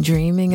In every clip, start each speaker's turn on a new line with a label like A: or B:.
A: Dreaming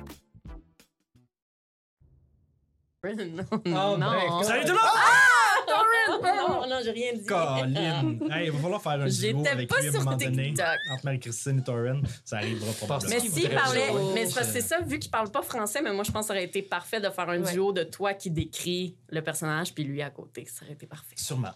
B: Oh,
C: Non, Ah.
B: ben, Salut tout le monde!
C: non, non, j'ai rien dit.
B: Colin! Hey, il va falloir faire un
C: J'étais
B: duo avec
C: pas
B: lui à un
C: sur
B: moment donné.
C: TikTok.
B: Entre Marie-Christine et Torren, ça arrivera
C: Mais
B: probablement.
D: qu'il
C: s'il
D: voudrait
C: parlait,
D: jouer.
C: mais c'est parce que c'est ça, vu qu'il parle pas français, mais moi je pense que ça aurait été parfait de faire un
D: Ouais.
C: duo de toi qui décrit le personnage puis lui à côté, ça aurait été parfait.
B: Sûrement.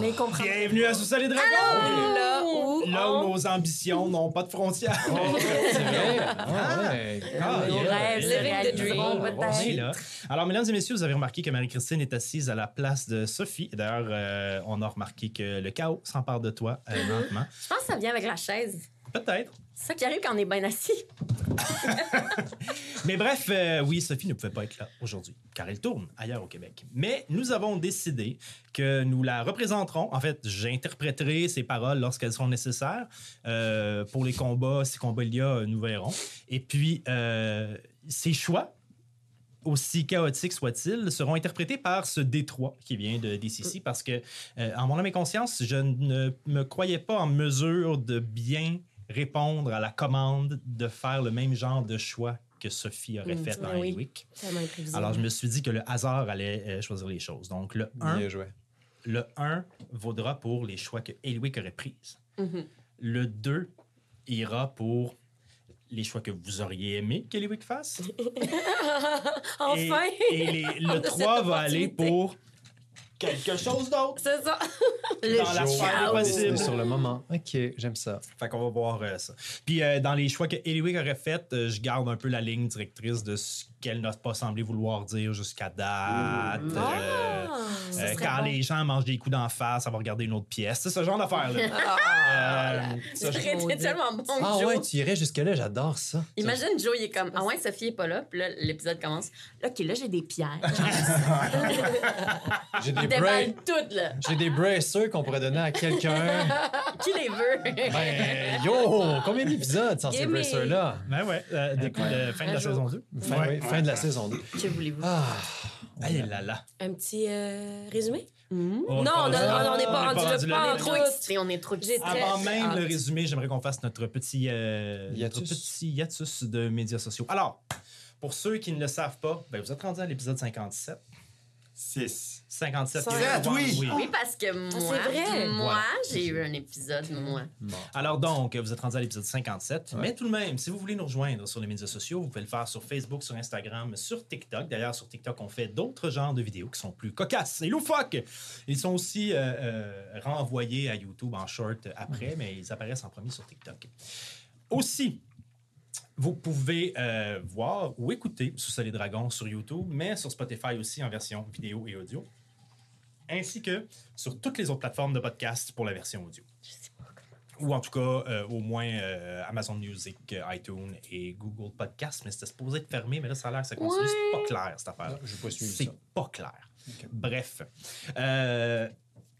C: Mais il comprend.
B: Bienvenue à Sous les Dragons!
C: Là où
B: Là
C: on-
B: où nos ambitions n'ont pas de frontières.
C: Oh,
D: C'est vrai. Ah, ouais.
B: Ah,
C: nos
B: yeah.
C: rêves se
D: Living the
C: réaliseront
D: dream.
B: On est
C: peut-être.
B: là. Alors, mesdames et messieurs, vous avez remarqué que Marie-Christine est assise à la place de Sophie. D'ailleurs, euh, on a remarqué que le chaos s'empare de toi euh, lentement.
C: Je pense que ça vient avec la chaise.
B: Peut-être.
C: C'est ça qui arrive quand on est bien assis.
B: Mais bref, euh, oui, Sophie ne pouvait pas être là aujourd'hui, car elle tourne ailleurs au Québec. Mais nous avons décidé que nous la représenterons. En fait, j'interpréterai ses paroles lorsqu'elles seront nécessaires. Euh, pour les combats, si combats il y a, euh, nous verrons. Et puis, euh, ses choix, aussi chaotiques soient-ils, seront interprétés par ce détroit qui vient de DCC, parce que, euh, en mon âme et conscience, je ne me croyais pas en mesure de bien répondre à la commande de faire le même genre de choix que Sophie aurait fait dans
C: oui.
B: Henwick. Alors, je me suis dit que le hasard allait euh, choisir les choses. Donc, le 1
D: Bien joué.
B: le 1 vaudra pour les choix que Elwick aurait pris.
C: Mhm.
B: Le 2 ira pour les choix que vous auriez aimé qu'Elwick fasse. Et-
C: Enfin!
B: Et, les- le 3 va aller pour quelque chose d'autre
C: C'est ça.
B: dans la sphère
D: On décide
B: possible.
D: sur le moment. OK, j'aime ça.
B: Fait qu'on va voir euh, ça. Puis euh, dans les choix que Eliwick aurait fait, euh, je garde un peu la ligne directrice de ce qu'elle n'a pas semblé vouloir dire jusqu'à date. Euh,
C: Ah,
B: euh, quand les gens mangent des coups d'en face, ça va regarder une autre pièce. C'est ce genre d'affaire-là.
C: Ah!
B: Euh, ça, je-
C: C'était tellement bon,
D: Ah
C: Joe.
D: ouais, tu irais jusque-là, j'adore ça.
C: Imagine Joe, il est comme Ah ouais, Sophie est pas là. Puis là, l'épisode commence. Là, OK, là, j'ai des pierres.
D: J'ai des bra-
C: Je déballe toutes, là.
D: j'ai des bracers qu'on pourrait donner à quelqu'un.
C: Qui les veut?
D: Ben, yo, combien d'épisodes sans ces
C: Gimme.
D: bracers-là?
B: Ben ouais, euh, depuis la fin de la
C: Un jour.
B: saison 2.
D: Fin, oui, fin de la saison 2.
C: que voulez-vous?
D: Ah,
B: Hey là là.
E: Un petit euh, résumé?
B: Oh,
E: Non,
B: pas
E: on a-
B: rendu là.
E: on n'est pas rendu là, pas
C: on
E: en Ah.
C: est trop
E: tout.
C: excités, on est trop excités.
B: Avant
E: Très
B: même
E: hâte.
B: le résumé, j'aimerais qu'on fasse notre petit, euh,
D: Hiatus.
B: notre petit hiatus de médias sociaux. Alors, pour ceux qui ne le savent pas, ben, vous êtes rendus à l'épisode 57.
F: 6.
B: 57.
E: Cinq.
B: qui est-
F: Sept, oui.
C: Oui, parce que moi,
E: Ah, vrai.
C: moi
B: Voilà.
C: j'ai eu un épisode, moi.
B: Alors donc, vous êtes rendu à l'épisode 57. Mais tout de même, si vous voulez nous rejoindre sur les médias sociaux, vous pouvez le faire sur Facebook, sur Instagram, sur TikTok. D'ailleurs, sur TikTok, on fait d'autres genres de vidéos qui sont plus cocasses et loufoques. Ils sont aussi euh, euh, renvoyés à YouTube en short après, mais ils apparaissent en premier sur TikTok. Aussi, vous pouvez euh, voir ou écouter Sous les Dragons sur YouTube, mais sur Spotify aussi en version vidéo et audio, ainsi que sur toutes les autres plateformes de podcast pour la version audio. Ou en tout cas, euh, au moins euh, Amazon Music, euh, iTunes et Google Podcast, mais c'était supposé être fermé, mais là, ça a l'air que ça continue. C'est pas clair, cette affaire.
D: je n'ai Ah, pas suivi
B: C'est
D: ça.
B: pas clair. Bref, Euh,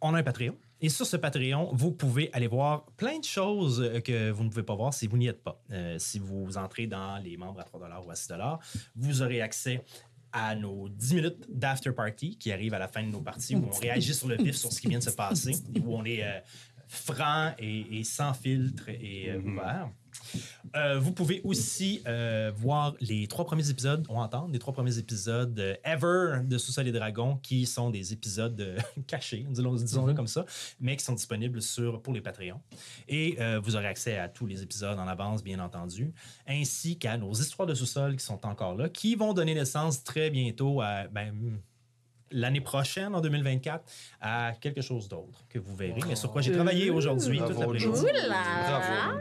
B: on a un Patreon. Et sur ce Patreon, vous pouvez aller voir plein de choses euh, que vous ne pouvez pas voir si vous n'y êtes pas. Euh, si vous entrez dans les membres à 3 ou à 6 vous aurez accès à nos 10 minutes d'after party qui arrivent à la fin de nos parties où on réagit sur le vif sur ce qui vient de se passer et où on est euh, franc et, et sans filtre et
D: Mm-hmm.
B: euh, ouvert. Euh, vous pouvez aussi euh, voir les trois premiers épisodes, on entend, les trois premiers épisodes euh, ever de Sous-Sol et Dragons, qui sont des épisodes euh, cachés, disons- disons-le comme ça, mais qui sont disponibles sur, pour les Patreons. Et euh, vous aurez accès à tous les épisodes en avance, bien entendu, ainsi qu'à nos histoires de sous-sol qui sont encore là, qui vont donner naissance très bientôt à. ben, hmm, L'année prochaine, en 2024, à quelque chose d'autre que vous verrez, mais sur quoi j'ai travaillé aujourd'hui toute
D: Bravo,
B: l'après-midi.
D: Joe.
C: Bravo.
D: Bravo.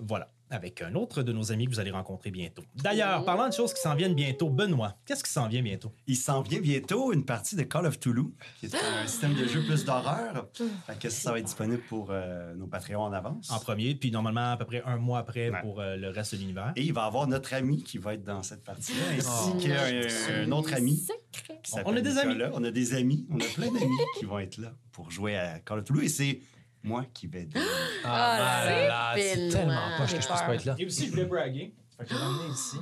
B: Voilà, avec un autre de nos amis que vous allez rencontrer bientôt. D'ailleurs, parlant de choses qui s'en viennent bientôt, Benoît, qu'est-ce qui s'en vient bientôt?
F: Il s'en vient bientôt une partie de Call of Toulouse, qui est un système de jeu plus d'horreur. Fait que ça, ça va être disponible pour euh, nos Patreons en avance.
B: En premier, puis normalement à peu près un mois après
F: Ouais.
B: pour euh, le reste de l'univers.
F: Et il va y avoir notre ami qui va être dans cette partie-là, ainsi qu'un un autre ami.
C: Secret.
F: qui
B: Ah. On- on a
F: s'appelle
B: des amis.
F: Nicolas. On a des amis. On a plein d'amis qui vont être là pour jouer à Call of Toulouse. Et c'est moi qui vais être.
D: Ah,
C: là
D: là,
C: là,
D: là, c'est
C: c'est
D: tellement
C: loin.
D: poche que je puisse pas être là.
B: Et aussi, je voulais braguer. Fait que je l'ai emmené ici.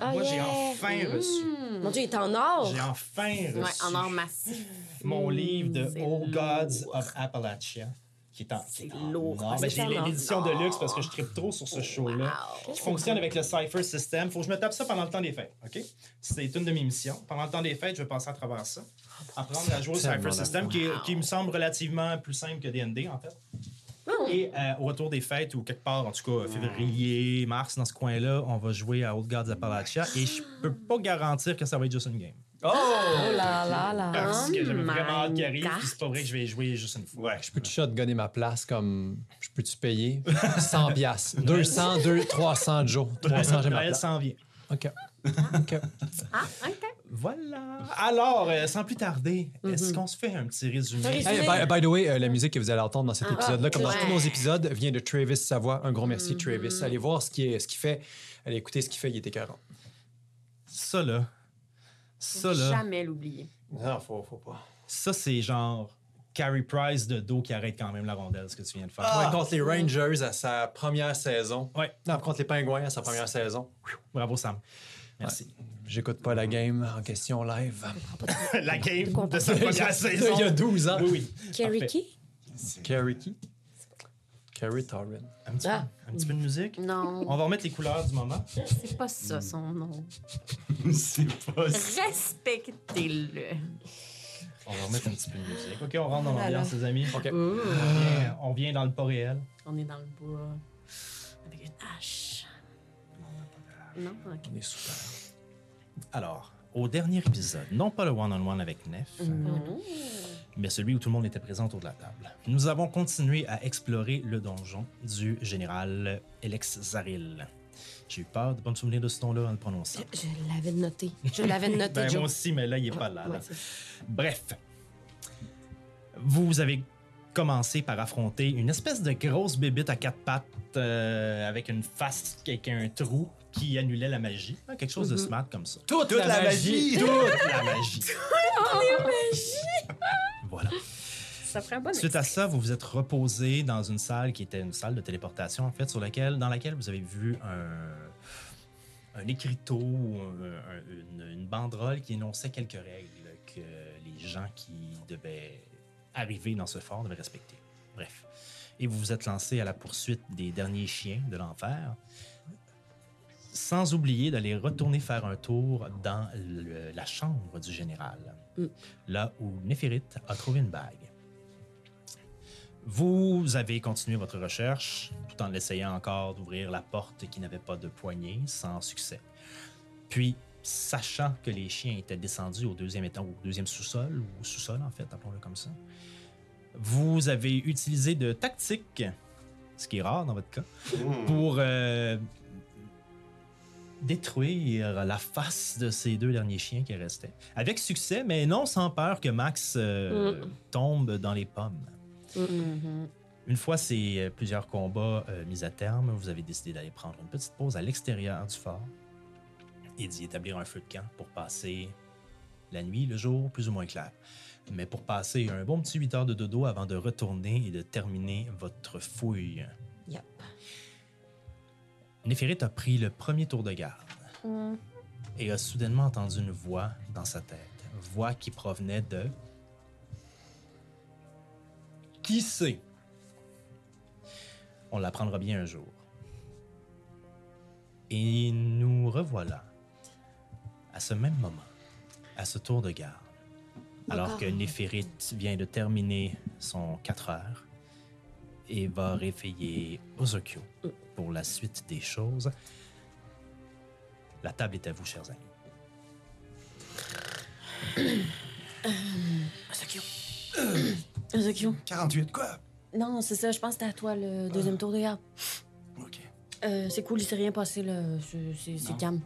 E: Ah,
B: Moi, j'ai
E: yeah.
B: enfin reçu.
E: Mon Dieu, il est en or.
B: J'ai enfin reçu
C: Ouais, en or massif.
B: mon livre de
C: Hmm, c'est
B: Oh Gods
C: lourd.
B: of Appalachia. Qui est en, qui est en
C: lourd.
B: or. Ben,
E: C'est
B: j'ai
E: en or.
B: l'édition de luxe parce que je tripe trop sur ce show-là.
C: Wow.
B: qui fonctionne avec le Cypher System. Faut que je me tape ça pendant le temps des fêtes, OK? C'est une de mes missions. Pendant le temps des fêtes, je vais passer à travers ça. Apprendre à jouer au Cypher
D: tellement
B: System, qui, est- qui me semble relativement plus simple que D&D, en fait. Et euh, au retour des fêtes, ou quelque part, en tout cas, février, mars, dans ce coin-là, on va jouer à Old Gods Appalachia. Et je peux pas garantir que ça va être juste une game.
E: Oh là là Oh là.
B: Parce que j'avais vraiment hâte qu'il arrive,
C: my
B: puis c'est pas vrai que je vais jouer juste une fois.
F: Ouais,
D: Je peux-tu shotgunner ma place comme je peux-tu payer 100 piastres, 200, 200, 300 Joe, 300 j'ai ma
B: Noël
D: place.
B: s'en vient.
D: OK. OK.
C: Ah, OK.
B: Voilà. Alors, euh, sans plus tarder, est-ce qu'on se fait un petit
E: Mhm. Un
B: résumé?
E: résumé.
D: Hey, Ah, by, by the way, euh, la musique que vous allez entendre dans cet épisode-là, comme dans
C: ouais.
D: tous nos épisodes, vient de Travis Savoie. Un gros merci, Travis. Allez voir ce qu'il est- ce qu'il fait. Allez écouter ce qu'il fait, il est écœurant.
B: Ça, là. Ça, là.
C: Jamais l'oublier.
D: Non, faut, faut pas.
B: Ça, c'est genre Carrie Price de dos qui arrête quand même la rondelle, ce que tu viens de faire.
D: Ouais, contre les Rangers à sa première saison.
B: Ouais.
D: Non, contre les Pingouins à sa première saison.
B: Bravo, Sam. Merci.
D: J'écoute pas la game en question live.
B: la game de sa première saison.
D: Il y a 12 ans.
B: Oui, oui.
E: Carrie
B: Parfait.
E: Key?
D: Carrie qui? Carrie Torrin.
B: Un petit,
E: Ah.
B: peu, un petit peu de musique.
C: Non,
B: On va remettre les couleurs du moment.
C: c'est pas ça son nom.
F: c'est pas ça.
C: Respectez-le.
B: On va remettre un petit peu de musique. OK, on rentre dans l'ambiance, les amis.
D: OK.
B: On vient- On vient dans le pas réel.
C: On est dans le bois avec une hache. Non, ok.
D: On est super.
B: Alors, au dernier épisode, non pas le one-on-one avec Nef,
E: Mhm.
B: mais celui où tout le monde était présent autour de la table, nous avons continué à explorer le donjon du général Elex Zaril. J'ai eu peur de pas me souvenir de ce nom-là en le prononçant.
E: Je l'avais noté. Je l'avais noté,
B: Ben, moi
E: Joe.
B: aussi, mais là, il est pas là. là.
E: Ouais, c'est ça.
B: Bref, vous avez commencé par affronter une espèce de grosse bébite à quatre pattes euh, avec une face avec un trou qui annulait la magie. Ah, Quelque chose de smart comme ça.
D: Toute,
F: la magie.
B: Toute la magie. Voilà.
C: Ça ferait un bon
B: Suite à ça, vous vous êtes reposé dans une salle qui était une salle de téléportation, en fait, sur laquelle, dans laquelle vous avez vu un, un écriteau, ou un- un- une, une banderole qui énonçait quelques règles que les gens qui devaient arriver dans ce fort devaient respecter. Bref. Et vous vous êtes lancé à la poursuite des derniers chiens de l'enfer, sans oublier d'aller retourner faire un tour dans le- la chambre du général, là où Néphérite a trouvé une bague. Vous avez continué votre recherche tout en essayant encore d'ouvrir la porte qui n'avait pas de poignée, sans succès. Puis, sachant que les chiens étaient descendus au deuxième étage, au deuxième sous-sol, ou sous-sol en fait, appelons-le comme ça, vous avez utilisé de tactiques, ce qui est rare dans votre cas, pour euh, détruire la face de ces deux derniers chiens qui restaient. Avec succès, mais non sans peur que Max euh, tombe dans les pommes. Une fois ces euh, plusieurs combats euh, mis à terme, vous avez décidé d'aller prendre une petite pause à l'extérieur du fort et d'y établir un feu de camp pour passer la nuit, le jour, plus ou moins clair. Mais pour passer un bon petit 8 heures de dodo avant de retourner et de terminer votre fouille.
E: Yep.
B: Néphérite a pris le premier tour de garde et a soudainement entendu une voix dans sa tête. Voix qui provenait de... Qui sait? On l'apprendra bien un jour. Et nous revoilà à ce même moment, à ce tour de garde, alors que Néphérite vient de terminer son 4 heures et va réveiller Ozokyo pour la suite des choses. La table est à vous, chers amis.
E: Ozokyo. Ozokyo.
F: 48, quoi?
E: Non, c'est ça, je pense que c'était à toi le deuxième tour de garde.
F: OK.
E: Euh, c'est cool, il s'est rien passé, là. C'est- C'est c'est
F: Non.
E: calme.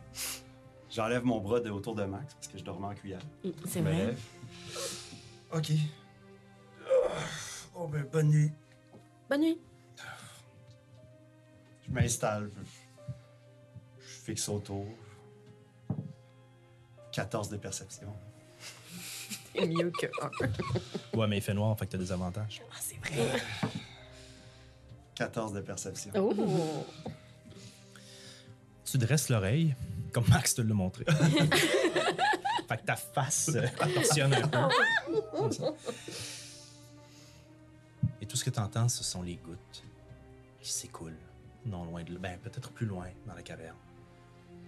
F: J'enlève mon bras de autour de Max parce que je dormais en cuillère.
E: C'est
F: Je me
E: vrai.
F: lève. OK. Oh, ben, bonne nuit.
E: Bonne nuit.
F: Je m'installe. Je fixe autour. 14 de perception.
C: c'est mieux que un.
B: Ouais, mais il fait noir, fait que t'as des avantages.
C: Ah, c'est vrai.
F: 14 de perception.
E: Oh!
B: Tu dresses l'oreille, comme Max te l'a montré. fait que ta face euh, torsionne un peu. Comme ça. Et tout ce que tu entends, ce sont les gouttes qui s'écoulent, non loin de là. Ben, peut-être plus loin dans la caverne.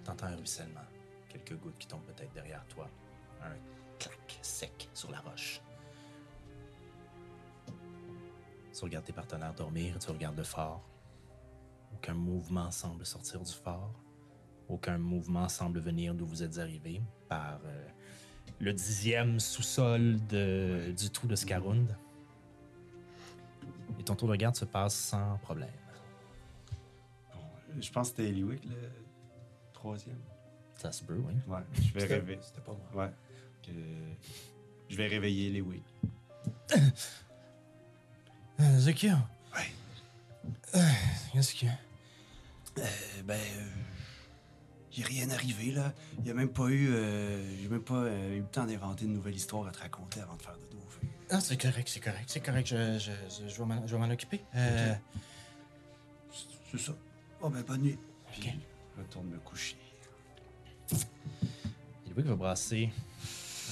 B: T'entends un ruissellement, quelques gouttes qui tombent peut-être derrière toi. Un clac sec sur la roche. Tu regardes tes partenaires dormir, tu regardes le phare. Aucun mouvement semble sortir du phare. Aucun mouvement semble venir d'où vous êtes arrivé, par euh, le dixième sous-sol de- du trou de Scarund. Et ton tour de garde se passe sans problème.
F: Je pense que c'était Eliwick, le troisième.
B: Ça se peut, oui.
F: Ouais, je vais
D: C'était-
F: rêver.
D: C'était pas moi.
F: Ouais. Euh, je vais réveiller Eliwick.
B: Zeki,
F: Ouais.
B: qu'est-ce que.
F: Euh, ben, euh, j'ai rien arrivé, là. Il y a même pas eu. euh, j'ai même pas euh, eu le temps d'inventer une nouvelle histoire à te raconter avant de faire de dodo. Fait que
G: Ah, c'est correct, c'est correct, c'est correct. Je, je, je, je vais m'en- je vais m'en occuper. Euh,
F: c'est- C'est ça. Oh, ben, bonne nuit. Puis, retourne me coucher.
B: Ludwig va brasser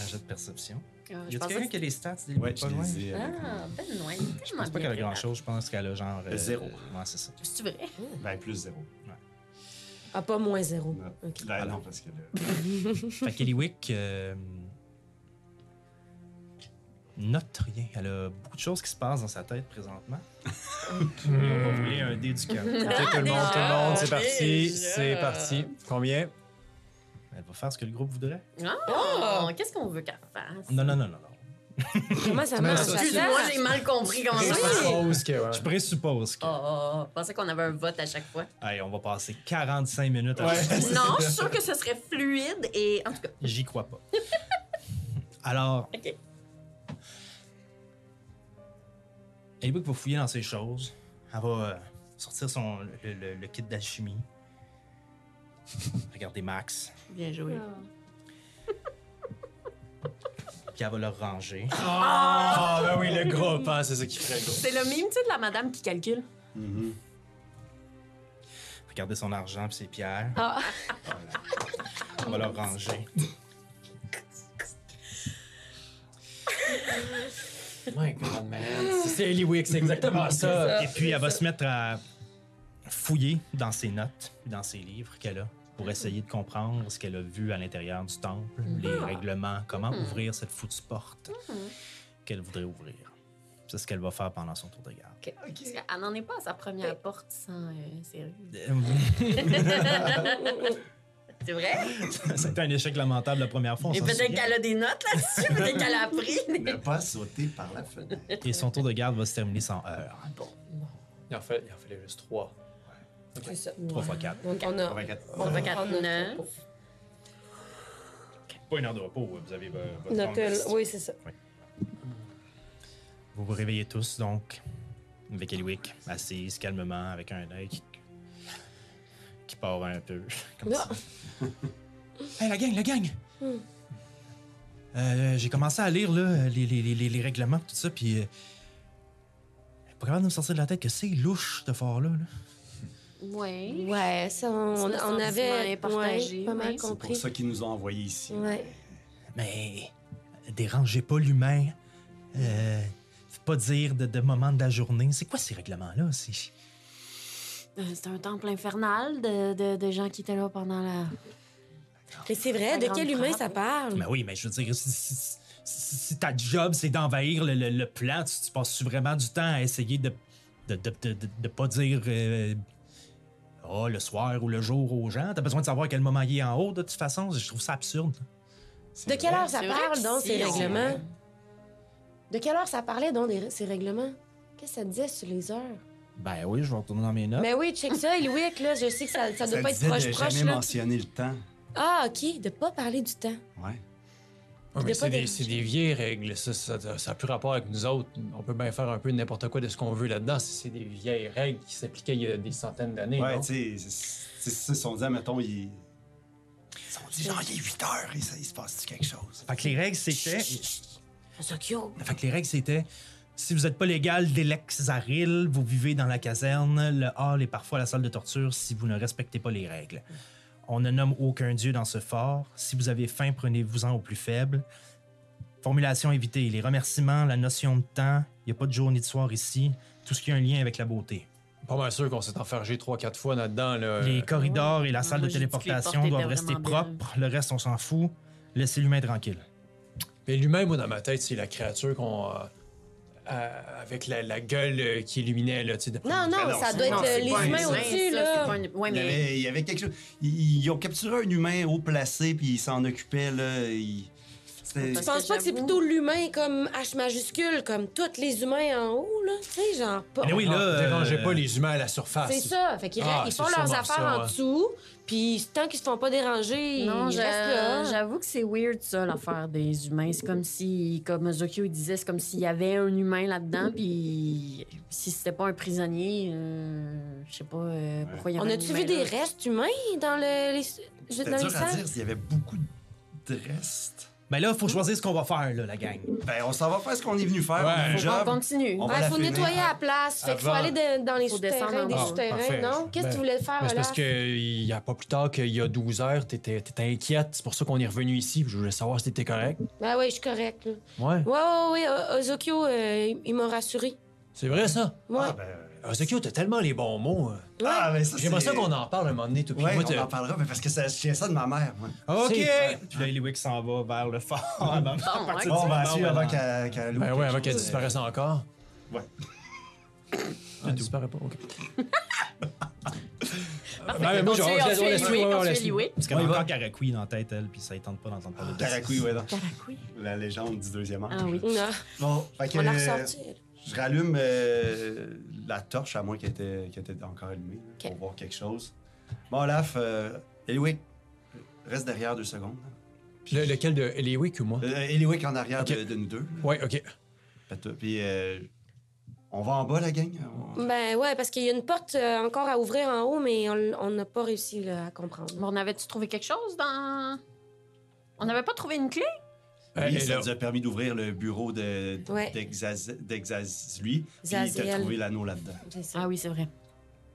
B: un jet de perception.
C: Ah,
G: y
C: Je
G: a
C: pensais
G: quelqu'un
C: que
G: qui a les stats des
F: Ouais, je
G: pas loin? Hein?
F: les ai. avec
C: Ah,
E: ben
C: Benoît, il est
B: Je
C: tellement
B: pense pas
C: bien
B: qu'elle a grand
C: préparé.
B: chose, je pense qu'elle a genre. euh,
F: Zéro.
B: Ouais, c'est ça.
C: C'est-tu vrai?
F: moi. Ben, plus zéro.
E: Ah, pas moins zéro.
F: Non.
E: Ok.
F: Ben, non, parce que là.
B: Fait qu'Eliwick euh, note rien. Elle a beaucoup de choses qui se passent dans sa tête présentement. On va rouler un dé du cœur.
D: Ok, tout le monde, tout le monde, c'est parti,
C: déjà.
D: c'est parti. Combien?
B: Elle va faire ce que le groupe voudrait.
C: Ah! Qu'est-ce qu'on veut qu'elle fasse?
B: Non, non, non, non. non.
E: Oh! Comment ça
D: Mais
E: marche?
D: ça,
C: Excuse-moi, j'ai mal compris comment ça marche.
D: Rose, que, ouais.
B: Je présuppose que.
C: Oh, oh, oh, je pensais qu'on avait un vote à chaque fois.
B: Ah. Hey, on va passer 45 minutes à
D: Ouais.
C: Non, je suis sûre que ce serait fluide et. En tout cas,
B: J'y crois pas. Alors.
C: Ok.
B: Eliwick va fouiller dans ses choses. Elle va euh, sortir son, le, le- le kit d'alchimie. Regardez Max.
C: bien joué. Ah.
B: Puis elle va le ranger.
D: Ah, ben oui, le gros pas, c'est ça qui ferait le gros.
C: C'est le mime, tu sais, de la madame qui calcule.
F: Mhm.
B: Regardez son argent puis ses pierres.
C: Ah.
B: Voilà. On va le ranger.
D: My God, man. C'est- C'est Eliwick, c'est exactement ça.
B: Et puis elle va se mettre à fouiller dans ses notes, dans ses livres qu'elle a, pour essayer de comprendre ce qu'elle a vu à l'intérieur du temple, les règlements, comment ouvrir cette foutue porte qu'elle voudrait ouvrir. C'est ce qu'elle va faire pendant son tour de garde.
C: Parce qu'elle n'en est pas à sa première porte sans euh, sérieux.
B: Euh,
C: C'est vrai?
B: C'était un échec lamentable la première fois. on
C: Et
B: s'en
C: peut-être
B: souvient.
C: qu'elle a des notes là-dessus, peut-être qu'elle a appris.
F: Ne pas sauter par la fenêtre.
B: Et son tour de garde va se terminer sans heure.
D: Il en fallait, il en fallait juste trois.
H: C'est ça.
B: 3 fois 4.
H: Donc, on a.
F: 84.
H: on a-
C: Fait qu'à
H: on a-
C: neuf.
B: Pas une heure de repos, vous avez euh, votre temps de
H: Notre,
B: reste.
H: oui, c'est ça.
B: Vous vous réveillez tous, donc, avec Eliwick, assise calmement, avec un œil qui, qui part un peu, comme ça. hey, la gang, la gang! Euh, J'ai commencé à lire là, les, les, les, les règlements, tout ça, puis. euh, pas capable de me sortir de la tête que c'est louche, ce fort-là. là.
C: Oui.
H: Ouais, ça, on,
C: C'est
H: on
C: un sentiment
H: avait
C: partagé,
H: ouais, pas mal
C: oui.
F: C'est pour
H: compris.
F: ça qu'ils nous ont envoyés ici.
H: Ouais.
B: Mais dérangez pas l'humain. Euh, faites pas dire de, de moment de la journée. C'est quoi ces règlements-là? C'est.
E: Euh, C'était un temple infernal de, de, de gens qui étaient là pendant la.
H: Mais c'est vrai,
E: La
H: de
E: grande
H: quel humain
E: frappe.
H: ça parle?
B: Mais Ben oui, mais je veux dire, si, si- si- si- si ta job, c'est d'envahir le, le- le plan, tu, tu passes vraiment du temps à essayer de de, de, de- de- de pas dire euh, Ah, le soir ou le jour aux gens. T'as besoin de savoir à quel moment il est en haut, de toute façon. Je trouve ça absurde.
H: De quelle heure ça
C: C'est vrai
H: parle
C: que
H: dans
C: si,
H: ces
C: on-
H: règlements? De quelle heure ça parlait dans des- ces règlements? Qu'est-ce que ça disait sur les heures?
B: Ben oui, je vais retourner dans mes notes.
H: Mais Ben oui, check ça, Eliwick, là, je sais que ça, ça doit
F: Ça
H: pas être
F: disait
H: proche
F: de
H: proche.
F: jamais
H: là.
F: mentionner le temps.
H: Ah, ok, de pas parler du temps.
F: Ouais.
D: Ouais, mais
H: C'était pas
D: c'est des,
H: des-
D: c'est des vieilles règles. Ça, ça, ça, a plus rapport avec nous autres. On peut bien faire un peu n'importe quoi de ce qu'on veut là-dedans. si C'est des vieilles règles qui s'appliquaient il y a des centaines d'années.
F: Ouais,
D: non?
F: tu sais, c'est c'est ça, on dit, mettons, il. Ils ont dit, genre, il est 8 heures, et ça, il se passe-tu quelque chose?
B: Fait que les règles, c'était
E: Sokyo.
B: Fait que les règles, c'était si vous n'êtes pas légal d'Elexaril, vous vivez dans la caserne, le hall est parfois la salle de torture si vous ne respectez pas les règles. On ne nomme aucun dieu dans ce fort. Si vous avez faim, prenez-vous-en au plus faible. Formulation évitée les remerciements, la notion de temps, il n'y a pas de jour ni de soir ici, tout ce qui a un lien avec la beauté.
D: Pas mal sûr qu'on s'est enfargé 3-4 fois là-dedans. Là. Euh,
B: Les corridors et la
C: Ah,
B: salle
C: moi,
B: de
C: j'ai dit que les
B: téléportation
C: portes
B: doivent
C: étaient
B: rester
C: vraiment
B: propres, le reste, on s'en fout. Laissez l'humain tranquille.
D: Mais lui-même, moi, dans ma tête, c'est la créature qu'on. euh, euh, avec la, la gueule euh, qui illuminait, là, tu sais. de-
H: Non, non,
F: non,
H: ça
F: c'est-
H: doit être
F: non,
H: euh,
F: c'est
H: les
F: pas un
H: humains
F: humain,
H: au-dessus, là.
C: Oui,
F: Il y,
C: mais.
F: avait, il y avait quelque chose. Ils, ils ont capturé un humain haut placé, puis ils s'en occupaient, là. Ils... C'était.
H: Je
C: Parce
H: pense
C: que
H: pas que c'est
C: j'avoue-
H: plutôt l'humain comme H majuscule, comme tous les humains en haut, là. Tu sais, genre pas.
B: Mais oui,
D: Non,
B: là. euh,
D: Dérangez pas les humains à la surface.
H: C'est ça. Fait qu'ils
D: Ah,
H: ils
D: c'est
H: font leurs
D: sûrement
H: affaires
D: ça,
H: en
D: ouais.
H: dessous, puis tant qu'ils se font pas déranger,
C: Non,
H: ils
C: je-
H: restent là.
E: J'avoue que c'est weird, ça, l'affaire des humains. C'est comme si, comme Zokyo disait, c'est comme s'il y avait un humain là-dedans, puis si c'était pas un prisonnier, euh, je sais pas euh, pourquoi il y
H: On
E: avait un
H: a-tu
E: humain
H: vu des
E: là.
H: restes humains dans le, les, dans
F: C'était
H: les
F: dur à
H: salles?
F: dire s'il y avait beaucoup de restes.
B: Ben là, faut choisir ce qu'on va faire, là, la gang.
F: Ben, on s'en va faire ce qu'on est venu faire.
D: Ouais.
F: on a le
D: Faut
E: On
F: job.
E: continue.
F: On
H: Il
F: va la
H: Ben, faut
F: finir.
H: nettoyer la place. Fait qu'il faut
D: Avant.
H: aller de- dans les
E: Faut
H: souterrains,
E: descendre
H: des
E: en bas.
H: souterrains,
D: Parfait.
H: non? Qu'est-ce que
D: Ben,
H: tu voulais faire,
D: Mais c'est
H: là?
D: parce qu'il n'y a pas plus tard qu'il y a 12 heures, t'étais t'étais inquiète. C'est pour ça qu'on est revenu ici. puis Je voulais savoir si t'étais correct.
H: Ben oui, je suis correcte. là.
D: Ouais.
H: Ouais, ouais, ouais. euh, Ozokyo, euh, il- il m'a rassuré.
D: C'est vrai, ça.
H: Ouais.
F: Ah, ben,
D: Ozokyo, t'as tellement les bons mots. hein.
F: ah, ben, ça,
D: J'aimerais
F: c'est-
D: ça qu'on en parle un moment donné, toi. puis
F: Ouais,
D: moi,
F: on
D: t'as-
F: en parlera, mais parce que ça, je tiens ça de ma mère, moi.
B: OK!
D: C'est-
B: Puis là, Eliwick s'en va vers le fort. à maman, à partir
F: Bon,
B: du
F: on va
B: moment
F: la suivre
B: où elle
F: avant
B: en-
F: qu'elle qu'elle
D: Ben ouais,
F: ouvre quelque
D: avant qu'elle
F: chose.
D: disparaisse encore.
B: Ouais.
D: Ah, Elle disparaît pas, ok. Ben,
C: mais
D: moi,
C: on
D: je-
C: tue-
D: je-
C: on
D: je-
C: tue
D: on la
C: Eliwick,
D: suit, ouais, ouais,
C: on
D: on
C: tue
D: la suit.
C: Eliwick.
B: Parce qu'elle
F: Ouais,
B: a
F: il va-
B: encore Karakui dans la tête, elle, puis ça ne tente pas d'entendre parler de ça.
F: Karakui, euh, ouais, non. La légende du deuxième âge.
E: Ah oui.
H: Non,
F: Bon, fait que,
H: on l'a
F: euh,
H: ressorti. là.
F: je rallume euh, la torche, à moins qu'elle était, qu'elle était encore allumée, là,
H: Ok.
F: pour voir quelque chose. Bon, Olaf, euh, Eliwick, reste derrière deux secondes.
D: Le- lequel de Eliwick ou moi?
F: Euh, Eliwick en arrière
D: Ok.
F: de, de nous deux.
D: Ouais, ok.
F: Fait tout. Puis, euh, on va en bas, la gang. On-
H: Ben ouais, parce qu'il y a une porte euh, encore à ouvrir en haut, mais on on n'a pas réussi là, à comprendre.
E: Bon, on avait-tu trouvé quelque chose dans. On n'avait pas trouvé une clé?
D: Euh,
F: Oui,
D: et
F: ça
D: là-
F: nous a permis d'ouvrir le bureau de-
H: Ouais.
F: d'Exaz- d'Exaz, lui. Puis il
H: Zaziel.
F: a trouvé l'anneau là-dedans.
H: C'est ça.
E: Ah oui, c'est vrai.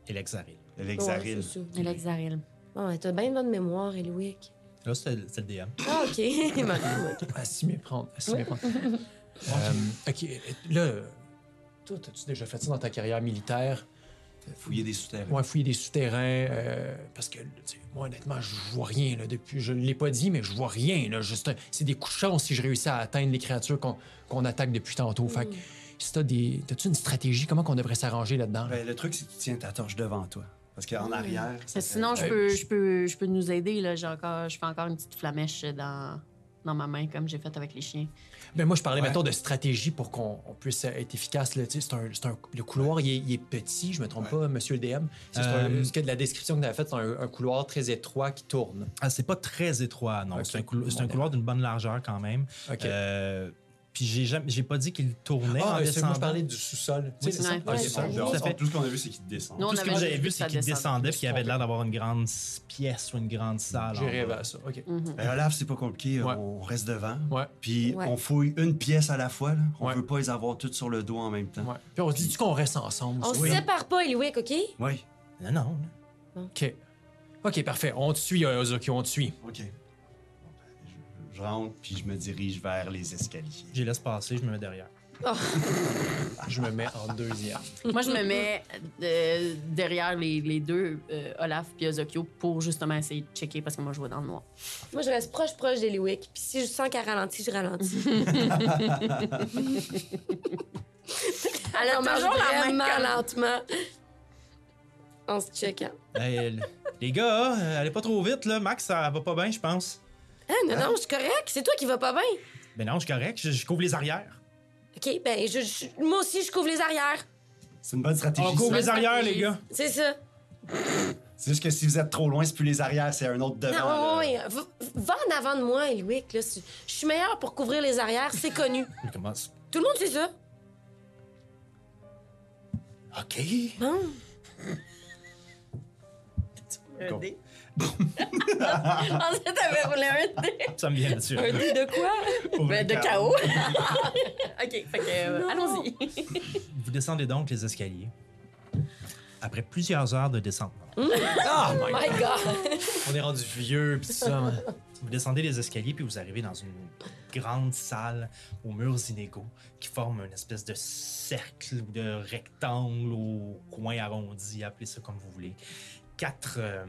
B: Elexaril.
F: L'Exaril.
H: Ouais, c'est ça.
E: Elle exaril.
H: Bon, ben, t'as bien une bonne mémoire, Eliwick.
B: Là, c'est le c'est le DM.
H: Ah, OK. Ben,
D: À s'y méprendre, à s'y méprendre. Euh, ok, là, toi, as-tu déjà fait ça dans ta carrière militaire?
F: Fouiller des souterrains.
D: Moi, fouiller des souterrains, euh, parce que, tu sais, moi, honnêtement, je vois rien, là, depuis, je l'ai pas dit, mais je vois rien, là, juste, un- c'est des coups de chance si je réussis à atteindre les créatures qu'on qu'on attaque depuis tantôt. Fait que, si t'as des, t'as-tu une stratégie, comment qu'on devrait s'arranger là-dedans? là?
F: Ben, le truc, c'est que tu tiens ta torche devant toi. Parce qu'en arrière. ça fait-
E: Sinon, je
D: Euh,
E: peux,
D: je-
E: je, peux, je peux nous aider. Là. J'ai Encore, je fais encore une petite flamèche dans, dans ma main, comme j'ai fait avec les chiens.
D: Ben moi, je parlais,
F: Ouais.
D: maintenant de stratégie pour qu'on on puisse être efficace. Là. Tu sais, c'est un, c'est un- le couloir, il est, il est petit, je me trompe
F: Ouais.
D: pas, monsieur le DM. C'est
B: Euh,
D: un- ce que de la description que tu faite, c'est un, un couloir très étroit qui tourne.
B: Ah, c'est pas très étroit, non.
D: Ok.
B: C'est un, coulo- c'est un couloir d'une bonne largeur quand même.
D: OK.
B: Euh, puis j'ai jamais- j'ai pas dit qu'il tournait en
D: ah, c'est
B: descendant.
D: moi, je parlais du sous-sol.
B: Oui,
D: Tu sais,
B: c'est ça.
E: Ouais.
D: ah,
F: Ouais,
D: c'est
F: ils
D: ça.
F: sont
B: Tout à fait.
F: dehors. Tout ce qu'on a vu, c'est qu'ils descendent.
E: Non,
B: Tout ce que
E: avait
B: moi j'avais
E: juste
B: vu,
E: vu que
B: c'est
E: ça
B: qu'il
E: descendait,
B: descendait
E: je me
B: puis
E: suis
B: qu'il y avait
E: trompée.
B: l'air d'avoir une grande s- pièce ou une grande salle.
D: J'ai
B: en
D: rêvé
B: bas.
D: à ça. OK.
F: Ben, Olaf, c'est pas compliqué.
D: Ouais.
F: On reste devant.
D: Ouais.
F: Puis
H: Ouais.
F: on fouille une pièce à la fois. Là. On
D: Ouais.
F: veut pas les avoir toutes sur le dos en même temps.
D: Ouais. Puis on se dit qu'on reste ensemble.
H: On
D: ça?
H: se sépare pas, Eliwick, OK?
F: Oui.
B: Non, non.
D: OK. OK, parfait. On te suit, euh, Ozokyo, on te suit.
F: OK. Bon, ben, je- Je rentre, puis je me dirige vers les escaliers.
B: J'ai laisse passer, je me mets derrière.
D: Je me mets en deuxième.
E: Moi, je me mets euh, derrière les, les deux, euh, Olaf et Ozokyo, pour justement essayer de checker parce que moi, je vois dans le noir.
H: Moi, je reste proche, proche d'Eliwick. Puis si je sens qu'elle ralentit, je ralentis. Elle en marche
E: toujours la
H: vraiment
E: main
H: lentement. En se hein. checkant.
B: Ben, les gars, euh, allez pas trop vite, là. Max, ça va pas bien, je pense.
H: Ah, non, non, je suis correct. C'est toi qui vas pas bien.
B: Ben non, je suis correct, je, je couvre les arrières.
H: OK, ben, je- je- moi aussi, je couvre les arrières.
F: C'est une bonne stratégie.
B: On couvre
F: ça.
B: les arrières, les gars.
H: C'est ça.
F: C'est juste que si vous êtes trop loin, c'est plus les arrières, c'est un autre devant.
H: Non,
F: là.
H: oui, oui. V- Va en avant de moi, Eliwick. là. C'est- Je suis meilleure pour couvrir les arrières. C'est connu.
B: Je commence.
H: Tout le monde sait ça.
B: OK.
H: Bon.
F: Cool.
E: Ensuite, t'avais roulé un dé.
B: Ça me vient dessus.
E: Un dé de quoi? Ben, de chaos. OK, fait que, euh,
H: Non.
E: allons-y.
B: Vous descendez donc les escaliers. Après plusieurs heures de descente,
D: Ah, my
H: My God!
D: On est rendu vieux, pis ça. man.
B: vous descendez les escaliers puis vous arrivez dans une grande salle aux murs inégaux qui forme une espèce de cercle ou de rectangle au coin arrondi, appelez ça comme vous voulez. Quatre euh,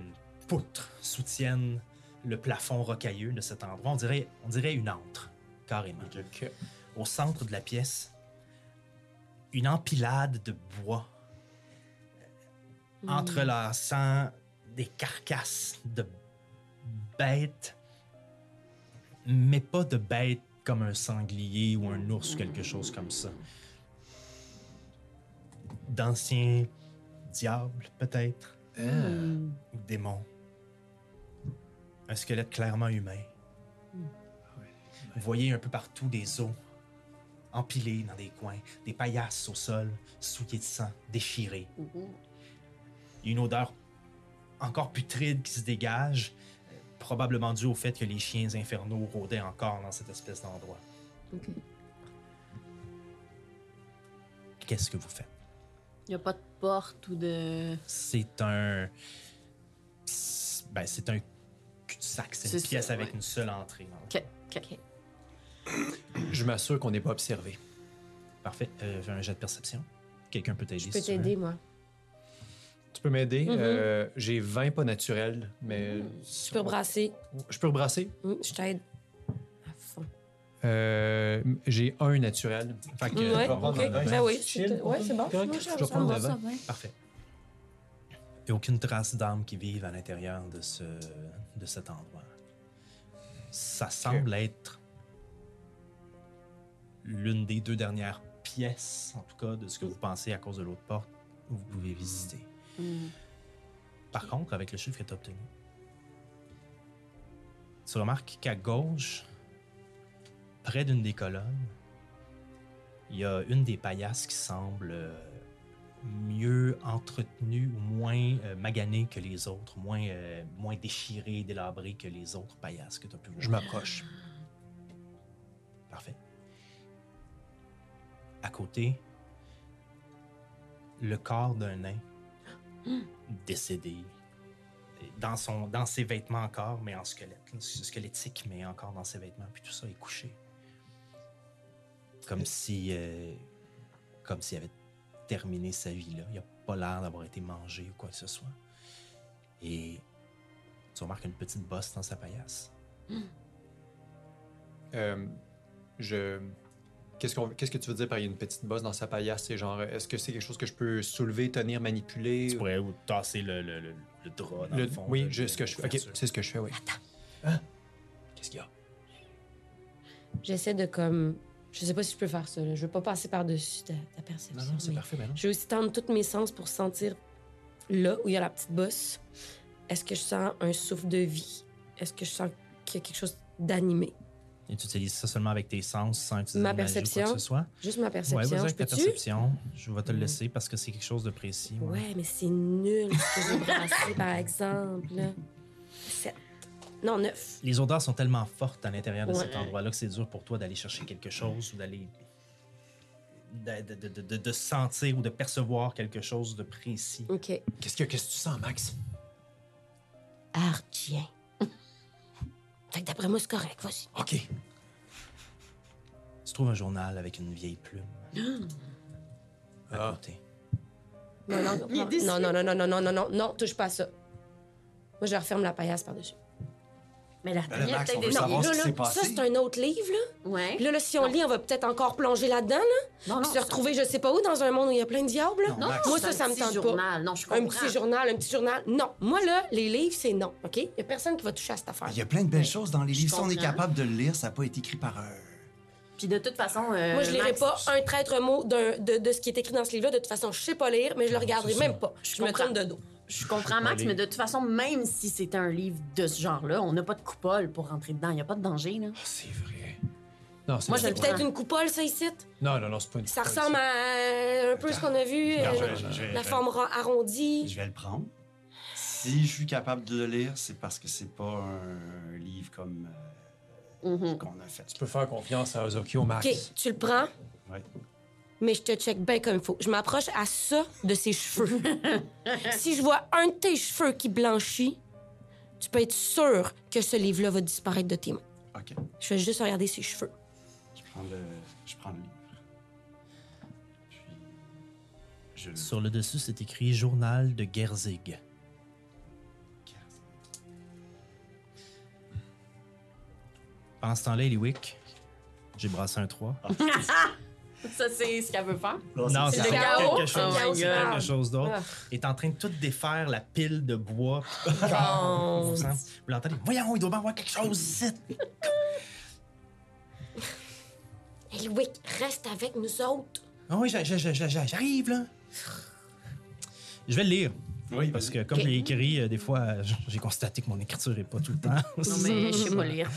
B: poutres soutiennent le plafond rocailleux de cet endroit. On dirait, on dirait une antre, carrément. Au centre de la pièce, une empilade de bois euh, entrelaçant des carcasses de bêtes, mais pas de bêtes comme un sanglier ou un ours, quelque chose comme ça. D'anciens diables, peut-être, ou démons. Un squelette clairement humain. Vous voyez un peu partout des os empilés dans des coins, des paillasses au sol, souillées de sang, déchirées. Il y a une odeur encore putride qui se dégage, euh, probablement due au fait que les chiens infernaux rôdaient encore dans cette espèce d'endroit. Qu'est-ce que vous faites?
E: Il n'y a pas de porte ou de...
B: C'est un. Ben, c'est un cul-de-sac. C'est une
E: C'est ça,
B: pièce avec
E: ouais.
B: une seule entrée. dans le
E: OK, OK.
D: Je m'assure qu'on n'est pas observé.
B: Parfait. Euh, fais un jet de perception. Quelqu'un peut t'aider.
H: Je peux
B: si tu veux.
H: t'aider, moi.
D: Tu peux m'aider.
H: Mm-hmm.
D: Euh, J'ai 20 pas naturels, mais.
H: Je peux brasser.
D: Je peux rebrasser.
H: Mm, Je t'aide. À fond.
D: Euh, J'ai un naturel. Fait que.
H: Mm, ouais,
D: je vais prendre
H: ok.
D: un vingt.
H: Ben oui,
D: Chill.
H: c'est ouais, c'est bon.
D: Correct.
H: Moi,
D: Je vais prendre le vin.
B: Parfait. Et aucune trace d'âme qui vivent à l'intérieur de, ce, de cet endroit. Ça semble être l'une des deux dernières pièces, en tout cas, de ce que vous pensez à cause de l'autre porte où vous pouvez visiter. Par contre, avec le chiffre que tu as obtenu, tu remarques qu'à gauche, près d'une des colonnes, il y a une des paillasses qui semble euh, mieux entretenue ou moins euh, maganée que les autres, moins, euh, moins déchirée, délabrée que les autres paillasses que tu as pu voir.
D: Je m'approche.
B: Parfait. À côté, le corps d'un nain décédé. Dans, son, dans ses vêtements encore, mais en squelette. Squelettique, mais encore dans ses vêtements. Puis tout ça est couché. Comme si... euh, comme s'il avait terminé sa vie là. Il n'a pas l'air d'avoir été mangé ou quoi que ce soit. Et tu remarques une petite bosse dans sa paillasse.
D: Euh, je. Qu'est-ce, qu'on- qu'est-ce que tu veux dire par il y a une petite bosse dans sa paillasse? C'est genre, est-ce que c'est quelque chose que je peux soulever, tenir, manipuler?
B: Tu pourrais ou tasser le, le, le, le drap dans
D: Le-
B: le, fond.
D: oui,
B: de-
D: je-
B: de-
D: ce que je fais. Ok,
B: couverture.
D: c'est ce que je fais, oui. Attends. Qu'est-ce qu'il y a?
H: J'essaie de comme. Je sais pas si je peux faire ça. là. Je veux pas passer par-dessus ta, ta perception.
D: Non, non, c'est
H: mais
D: parfait, ben non.
H: Je vais aussi tendre tous mes sens pour sentir là où il y a la petite bosse. Est-ce que je sens un souffle de vie? Est-ce que je sens qu'il y a quelque chose d'animé?
B: Et tu utilises ça seulement avec tes sens, sans utiliser
H: Ma
B: de magie ou
H: perception.
B: quoi que ce soit.
H: Juste ma
B: Ouais, vas-y
H: perception. je
B: avec ta
H: peux-tu? Mm.
B: perception. Je vais te le laisser parce que c'est quelque chose de précis. ouais.
H: Ouais, mais c'est nul ce que j'ai brassé, par exemple. là. Sept. Non, neuf.
B: Les odeurs sont tellement fortes à l'intérieur de cet
H: Ouais.
B: endroit-là que c'est dur pour toi d'aller chercher quelque chose ou d'aller. De, de- de- de- de sentir ou de percevoir quelque chose de précis.
H: OK.
D: Qu'est-ce que, qu'est-ce que tu sens, Max?
H: Artien. fait que d'après moi, c'est correct. Vas-y.
D: Ok.
B: Tu trouves un journal avec une vieille plume à
D: Ah.
B: côté.
H: Non, non,
E: Il est
H: non,
E: déçu.
H: non, non, non, non, non, non, non, non, non, touche pas à ça. Moi, je referme la paillasse par-dessus.
E: Mais la
F: Ben là,
E: il y a
F: Max, on
E: peut-être
F: veut
E: des...
H: Non,
F: savoir
H: là,
F: ce qui
H: là,
F: s'est
H: ça,
F: passé.
H: c'est un autre livre, là.
E: Ouais.
H: Puis là, là, si on lit, on va peut-être encore plonger là-dedans, là.
E: Hein? Non,
H: puis se retrouver, je sais pas où, dans un monde où il y a plein de diables, là.
F: Non,
E: Non,
F: Max,
E: non,
H: Moi,
E: c'est
H: ça,
E: un
H: ça me
E: petit
H: tente pas.
E: journal. Non, je comprends.
H: Un petit journal, un petit journal. Non. Moi, là, les livres, c'est non, OK? Il y a personne qui va toucher à cette affaire.
F: Il y a plein de belles choses dans les
E: Je
F: livres. Si on est
E: comprends.
F: capable de le lire, ça n'a pas été écrit par un.
E: Puis de toute façon... euh,
H: Moi, je lirai
E: Max,
H: pas un traître mot d'un- de, de ce qui est écrit dans ce livre-là. De toute façon, je sais pas lire, mais je le regarderai
B: c'est ça.
H: même pas. Je, me
E: comprends.
H: tourne de dos.
E: Je comprends, Max, mais de toute façon, même si c'était un livre de ce genre-là, on n'a pas de coupole pour rentrer dedans. Il n'y a pas de danger, là.
D: Ah, c'est vrai. Non, c'est
E: Moi, je
D: vrai.
E: le
H: C'est peut-être une coupole, ça, ici.
D: Non, non, non, c'est pas une
H: Ça
D: coupole,
H: ressemble à euh, un peu ce qu'on a vu,
F: Non,
H: euh,
F: je- je-
H: la forme ra- arrondie.
F: Je vais le prendre. Si je suis capable de le lire, c'est parce que c'est pas un livre comme euh,
H: Mhm.
F: qu'on a fait.
D: Tu peux faire confiance à Ozokyo, Max.
H: Ok, tu le prends,
F: Ouais.
H: mais je te check bien comme il faut. Je m'approche à ça de ses cheveux. si je vois un de tes cheveux qui blanchit, tu peux être sûr que ce livre-là va disparaître de tes mains.
F: Ok.
H: Je vais juste regarder ses cheveux.
F: Je prends le, je prends le livre. Puis je le
B: Sur le dessus, c'est écrit Journal de Gerzig.
F: garde.
B: Pendant ce temps-là, Eliwick, j'ai brassé un 3.
C: Ça, c'est ce qu'elle veut faire.
B: non,
C: c'est
B: c'est
C: le chaos.
B: quelque chose,
C: Oh my God.
H: Ah.
B: quelque chose d'autre. Est en train de tout défaire la pile de bois. Vous sentez- vous l'entendez? Voyons, il doit bien avoir quelque chose ici.
H: Elwick, Ah. reste avec nous autres.
B: Ah oui, j'a- j'a- j'a- j'a- j'arrive, là. Je vais le lire. Parce
F: Oui, parce que
B: que, comme j'ai écrit, euh, des fois, euh, j- j'ai constaté que mon écriture n'est pas tout le temps.
C: Non, mais je sais pas lire.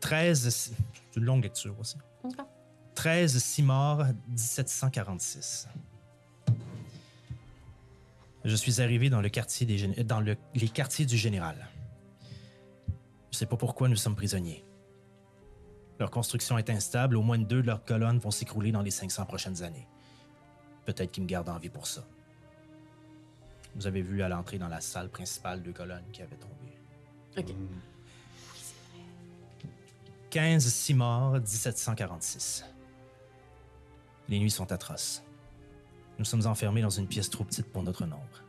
B: 13. si- C'est une longue lecture aussi. 13 6 morts 1746. Je suis arrivé dans, le quartier des, gén- dans le- les quartiers du général. Je sais pas pourquoi nous sommes prisonniers. Leur construction est instable, au moins deux de leurs colonnes vont s'écrouler dans les 500 prochaines années. Peut-être qu'ils me gardent en vie pour ça. Vous avez vu à l'entrée dans la salle principale deux colonnes qui avaient tombé. 15 6 morts 1746. Les nuits sont atroces. Nous sommes enfermés dans une pièce trop petite pour notre nombre.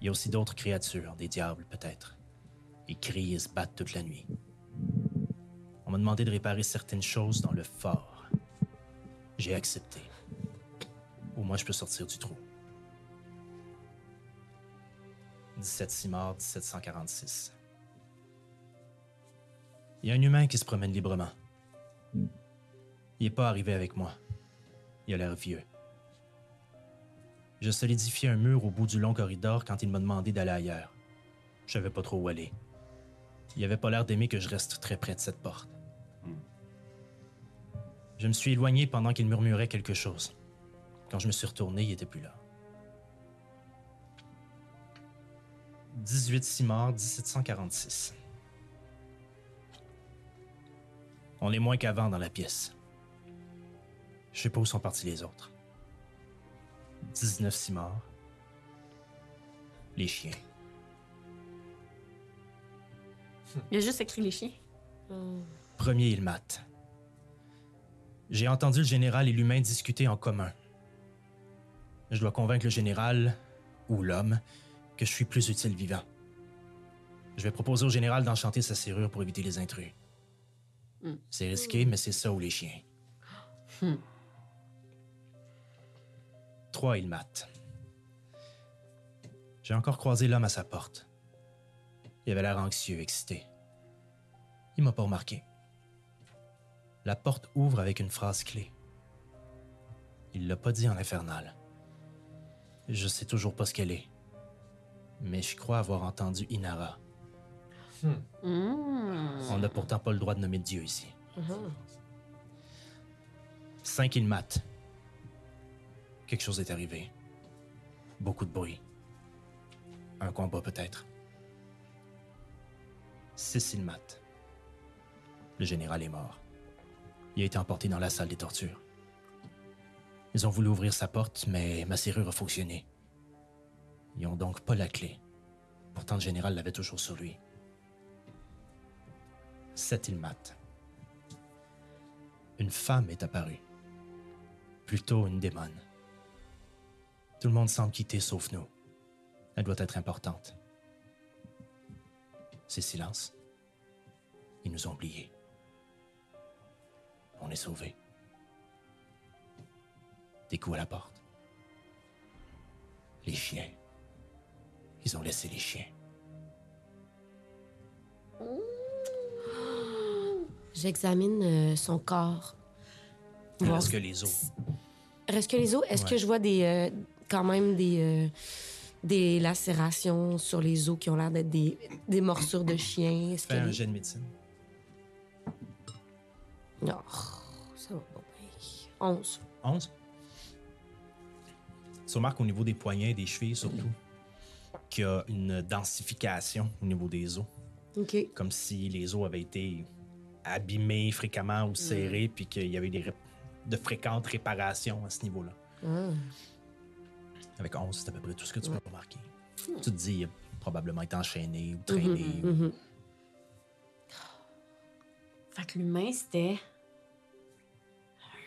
B: Il y a aussi d'autres créatures, des diables peut-être. Ils crient et se battent toute la nuit. On m'a demandé de réparer certaines choses dans le fort. J'ai accepté. Au moins, je peux sortir du trou. 17 6 morts 1746. Il y a un humain qui se promène librement. Il n'est pas arrivé avec moi. Il a l'air vieux. Je solidifiais un mur au bout du long corridor quand il m'a demandé d'aller ailleurs. Je savais pas trop où aller. Il avait pas l'air d'aimer que je reste très près de cette porte. Je me suis éloigné pendant qu'il murmurait quelque chose. Quand je me suis retourné, il était plus là. 18 6 morts 1746. On est moins qu'avant dans la pièce. Je sais pas où sont partis les autres. 19 six morts. Les chiens.
E: Il a juste écrit les chiens.
B: Premier, il mate. J'ai entendu le général et l'humain discuter en commun. Je dois convaincre le général, ou l'homme, que je suis plus utile vivant. Je vais proposer au général d'enchanter sa serrure pour éviter les intrus. C'est risqué, mais c'est ça ou les chiens. Trois, il mate. J'ai encore croisé l'homme à sa porte. Il avait l'air anxieux, excité. Il m'a pas remarqué. La porte ouvre avec une phrase clé. Il l'a pas dit en infernal. Je sais toujours pas ce qu'elle est. Mais je crois avoir entendu Inara. On n'a pourtant pas le droit de nommer Dieu ici. Cinq, il mate. Quelque chose est arrivé. Beaucoup de bruit. Un combat peut-être. Six, il mate. Le général est mort. Il a été emporté dans la salle des tortures. Ils ont voulu ouvrir sa porte, mais ma serrure a fonctionné. Ils ont donc pas la clé. Pourtant, le général l'avait toujours sur lui. Sept il mate. Une femme est apparue. Plutôt une démone. Tout le monde semble quitter sauf nous. Elle doit être importante. C'est silence. Ils nous ont oubliés. On est sauvés. Des coups à la porte. Les chiens. Ils ont laissé les chiens.
H: J'examine euh, son corps.
B: Il
H: Voir
B: reste que les os.
H: Reste que les os. Est-ce
B: Ouais.
H: que je vois des, euh, quand même des, euh, des lacérations sur les os qui ont l'air d'être des, des morsures de chien? Est-ce
B: Fais
H: qu'il y a
B: un
H: des-
B: jet de médecine.
H: Oh, Non, ça va pas. 11.
B: 11. Tu remarques au niveau des poignets et des chevilles surtout qu'il y a une densification au niveau des os,
H: OK.
B: comme si les os avaient été abîmés fréquemment ou serrés, puis qu'il y avait des ré- de fréquentes réparations à ce niveau-là. Avec 11, c'est à peu près tout ce que tu peux remarquer. Tu te dis, il a probablement été enchaîné ou traîné. ou-
E: Fait que l'humain, c'était.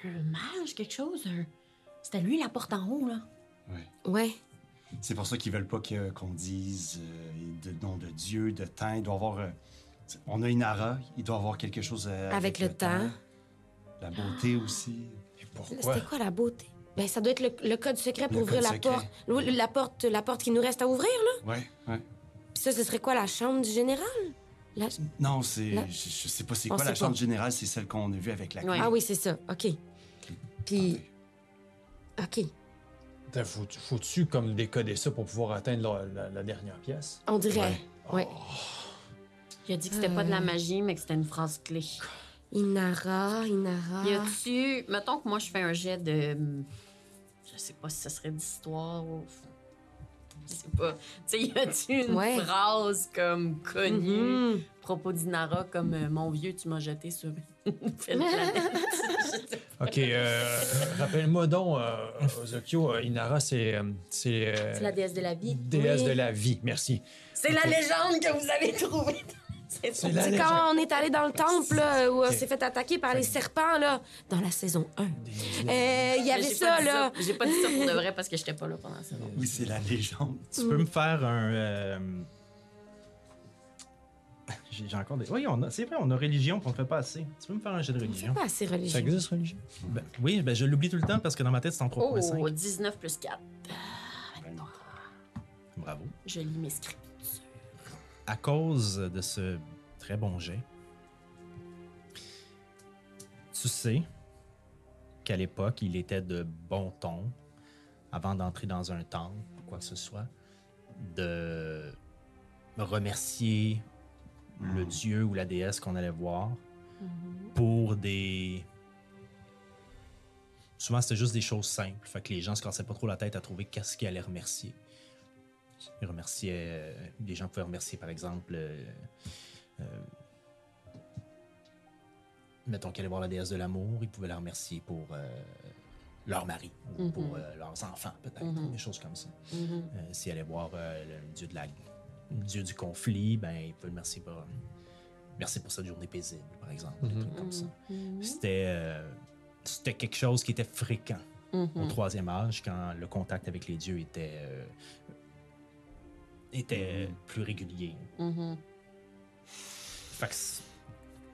E: Un mage, quelque chose. un- C'était lui la porte en haut, là.
H: Ouais.
F: C'est pour ça qu'ils veulent pas que- qu'on dise euh, de nom de Dieu, de temps. Il doit avoir. euh, t'sais, on a une ara, il doit avoir quelque chose euh,
H: Avec le temps.
F: La beauté aussi.
D: Et pourquoi?
H: C'était quoi la beauté? Ben, ça doit être le, le code secret pour
F: Le
H: ouvrir la
F: code secret.
H: porte. Oui, La porte. La porte qui nous reste à ouvrir, là.
F: Ouais, ouais.
H: Puis ça, ce serait quoi, la chambre du général? La-
F: Non, c'est.
H: Là-
F: Je, je sais pas c'est
H: On
F: quoi la
H: sait pas.
F: chambre générale, c'est celle qu'on a vue avec la
E: Ouais.
H: Ah oui, c'est ça. OK. Puis, OK.
D: Attends, faut- Faut-tu comme décoder ça pour pouvoir atteindre la, la- la dernière pièce?
H: On dirait. Ouais.
E: Il a dit que c'était pas de la magie, mais que c'était une phrase clé.
H: Inara, Inara.
E: Y a-tu. Mettons que moi, je fais un jet de. Je sais pas si ça serait d'histoire ou. Je sais pas. Tu sais, y a-tu une
H: Ouais.
E: phrase comme connue,
H: Mhm.
E: propos d'Inara, comme euh, mon vieux, tu m'as jeté sur une fête planète?
D: Ok, euh, rappelle-moi donc, euh, Ozokyo, euh, Inara, c'est. euh, C'est euh,
E: C'est la déesse de la vie.
D: déesse
E: Oui.
D: de la vie, merci.
E: C'est la légende que vous avez trouvée. C'est
D: C'est
E: ça.
D: la
H: C'est
D: légende.
H: quand on est allé dans le temple là, où on
D: Ok.
H: s'est fait attaquer par les serpents, là, dans la saison 1. Euh,
D: Déesse de
H: Il
D: la vie.
H: y avait
E: J'ai
H: ça,
E: pas dit
H: là.
E: J'ai pas dit ça pour de vrai parce que j'étais pas là pendant ça.
F: Oui, c'est la légende.
B: Tu peux me faire un. euh, J'ai j'ai encore des. Oui, on a- c'est vrai, on a religion, puis on ne fait pas assez. Tu peux me faire un jeu de religion?
H: C'est pas assez
D: Ça
H: religieux.
D: existe, religion?
B: Ben, oui, ben, je l'oublie tout le temps parce que dans ma tête, c'est en 3.5.
E: Oh, 19 plus 4.
B: Bravo.
E: Je lis mes scripts.
B: à cause de ce très bon jet, tu sais qu'à l'époque, il était de bon ton, avant d'entrer dans un temple ou quoi que ce soit, de remercier le dieu ou la déesse qu'on allait voir pour des. Souvent, c'était juste des choses simples. Fait que les gens se cassaient pas trop la tête à trouver qu'est-ce qu'ils allaient remercier. Ils remerciaient. euh, les gens pouvaient remercier, par exemple. euh, euh, mettons qu'elle allait voir la déesse de l'amour, ils pouvaient la remercier pour euh, leur mari ou pour euh, leurs enfants, peut-être, des choses comme ça. Euh, si elle allait voir euh, le dieu, de la, le dieu du conflit, ben, ils pouvaient le remercier pour. Merci pour cette journée paisible, par exemple, des trucs comme ça. C'était, euh, c'était quelque chose qui était fréquent au troisième âge, quand le contact avec les dieux était, euh, était plus régulier.
E: Mm-hmm.
B: Fait que c'est-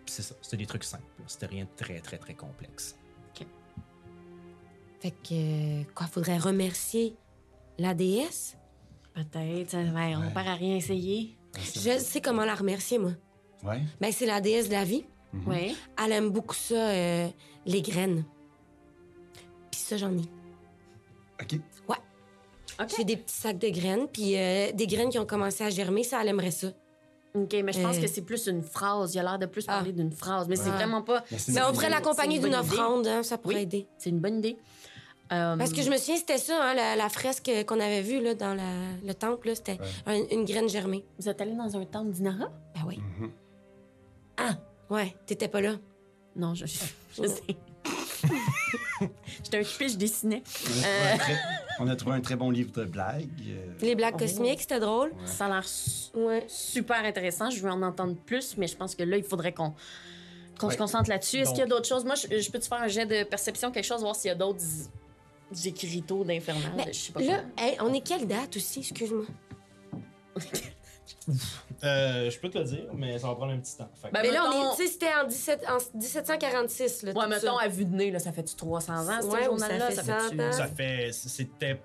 B: c'est ça, c'était des trucs simples. C'était rien de très, très, très complexe.
H: Fait que, euh, quoi, faudrait remercier la déesse?
E: Peut-être. ça- ouais, On
F: Ouais.
E: part à rien essayer.
H: Je sais comment la remercier, moi.
F: Ah, Ouais.
H: Ben, c'est la déesse de la vie.
E: Ouais.
H: Elle aime beaucoup ça, euh, les graines. Puis ça, j'en ai.
F: OK.
H: J'ai des petits sacs de graines, puis euh, des graines qui ont commencé à germer, ça, elle aimerait ça.
E: OK, mais je pense
H: Euh. Ah.
E: que c'est plus une phrase. Il a l'air de plus parler d'une phrase, mais c'est
H: Ouais.
E: vraiment pas.
F: Mais c'est
H: Mais Ben, on pourrait
E: une-
H: l'accompagner
E: c'est une
H: d'une
E: bonne idée.
H: offrande, hein, ça pourrait
E: Oui.
H: aider.
E: C'est une bonne idée. Euh,
H: Parce que je me souviens, c'était ça, hein, la, la fresque qu'on avait vue là, dans la- le temple, là, c'était un- une graine germée.
E: Vous êtes allé dans un temple d'Inara?
H: Ben oui.
F: Mhm.
H: Ouais, t'étais pas là.
E: Non, je, je
H: Oh.
E: sais. J'étais un piche dessinais.
F: On a trouvé un très- On a trouvé un très bon livre de blagues. euh,
H: Les blagues cosmiques, c'était drôle.
E: Ça a l'air su-
H: Ouais.
E: super intéressant. Je veux en entendre plus, mais je pense que là, il faudrait qu'on qu'on
F: Ouais.
E: se concentre là-dessus. Est-ce
D: Donc-
E: qu'il y a d'autres choses? Moi, je, je peux te faire un jet de perception, quelque chose, voir s'il y a d'autres écriteaux d'infernal.
H: Mais
E: je sais pas.
H: Là, hey, on est quelle date aussi, excuse-moi?
B: Euh, je peux te le dire, mais ça va prendre un petit temps.
E: Ben,
H: Mais là, on
E: mettons-
H: est, tu sais, c'était en, 17 en 1746, là,
E: Ouais,
H: tout
E: mettons,
H: ça.
E: à vue de nez, là, ça fait-tu 300 ans, ce
H: Ouais, ou
E: journal-là? Ça
H: ça fait
E: fait-tu... euh,
H: 100 ans.
B: ça fait. C'était,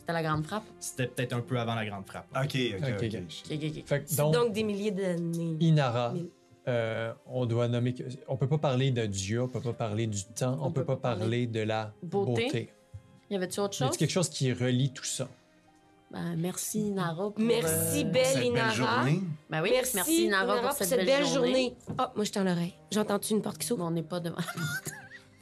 E: C'était la grande frappe?
B: c'était peut-être un peu avant la grande frappe.
F: OK, OK,
D: Ok,
F: OK.
D: ok.
F: Je-
E: Ok, ok, ok.
D: Fait que
H: C'est Donc,
D: donc,
H: des milliers d'années.
D: Inara,
H: Mille.
D: euh, on doit nommer. que- On peut pas parler de Dieu, on peut pas parler du temps, on, peut pas parler de la
E: Beauté.
D: beauté.
E: Y avait-tu autre
D: Y a
E: chose?
D: t quelque chose qui relie tout ça?
E: Ben, merci, Nara. Pour,
H: Merci,
E: euh,
H: belle
F: Cette
H: Inara.
F: belle journée.
E: Ben oui, merci, Nara, pour, cette, belle, journée.
H: Oh, moi, je tends l'oreille. J'entends-tu une porte qui s'ouvre?
E: On n'est pas devant.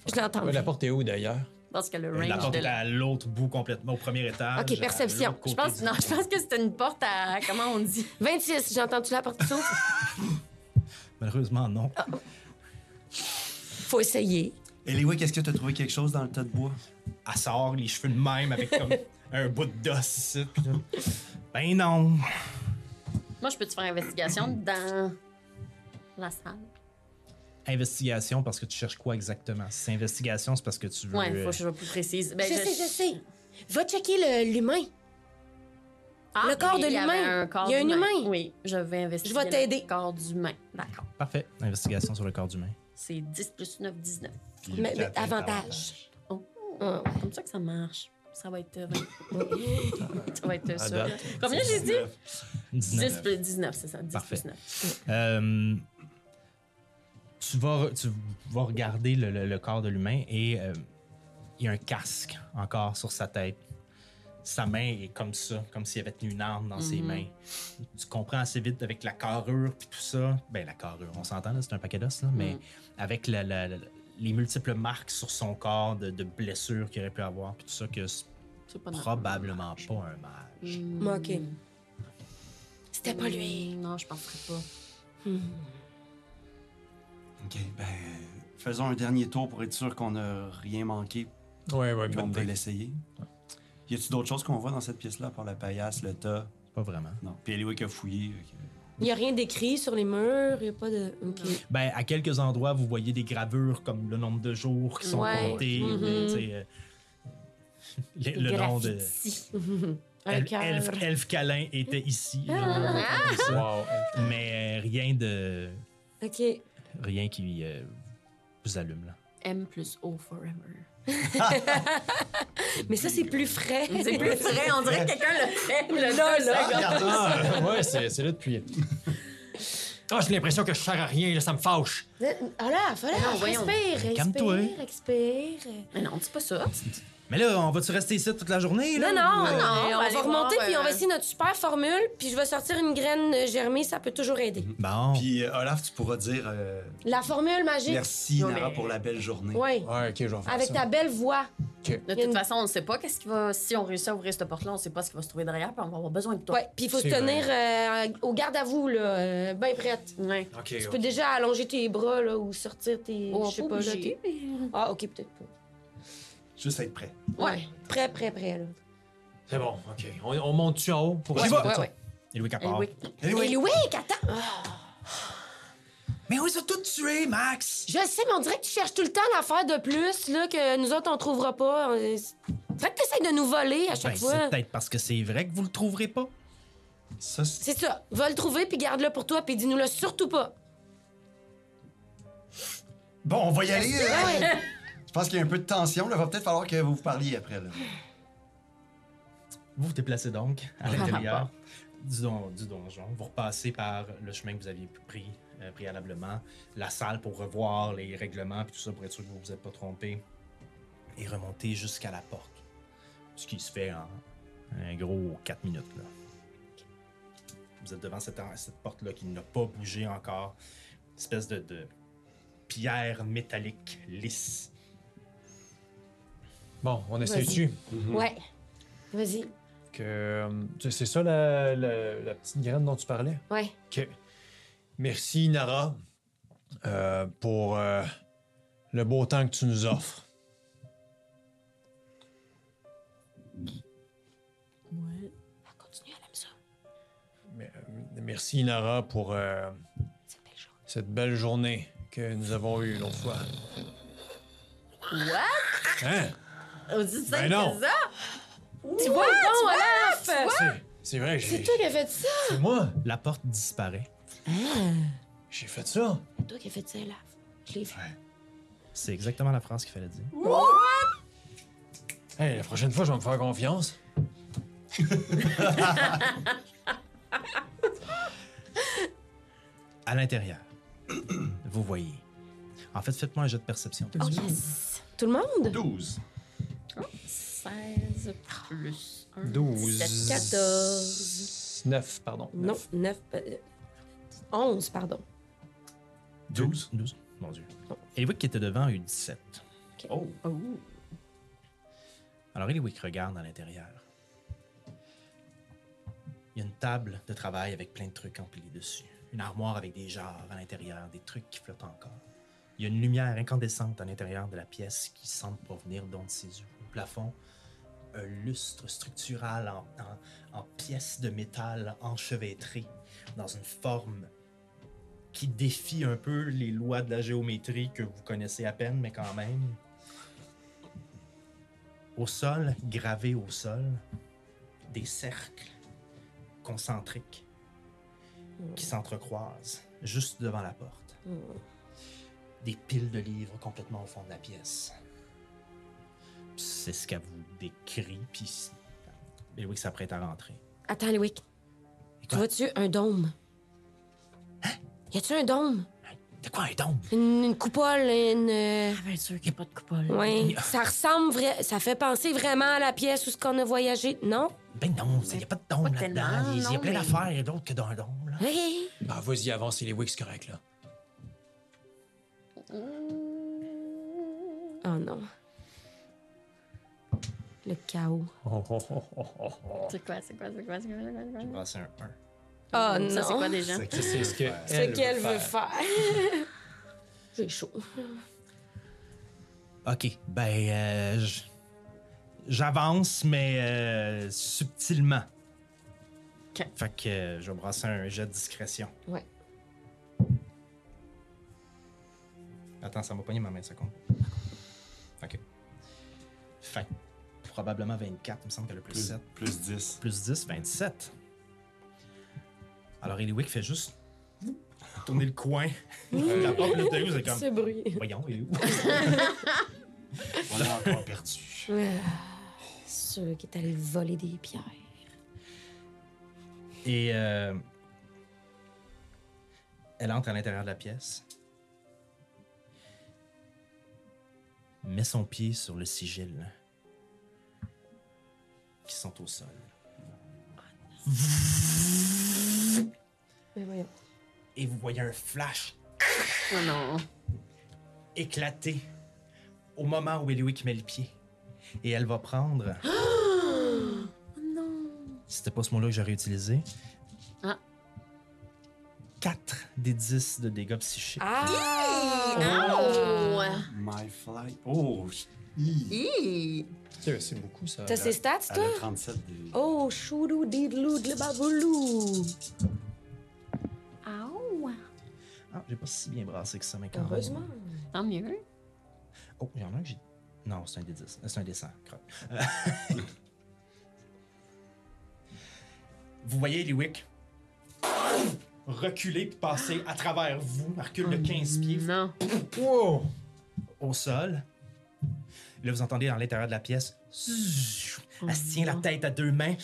H: Je l'entends.
E: Ah,
D: Ouais, La Euh, porte est où d'ailleurs?
E: pense que le
B: Euh, La
E: range
B: porte
E: de
B: est à l'autre bout complètement, au premier étage.
H: Ok, perception.
B: à l'autre
E: Je
B: côté
E: pense,
B: du-
E: non, je pense que c'est une porte à. Comment on dit
H: 26, j'entends-tu la porte s'ouvre?
B: Malheureusement, non.
E: Ah.
H: Faut essayer.
F: Et Léoui, qu'est-ce que tu as trouvé quelque chose dans le tas de bois?
B: Elle sort les cheveux de même avec comme un bout d'os ici. puis là, Ben non.
E: Moi, je peux te faire investigation dans la salle.
B: Investigation, parce que tu cherches quoi exactement? Si c'est investigation, c'est parce que tu veux.
E: Ouais, il faut
B: euh,
E: que je sois plus précise. Ben,
H: je, sais, je sais. Va checker le- l'humain.
E: Ah,
H: Le corps de
E: il y avait
H: l'humain.
E: un corps
H: Il y a un
E: d'humain.
H: humain.
E: Oui, je vais investiguer.
H: Je vais t'aider.
E: Le corps d'humain. D'accord.
B: Parfait. Investigation sur le corps d'humain.
E: C'est 10 plus 9, 19.
B: Puis
H: Mais- mais
B: quatre
H: avantage.
E: Oh.
H: Ah,
E: C'est comme ça que ça marche. Ça va être. euh, vingt. ça va être euh,
D: À
E: ça.
D: date,
E: Combien j'ai dit
B: 19.
E: 10 plus 19, c'est ça. 10
B: Parfait.
E: plus 9.
B: Euh, tu, vas, tu vas regarder le, le- le corps de l'humain et euh, il y a un casque encore sur sa tête. Sa main est comme ça, comme s'il avait tenu une arme dans
E: Mhm.
B: ses mains. Tu comprends assez vite avec la carrure puis tout ça. Ben, la carrure, on s'entend, là, c'est un paquet d'os, là, mais
E: Mhm.
B: avec la- la- la- les multiples marques sur son corps de, de blessures qu'il aurait pu avoir, puis tout ça, que c'est
E: C'est pas normal. Mhm.
B: probablement pas un mage.
H: Bon, OK. C'était pas lui.
E: Non, je penserais pas.
F: OK, ben, euh, faisons un dernier tour pour être sûr qu'on n'a rien manqué.
D: Ouais, ouais,
F: Puis on
D: bonne
F: peut
D: idée.
F: l'essayer. Y a-tu d'autres choses qu'on voit dans cette pièce-là, par la paillasse, le tas?
B: Pas vraiment.
F: Non. Puis Léoui qui a fouillé. ok.
H: Il n'y a rien d'écrit sur les murs, il n'y a pas de. OK.
B: Ben, à quelques endroits, vous voyez des gravures comme le nombre de jours qui sont
E: Ouais.
B: comptés,
E: Mhm.
H: Mm-hmm.
B: mais, tu sais, euh, le, le nom de
E: Graffiti.
H: Un
B: El-
H: cœur.
B: Elf, Elf Câlin était ici. là, on va prendre
D: Ah! Wow.
H: Ah.
B: ça. mais euh, rien de
H: OK.
B: rien qui euh, vous allume là.
E: M plus O forever.
H: Mais ça, c'est plus frais.
E: C'est plus vrai, on dirait que quelqu'un le fait. Le
H: Là,
E: deux
H: là.
E: secondes.
D: Ah, ouais, c'est c'est là depuis. Ah, j'ai l'impression que je sers à rien, là, ça me fâche.
H: Ah là, voilà,
E: Non, voyons.
H: respire,
B: Calme-toi.
H: respire, expire.
E: Mais non, c'est pas ça.
B: Mais là, on va-tu rester ici toute la journée là
H: Non, non,
B: ou, euh,
H: non,
E: Mais
H: on,
E: on va aller
H: va remonter
E: voir,
H: puis on va
E: euh,
H: essayer notre super formule puis je vais sortir une graine euh, germée, ça peut toujours aider.
B: Bon.
F: Puis euh, Olaf, tu pourras dire euh,
H: La formule magique.
F: merci,
E: Non,
F: Nara,
E: mais-
F: pour la belle journée.
H: Oui.
D: Ouais, ok, je vais faire
H: Avec
D: ça.
H: ta belle voix.
E: De toute façon, on ne sait pas qu'est-ce qui va. Si on réussit à ouvrir cette porte-là, on ne sait pas ce qui va se trouver derrière, puis on va avoir besoin de toi.
H: Ouais, puis il faut se
D: C'est
H: tenir euh, au garde à vous là, euh, ben prête.
E: Ouais.
D: Ok,
H: Tu
D: ouais.
H: peux déjà allonger tes bras là ou sortir tes
E: Oh,
H: je sais pas là,
E: obligé.
H: tes- Ah, OK, peut-être pas.
F: Juste être prêt.
E: Ouais.
H: Prêt, prêt, prêt là.
D: C'est bon, ok. On, on monte-tu en haut pour
B: J'y vais.
H: ouais, ouais.
B: Et Louis
E: Eh
B: Capard.
E: oui.
H: Mais
F: Léoui!
H: Louis, attends. Ah,
B: Mais oui, ils ont tout tué, Max.
H: Je sais, mais on dirait que tu cherches tout le temps l'affaire de plus là que nous autres on trouvera pas. Euh, c'est- On dirait que tu essaies de nous voler à
B: Ben,
H: chaque fois.
B: c'est peut-être parce que c'est vrai que vous le trouverez pas.
F: Ça, c'est-
H: C'est ça. Va le trouver, puis garde-le pour toi, puis dis-nous-le surtout pas.
F: Bon, on va y aller. euh,
H: Ah ouais.
F: Je pense qu'il y a un peu de tension. Il va peut-être falloir que vous vous parliez après. Là.
B: Vous vous déplacez donc à l'intérieur du, don- du donjon. Vous repassez par le chemin que vous aviez pris euh, préalablement, la salle pour revoir les règlements et tout ça pour être sûr que vous vous êtes pas trompé, et remonter jusqu'à la porte. Ce qui se fait en un gros 4 minutes. Là. Vous êtes devant cette, cette porte-là qui n'a pas bougé encore. Espèce de, de pierre métallique lisse.
D: Bon, on essaie-tu?
H: Ouais. Vas-y.
D: Que, euh, tu sais, c'est ça la, la- la petite graine dont tu parlais?
H: Ouais.
D: Ok. Merci, Nara, euh, pour euh, le beau temps que tu nous offres.
H: Continue, elle aime ça.
D: Mais, euh, merci, Nara, pour euh,
H: C'est belle chose.
D: cette belle journée que nous avons eue l'autre fois.
E: What?
D: Hein?
E: On dit ça,
D: Ben non.
E: c'est ça?
H: Tu vois, non, Olaf!
D: C'est- C'est vrai, j'ai.
H: C'est toi qui as fait ça.
D: C'est moi!
B: La porte disparaît.
D: Ah! J'ai fait ça!
H: C'est toi qui as fait ça, Olaf. Je l'ai vu.
B: C'est exactement la phrase qu'il fallait dire.
D: Hey, la prochaine fois, je vais me faire confiance.
B: À l'intérieur, vous voyez. En fait, faites-moi un jet de perception.
H: Tout le monde?
F: 12.
E: 16 plus 1.
D: 12.
E: 17,
H: 14.
D: 9, pardon.
H: Non,
D: neuf.
H: 9. 11, pardon.
B: Oh. 12. 12. Mon Dieu. Et vous qui était devant a eu 17.
H: Ok.
B: Oh. Alors Eliwick regarde à l'intérieur. Il y a une table de travail avec plein de trucs empilés dessus. Une armoire avec des jarres à l'intérieur, des trucs qui flottent encore. Il y a une lumière incandescente à l'intérieur de la pièce qui semble provenir d'on ne sait où. Au plafond, un lustre structural en, en- en pièces de métal enchevêtrées dans une forme qui défie un peu les lois de la géométrie que vous connaissez à peine, mais quand même. Au sol, gravé au sol, des cercles concentriques qui s'entrecroisent juste devant la porte. Des piles de livres complètement au fond de la pièce. Puis C'est ce qu'elle vous décrit, puis et oui, s'apprête à rentrer.
H: Attends, Louis.
B: Et
H: Tu
B: quoi?
H: vois-tu un dôme? Y a-tu un dôme?
B: De quoi un dôme?
H: Une, une coupole, une. euh,
E: Bien sûr qu'il n'y a pas de coupole.
H: Ouais. Ça ressemble vrai. Ça fait penser vraiment à la pièce où ce qu'on a voyagé, non?
B: Ben non, il n'y a pas de dôme
C: Pas tellement,
B: là-dedans. Il y a
C: non,
B: plein
C: mais-
B: d'affaires d'autres que d'un dôme. Là.
H: Oui.
D: Ah, vas-y, avance, les Wicks, correct, là.
H: Oh non. Le chaos.
D: Oh, oh, oh, oh, oh, oh.
E: C'est quoi, c'est quoi, c'est quoi, c'est quoi, c'est quoi, c'est quoi?
B: J'ai brassé un 1.
H: Oh non.
E: Ça, c'est quoi déjà?
D: C'est ce que
H: Ce
D: elle
H: qu'elle
D: veut
H: veut
D: faire.
H: faire. J'ai chaud.
B: OK. Ben, euh, j- j'avance, mais euh, subtilement.
E: OK.
B: Fait que euh, je vais brasser un jet de discrétion.
H: Ouais.
B: Attends, ça m'a pogné ma main, seconde. OK. Fin. Probablement 24, il me semble qu'elle a plus
F: Plus,
B: 7.
F: plus 10.
B: Plus 10, 27. Alors, Eliwick fait juste tourner le coin. La porte le vous êtes comme.
H: Ce bruit.
B: Voyons, il est où?
F: On l'a encore perdu.
H: Ceux qui est allé voler des pierres.
B: Et euh, elle entre à l'intérieur de la pièce, met son pied sur le sigil qui sont au sol.
H: Mais voyons.
B: Et vous voyez un flash
E: Oh non.
B: éclater au moment où Eliwick met le pied. Et elle va prendre. non!
E: Oh
B: C'était pas ce mot-là que j'aurais utilisé.
E: Ah.
B: 4 des 10 de dégâts
E: Ah.
B: psychiques.
E: Oh!
F: My fly. Oh, je- Hi.
E: Hi!
D: C'est c'est beaucoup, ça.
H: T'as ses stats,
F: Elle
H: toi?
F: a 37 des.
H: Oh, choudou didlou de baboulou.
B: Ah, j'ai pas si bien brassé que ça, mais quand même.
H: Heureusement.
E: Tant mieux.
B: Oh, il y en a un que j'ai. Non, c'est un des 10. C'est un des 100. crotte. Euh, vous voyez Eliwick reculer puis passer à travers vous, un recul de 15 pieds
E: Non.
B: Wow! au sol. Là, vous entendez dans l'intérieur de la pièce. Zzzz. Elle se tient la tête à deux mains.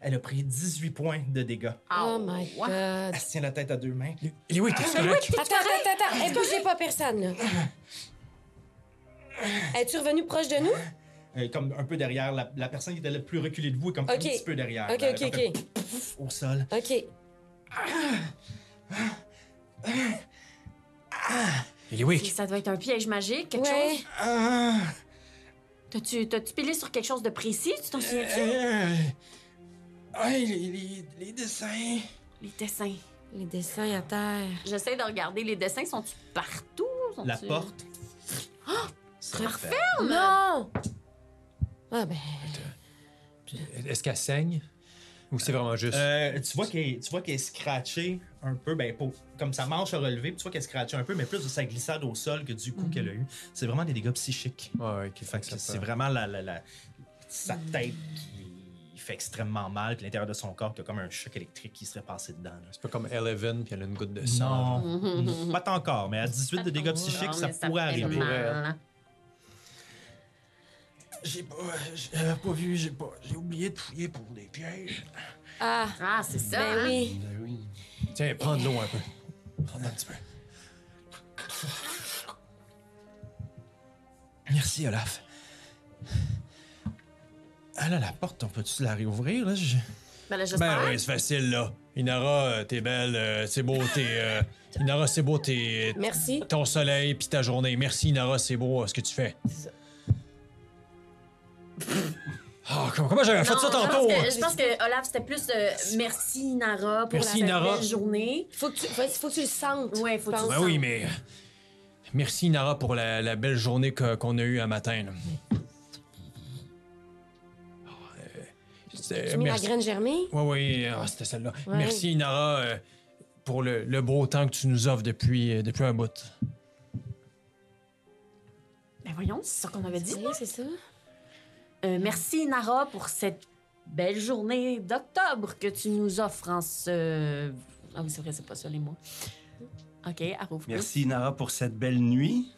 B: Elle a pris 18 points de dégâts.
H: Oh my
E: Ow.
H: god.
B: Elle se tient la tête à deux mains.
D: Les Wicks, t'es correct?
H: Attends, attends, attends. Est-ce que j'ai pas personne, là? Es-tu revenu proche de nous?
B: Euh, comme un peu derrière, la, la personne qui était le plus reculée de vous est comme
H: Ok.
B: un petit peu derrière.
D: Ah,
H: Ok,
B: Elle a
D: ben,
H: ok,
B: comme fait
H: ok.
B: pouf Au sol.
H: Ok.
D: Les Wicks,
E: Ça doit être un piège magique, quelque
H: ouais.
E: chose.
B: Ah,
E: T'as-tu, t'as-tu pilé sur quelque chose de précis? Tu t'en
B: euh,
E: souviens-tu?
B: ah, les, dessins.
E: Les dessins.
H: Les dessins à terre.
E: J'essaie de regarder. Les dessins sont-tu partout? Sont-tu-
B: La porte.
H: Ah!
B: se
H: parfait!
B: referme.
H: Non! Ah ben,
D: est-ce qu'elle saigne? Ou c'est vraiment juste.
B: Euh, tu vois qu'elle tu vois qu'elle est scratchée un peu, ben, pour- comme sa manche a relevé, puis tu vois qu'elle est scratchée un peu, mais plus de sa glissade au sol que du coup qu'elle
H: Mhm.
B: a eu. C'est vraiment des dégâts psychiques.
D: Ouais, ouais, qui
B: Fait que c'est vraiment la, la- la- sa tête qui fait extrêmement mal, puis l'intérieur de son corps qui a comme un choc électrique qui serait passé dedans. là.
D: C'est pas comme Eleven, puis elle a une goutte de sang.
B: Non, non, pas tant encore, mais à 18 de dégâts
E: Non,
B: psychiques, ça
E: Mm-hmm. mais
B: pourrait
E: fait
B: arriver.
E: mal.
G: J'ai pas, j'ai euh, pas vu, j'ai pas, j'ai oublié de fouiller pour des pièges.
H: ah,
E: Ah, c'est ça.
H: ben
E: hein?
H: oui.
D: Tiens, prends de l'eau un peu.
G: Prends un petit peu. Merci, Olaf. Ah là, la porte, on peut-tu la réouvrir, là? Je-
E: Ben là, j'espère.
D: Ben oui, c'est facile, là. Inara, euh, t'es belle, euh, c'est beau, t'es. euh, Inara, c'est beau, t'es.
H: Merci.
D: Ton soleil, puis ta journée. Merci, Inara, c'est beau euh, ce que tu fais. Ah, comment, comment j'avais fait
E: Non,
D: ça
E: je pense
D: tantôt?
E: que-
D: hein?
E: Je pense que Olaf, c'était plus euh, merci Nara pour
D: Merci,
E: la
D: Nara.
E: belle journée.
H: Faut que tu, faut, faut que tu le sentes.
E: Ouais, faut que tu
H: pense.
E: le
D: Ben oui, mais. Merci, Nara, pour la, la belle journée que- qu'on a eue à matin. là. Ah, euh, c'est-
H: J'ai mis
D: merci-
H: la graine germée.
D: Ouais, ouais, ah, c'était celle-là.
H: Ouais.
D: Merci, Nara, euh, pour le, le beau temps que tu nous offres depuis, euh, depuis un bout.
E: Ben voyons, c'est ça qu'on avait dit.
H: Oui, c'est ça.
E: Euh, merci Nara pour cette belle journée d'octobre que tu nous offres en ce... Ah oui, c'est vrai, c'est pas ça les mots. OK, à rouvre.
F: Merci, Nara, pour cette belle nuit.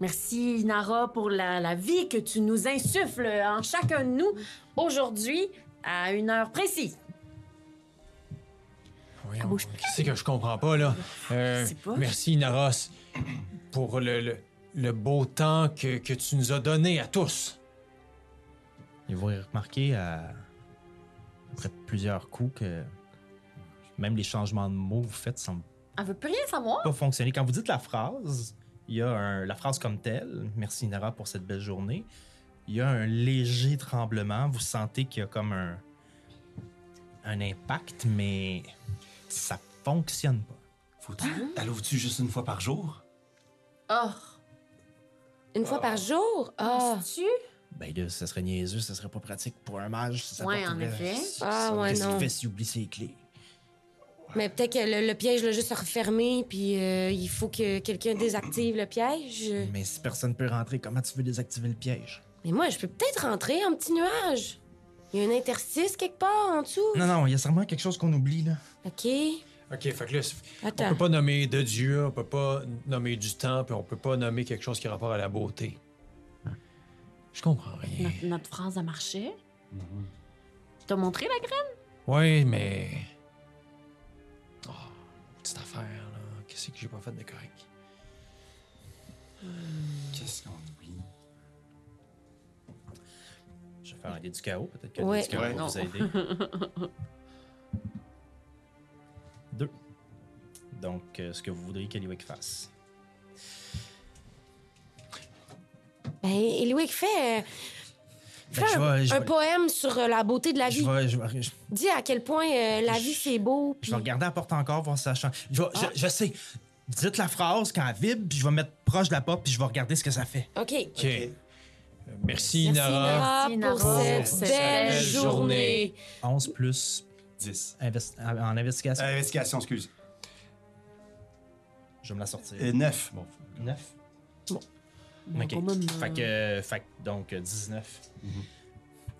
E: Merci Nara pour la, la vie que tu nous insuffles en chacun de nous aujourd'hui à une heure précise.
D: Voyons, qu'est-ce que je comprends pas, là? Euh,
E: sais pas.
D: Merci, Naros, pour le, le- le beau temps que, que tu nous as donné à tous.
B: Et vous remarquez à... euh, après plusieurs coups que même les changements de mots que vous faites semblent
E: Elle veut plus rien savoir.
B: pas fonctionner. Quand vous dites la phrase, il y a un- la phrase comme telle, merci Nara pour cette belle journée, il y a un léger tremblement, vous sentez qu'il y a comme un, un impact, mais ça fonctionne pas.
F: Faut-tu. Elle ouvre-tu juste une fois par jour?
E: Oh,
H: Une fois par jour. Ah,
E: tu
B: Ben là, ça serait niaiseux, ça serait pas pratique pour un mage. si Ça
E: Ouais,
B: porte
E: en
B: vrai-
E: effet.
H: Ah, ouais,
B: Qu'est-ce
H: non.
B: qu'il fait s'il oublie ses clés?
E: Ah.
H: mais peut-être que le, le piège l'a juste refermé, puis euh, il faut que quelqu'un désactive le piège.
B: Mais si personne peut rentrer, comment tu veux désactiver le piège?
H: Mais moi, je peux peut-être rentrer en petit nuage. Il y a un interstice quelque part en dessous.
B: Non, non, il y a sûrement quelque chose qu'on oublie, là.
H: OK.
D: OK, fait que là, c'est- on
H: Attends.
D: peut pas nommer de Dieu, on peut pas nommer du temps, puis on peut pas nommer quelque chose qui a rapport à la beauté. Je comprends rien.
E: notre, notre phrase a marché.
F: Mhm.
E: T'as montré la graine?
D: Oui, mais. Oh, petite affaire, là. Qu'est-ce que j'ai pas fait de correct?
H: Hmm.
F: Qu'est-ce qu'on oublie?
B: Je vais faire un dé du chaos, peut-être que
H: Ouais.
B: le dé du chaos
F: Ouais.
B: va
E: Non.
B: vous aider. Deux. Donc, euh, ce que vous voudriez qu'Eliwick fasse.
H: Ben, et Louis, fait, euh,
B: Ben,
H: fais
B: je
H: un,
B: vais- je
H: un
B: vais-
H: poème sur euh, la beauté de la
B: Je
H: vie.
B: vais, je, vais, je-
H: Dis à quel point euh, la vie, c'est beau.
B: je
H: Puis...
B: vais regarder la porte encore, voir si ça change. Je, vais-
H: Ah.
B: je- je sais. Dites la phrase quand elle vibre, puis je vais me mettre proche de la porte, puis je vais regarder ce que ça fait.
H: OK.
D: OK. Euh, Merci,
H: Merci,
D: Nara.
H: Nara,
E: Merci,
H: pour
E: Nara,
H: cette,
E: pour
H: belle, journée.
B: 11 plus
F: 10.
B: investi- en investigation.
F: Euh, investigation, excuse. Euh,
B: Je vais me la sortir.
F: 9.
B: 9.
E: Bon,
B: Ok.
E: bon, bon, bon.
B: Fait que, fait que, donc, euh, 19.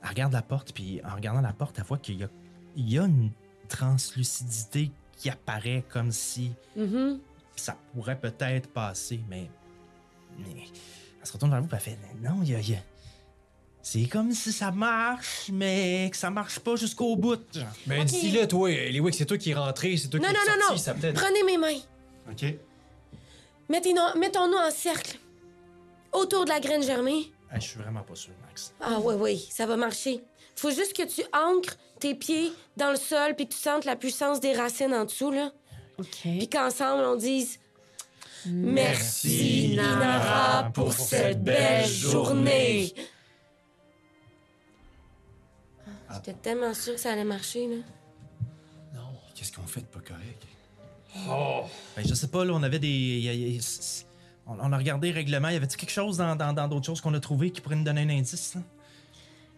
B: Elle regarde la porte, puis en regardant la porte, elle voit qu'il y a, il y a une translucidité qui apparaît comme si
H: Mhm.
B: ça pourrait peut-être passer, mais, mais elle se retourne vers vous, puis elle fait Non, il y a. il y a- c'est comme si ça marche, mais que ça marche pas jusqu'au bout. genre.
D: Ben, dis-le, toi, Eliwick, c'est toi qui est rentré, c'est toi
H: Non,
D: qui
H: non,
D: est
H: non,
D: sorti,
H: non.
D: ça peut-être.
H: Prenez mes mains.
F: OK.
H: Mettez-nous- Mettons-nous en cercle. Autour de la graine germée.
B: Ah, je suis vraiment pas sûr, Max.
H: Ah oui, oui, ça va marcher. Faut juste que tu ancres tes pieds dans le sol puis que tu sentes la puissance des racines en dessous, là. Puis
E: OK.
H: qu'ensemble, on dise
D: Merci,
H: Merci, Inara, pour cette belle journée. Ah. J'étais tellement sûre que ça allait marcher, là.
F: Qu'est-ce qu'on fait de pas correct?
B: Ben, je sais pas, là, on avait des. y a- y a- c- c- on, on a regardé le règlement. Y avait-tu quelque chose dans dans- dans d'autres choses qu'on a trouvé qui pourrait nous donner un indice? hein?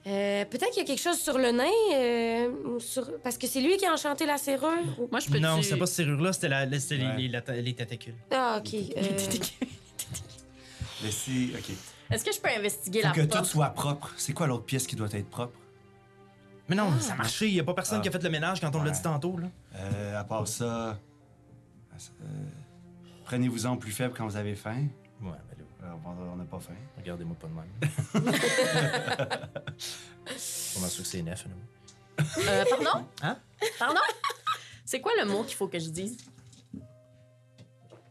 B: là?
H: Euh, Peut-être qu'il y a quelque chose sur le nain, euh, ou sur... parce que c'est lui qui a enchanté la serrure. ou-
E: Moi, je peux
B: Non,
E: tu-
B: c'est pas cette serrure-là, c'était la, la- c'était les-
F: Ouais.
B: les, la- les tentacules.
H: Ah, OK. euh,
F: Laissez. OK.
E: Est-ce que je peux investiguer
F: Faut
E: la
F: que
E: porte?
F: tout soit propre. C'est quoi l'autre pièce qui doit être propre?
B: Mais non, ça marchait. Y a pas personne
F: Ah.
B: qui a fait le ménage quand on l'a
F: Ouais.
B: dit tantôt. Là.
F: Euh, à part ça. euh, Prenez-vous-en plus faible quand vous avez faim.
B: Ouais, ben là,
F: Euh, on- on n'a pas faim.
B: regardez-moi pas de même. Comment sûr que c'est neuf, nous?
E: Euh, pardon?
B: Hein?
E: Pardon? C'est quoi le mot qu'il faut que je dise? Je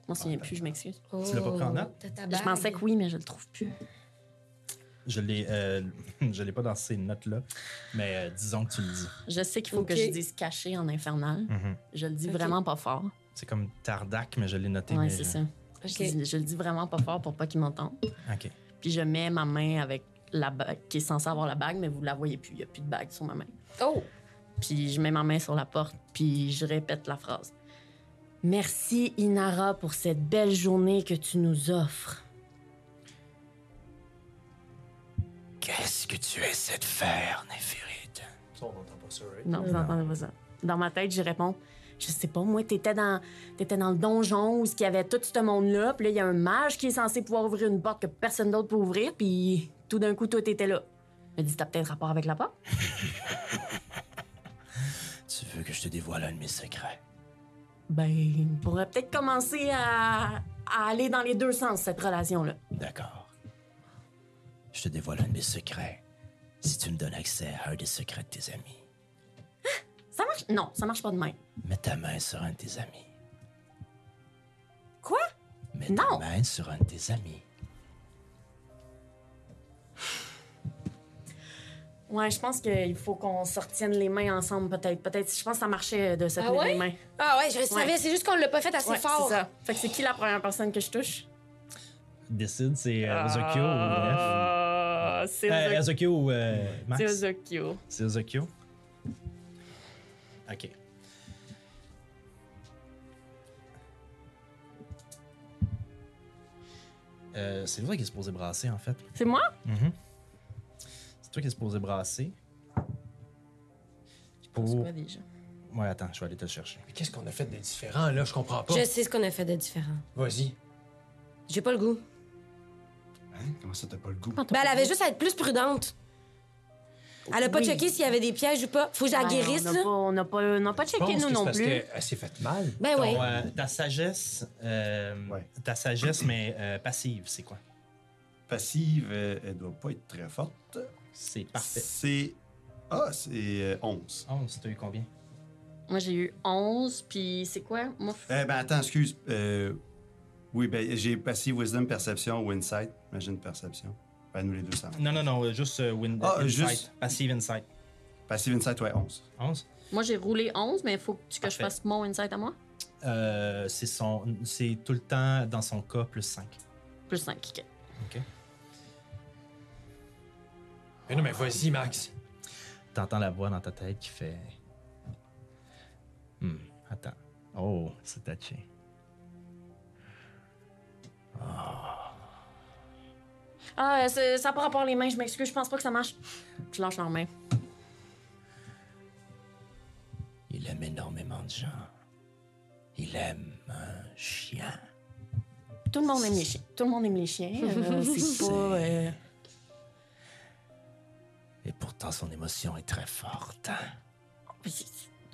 E: m'en souviens plus, je m'excuse.
H: oh,
B: l'as pas pris en note?
H: t'as ta
E: Je pensais
H: bague.
E: que oui, mais je le trouve plus.
B: Je l'ai, euh, je l'ai pas dans ces notes-là, mais euh, disons que tu le dis.
E: Je sais qu'il faut
H: Ok.
E: que je dise caché en infernal.
B: Mm-hmm.
E: Je le dis
H: Ok.
E: vraiment pas fort.
B: C'est comme Tardac, mais je l'ai noté.
E: Ouais,
B: mais-
E: c'est ça.
H: Ok.
E: Je, dis- je le dis vraiment pas fort pour pas qu'il m'entende.
B: Ok.
E: Puis je mets ma main avec la bague, qui est censée avoir la bague, mais vous la voyez plus. Il n'y a plus de bague sur ma main.
C: Oh!
E: Puis je mets ma main sur la porte, puis je répète la phrase. Merci Inara pour cette belle journée que tu nous offres.
G: Qu'est-ce que tu essaies de faire, Néphérite?
D: Ça, on n'entend pas ça, right?
E: Non, vous n'entendez pas ça. Dans ma tête, je réponds Je sais pas, moi, t'étais dans, t'étais dans le donjon où il y avait tout ce monde-là, puis là, il y a un mage qui est censé pouvoir ouvrir une porte que personne d'autre peut ouvrir, puis tout d'un coup, toi, t'étais là. Je me dis T'as peut-être rapport avec la porte
G: Tu veux que je te dévoile un de mes secrets?
E: Ben, on pourrait peut-être commencer à, à aller dans les deux sens, cette relation-là.
G: D'accord. Je te dévoile un de mes secrets si tu me donnes accès à un des secrets de tes amis.
E: Ça marche Non, ça marche pas de même.
G: Mets ta main sur un de tes amis.
E: Quoi
G: Mets ta
E: Non.
G: main sur un de tes amis.
E: Ouais, je pense qu'il faut qu'on se retienne les mains ensemble, peut-être. Peut-être, je pense que ça marchait de se
C: Ah
E: tenir
C: ouais?
E: les mains.
H: Ah ouais, je le savais,
E: Ouais.
H: c'est juste qu'on l'a pas fait assez
E: Ouais,
H: fort.
E: C'est ça. Fait que c'est qui la première personne que je touche?
B: Décide, c'est euh, Ozokyo ou Nef.
E: Ah, c'est
B: Euh,
E: Ozok-
B: Ozokyo ou euh, Max.
E: c'est Ozokyo.
B: C'est Ozokyo. Ok. Euh, c'est toi qui est supposé brasser, en fait.
E: C'est moi?
B: C'est toi qui est supposé brasser. Pour...
E: Quoi déjà?
B: Ouais, attends, je vais aller te le chercher.
D: Mais qu'est-ce qu'on a fait de différent, là? Je comprends pas.
H: Je sais ce qu'on a fait de différent.
D: Vas-y.
H: J'ai pas le goût.
F: Hein? Comment ça, t'as pas le goût?
H: Ben, elle avait juste à être plus prudente. Elle a pas
E: Oui.
H: checké s'il y avait des pièges ou pas. Faut que je la
E: Ben,
H: guérisse,
E: on n'a
H: là.
E: pas- On n'a pas, on n'a pas
D: Je pense
E: checké, nous
D: que c'est
E: non
D: parce
E: plus.
D: qu'elle s'est faite mal.
H: Ben ouais.
B: Ton, euh, ta sagesse, euh,
F: Ouais.
B: ta sagesse, mais euh, passive, c'est quoi?
F: Passive, euh, elle doit pas être très forte.
B: C'est parfait.
F: C'est. Ah, c'est euh, 11.
B: 11, t'as eu combien?
E: Moi, j'ai eu 11, puis c'est quoi? Moi, f-
F: Eh ben, attends, excuse. Euh, oui, ben, j'ai passive, wisdom, perception ou insight. Imagine perception. Ben, nous les deux, ça marche.
B: Non, non, non, euh, juste euh, win-
F: Ah,
B: insight.
F: juste-
B: Passive insight.
F: Passive, insight, ouais, 11.
B: 11.
E: moi, j'ai roulé 11, mais il faut que, tu- que je
B: Parfait.
E: fasse mon insight à moi.
B: Euh, c'est son- c'est tout le temps dans son cas plus 5.
E: Plus 5, ok.
D: Mais non, mais vas-y, Max.
B: T'entends la voix dans ta tête qui fait. Hmm, attends. Oh, c'est touché.
E: Ah, euh, c'est- ça n'a pas rapport les mains, je m'excuse, je pense pas que ça marche. Je lâche leurs mains.
G: Il aime énormément de gens. Il aime un chien.
E: Tout le monde aime les chiens. Tout le monde aime les chiens. euh, c'est pas. euh,
G: Et pourtant, son émotion est très forte.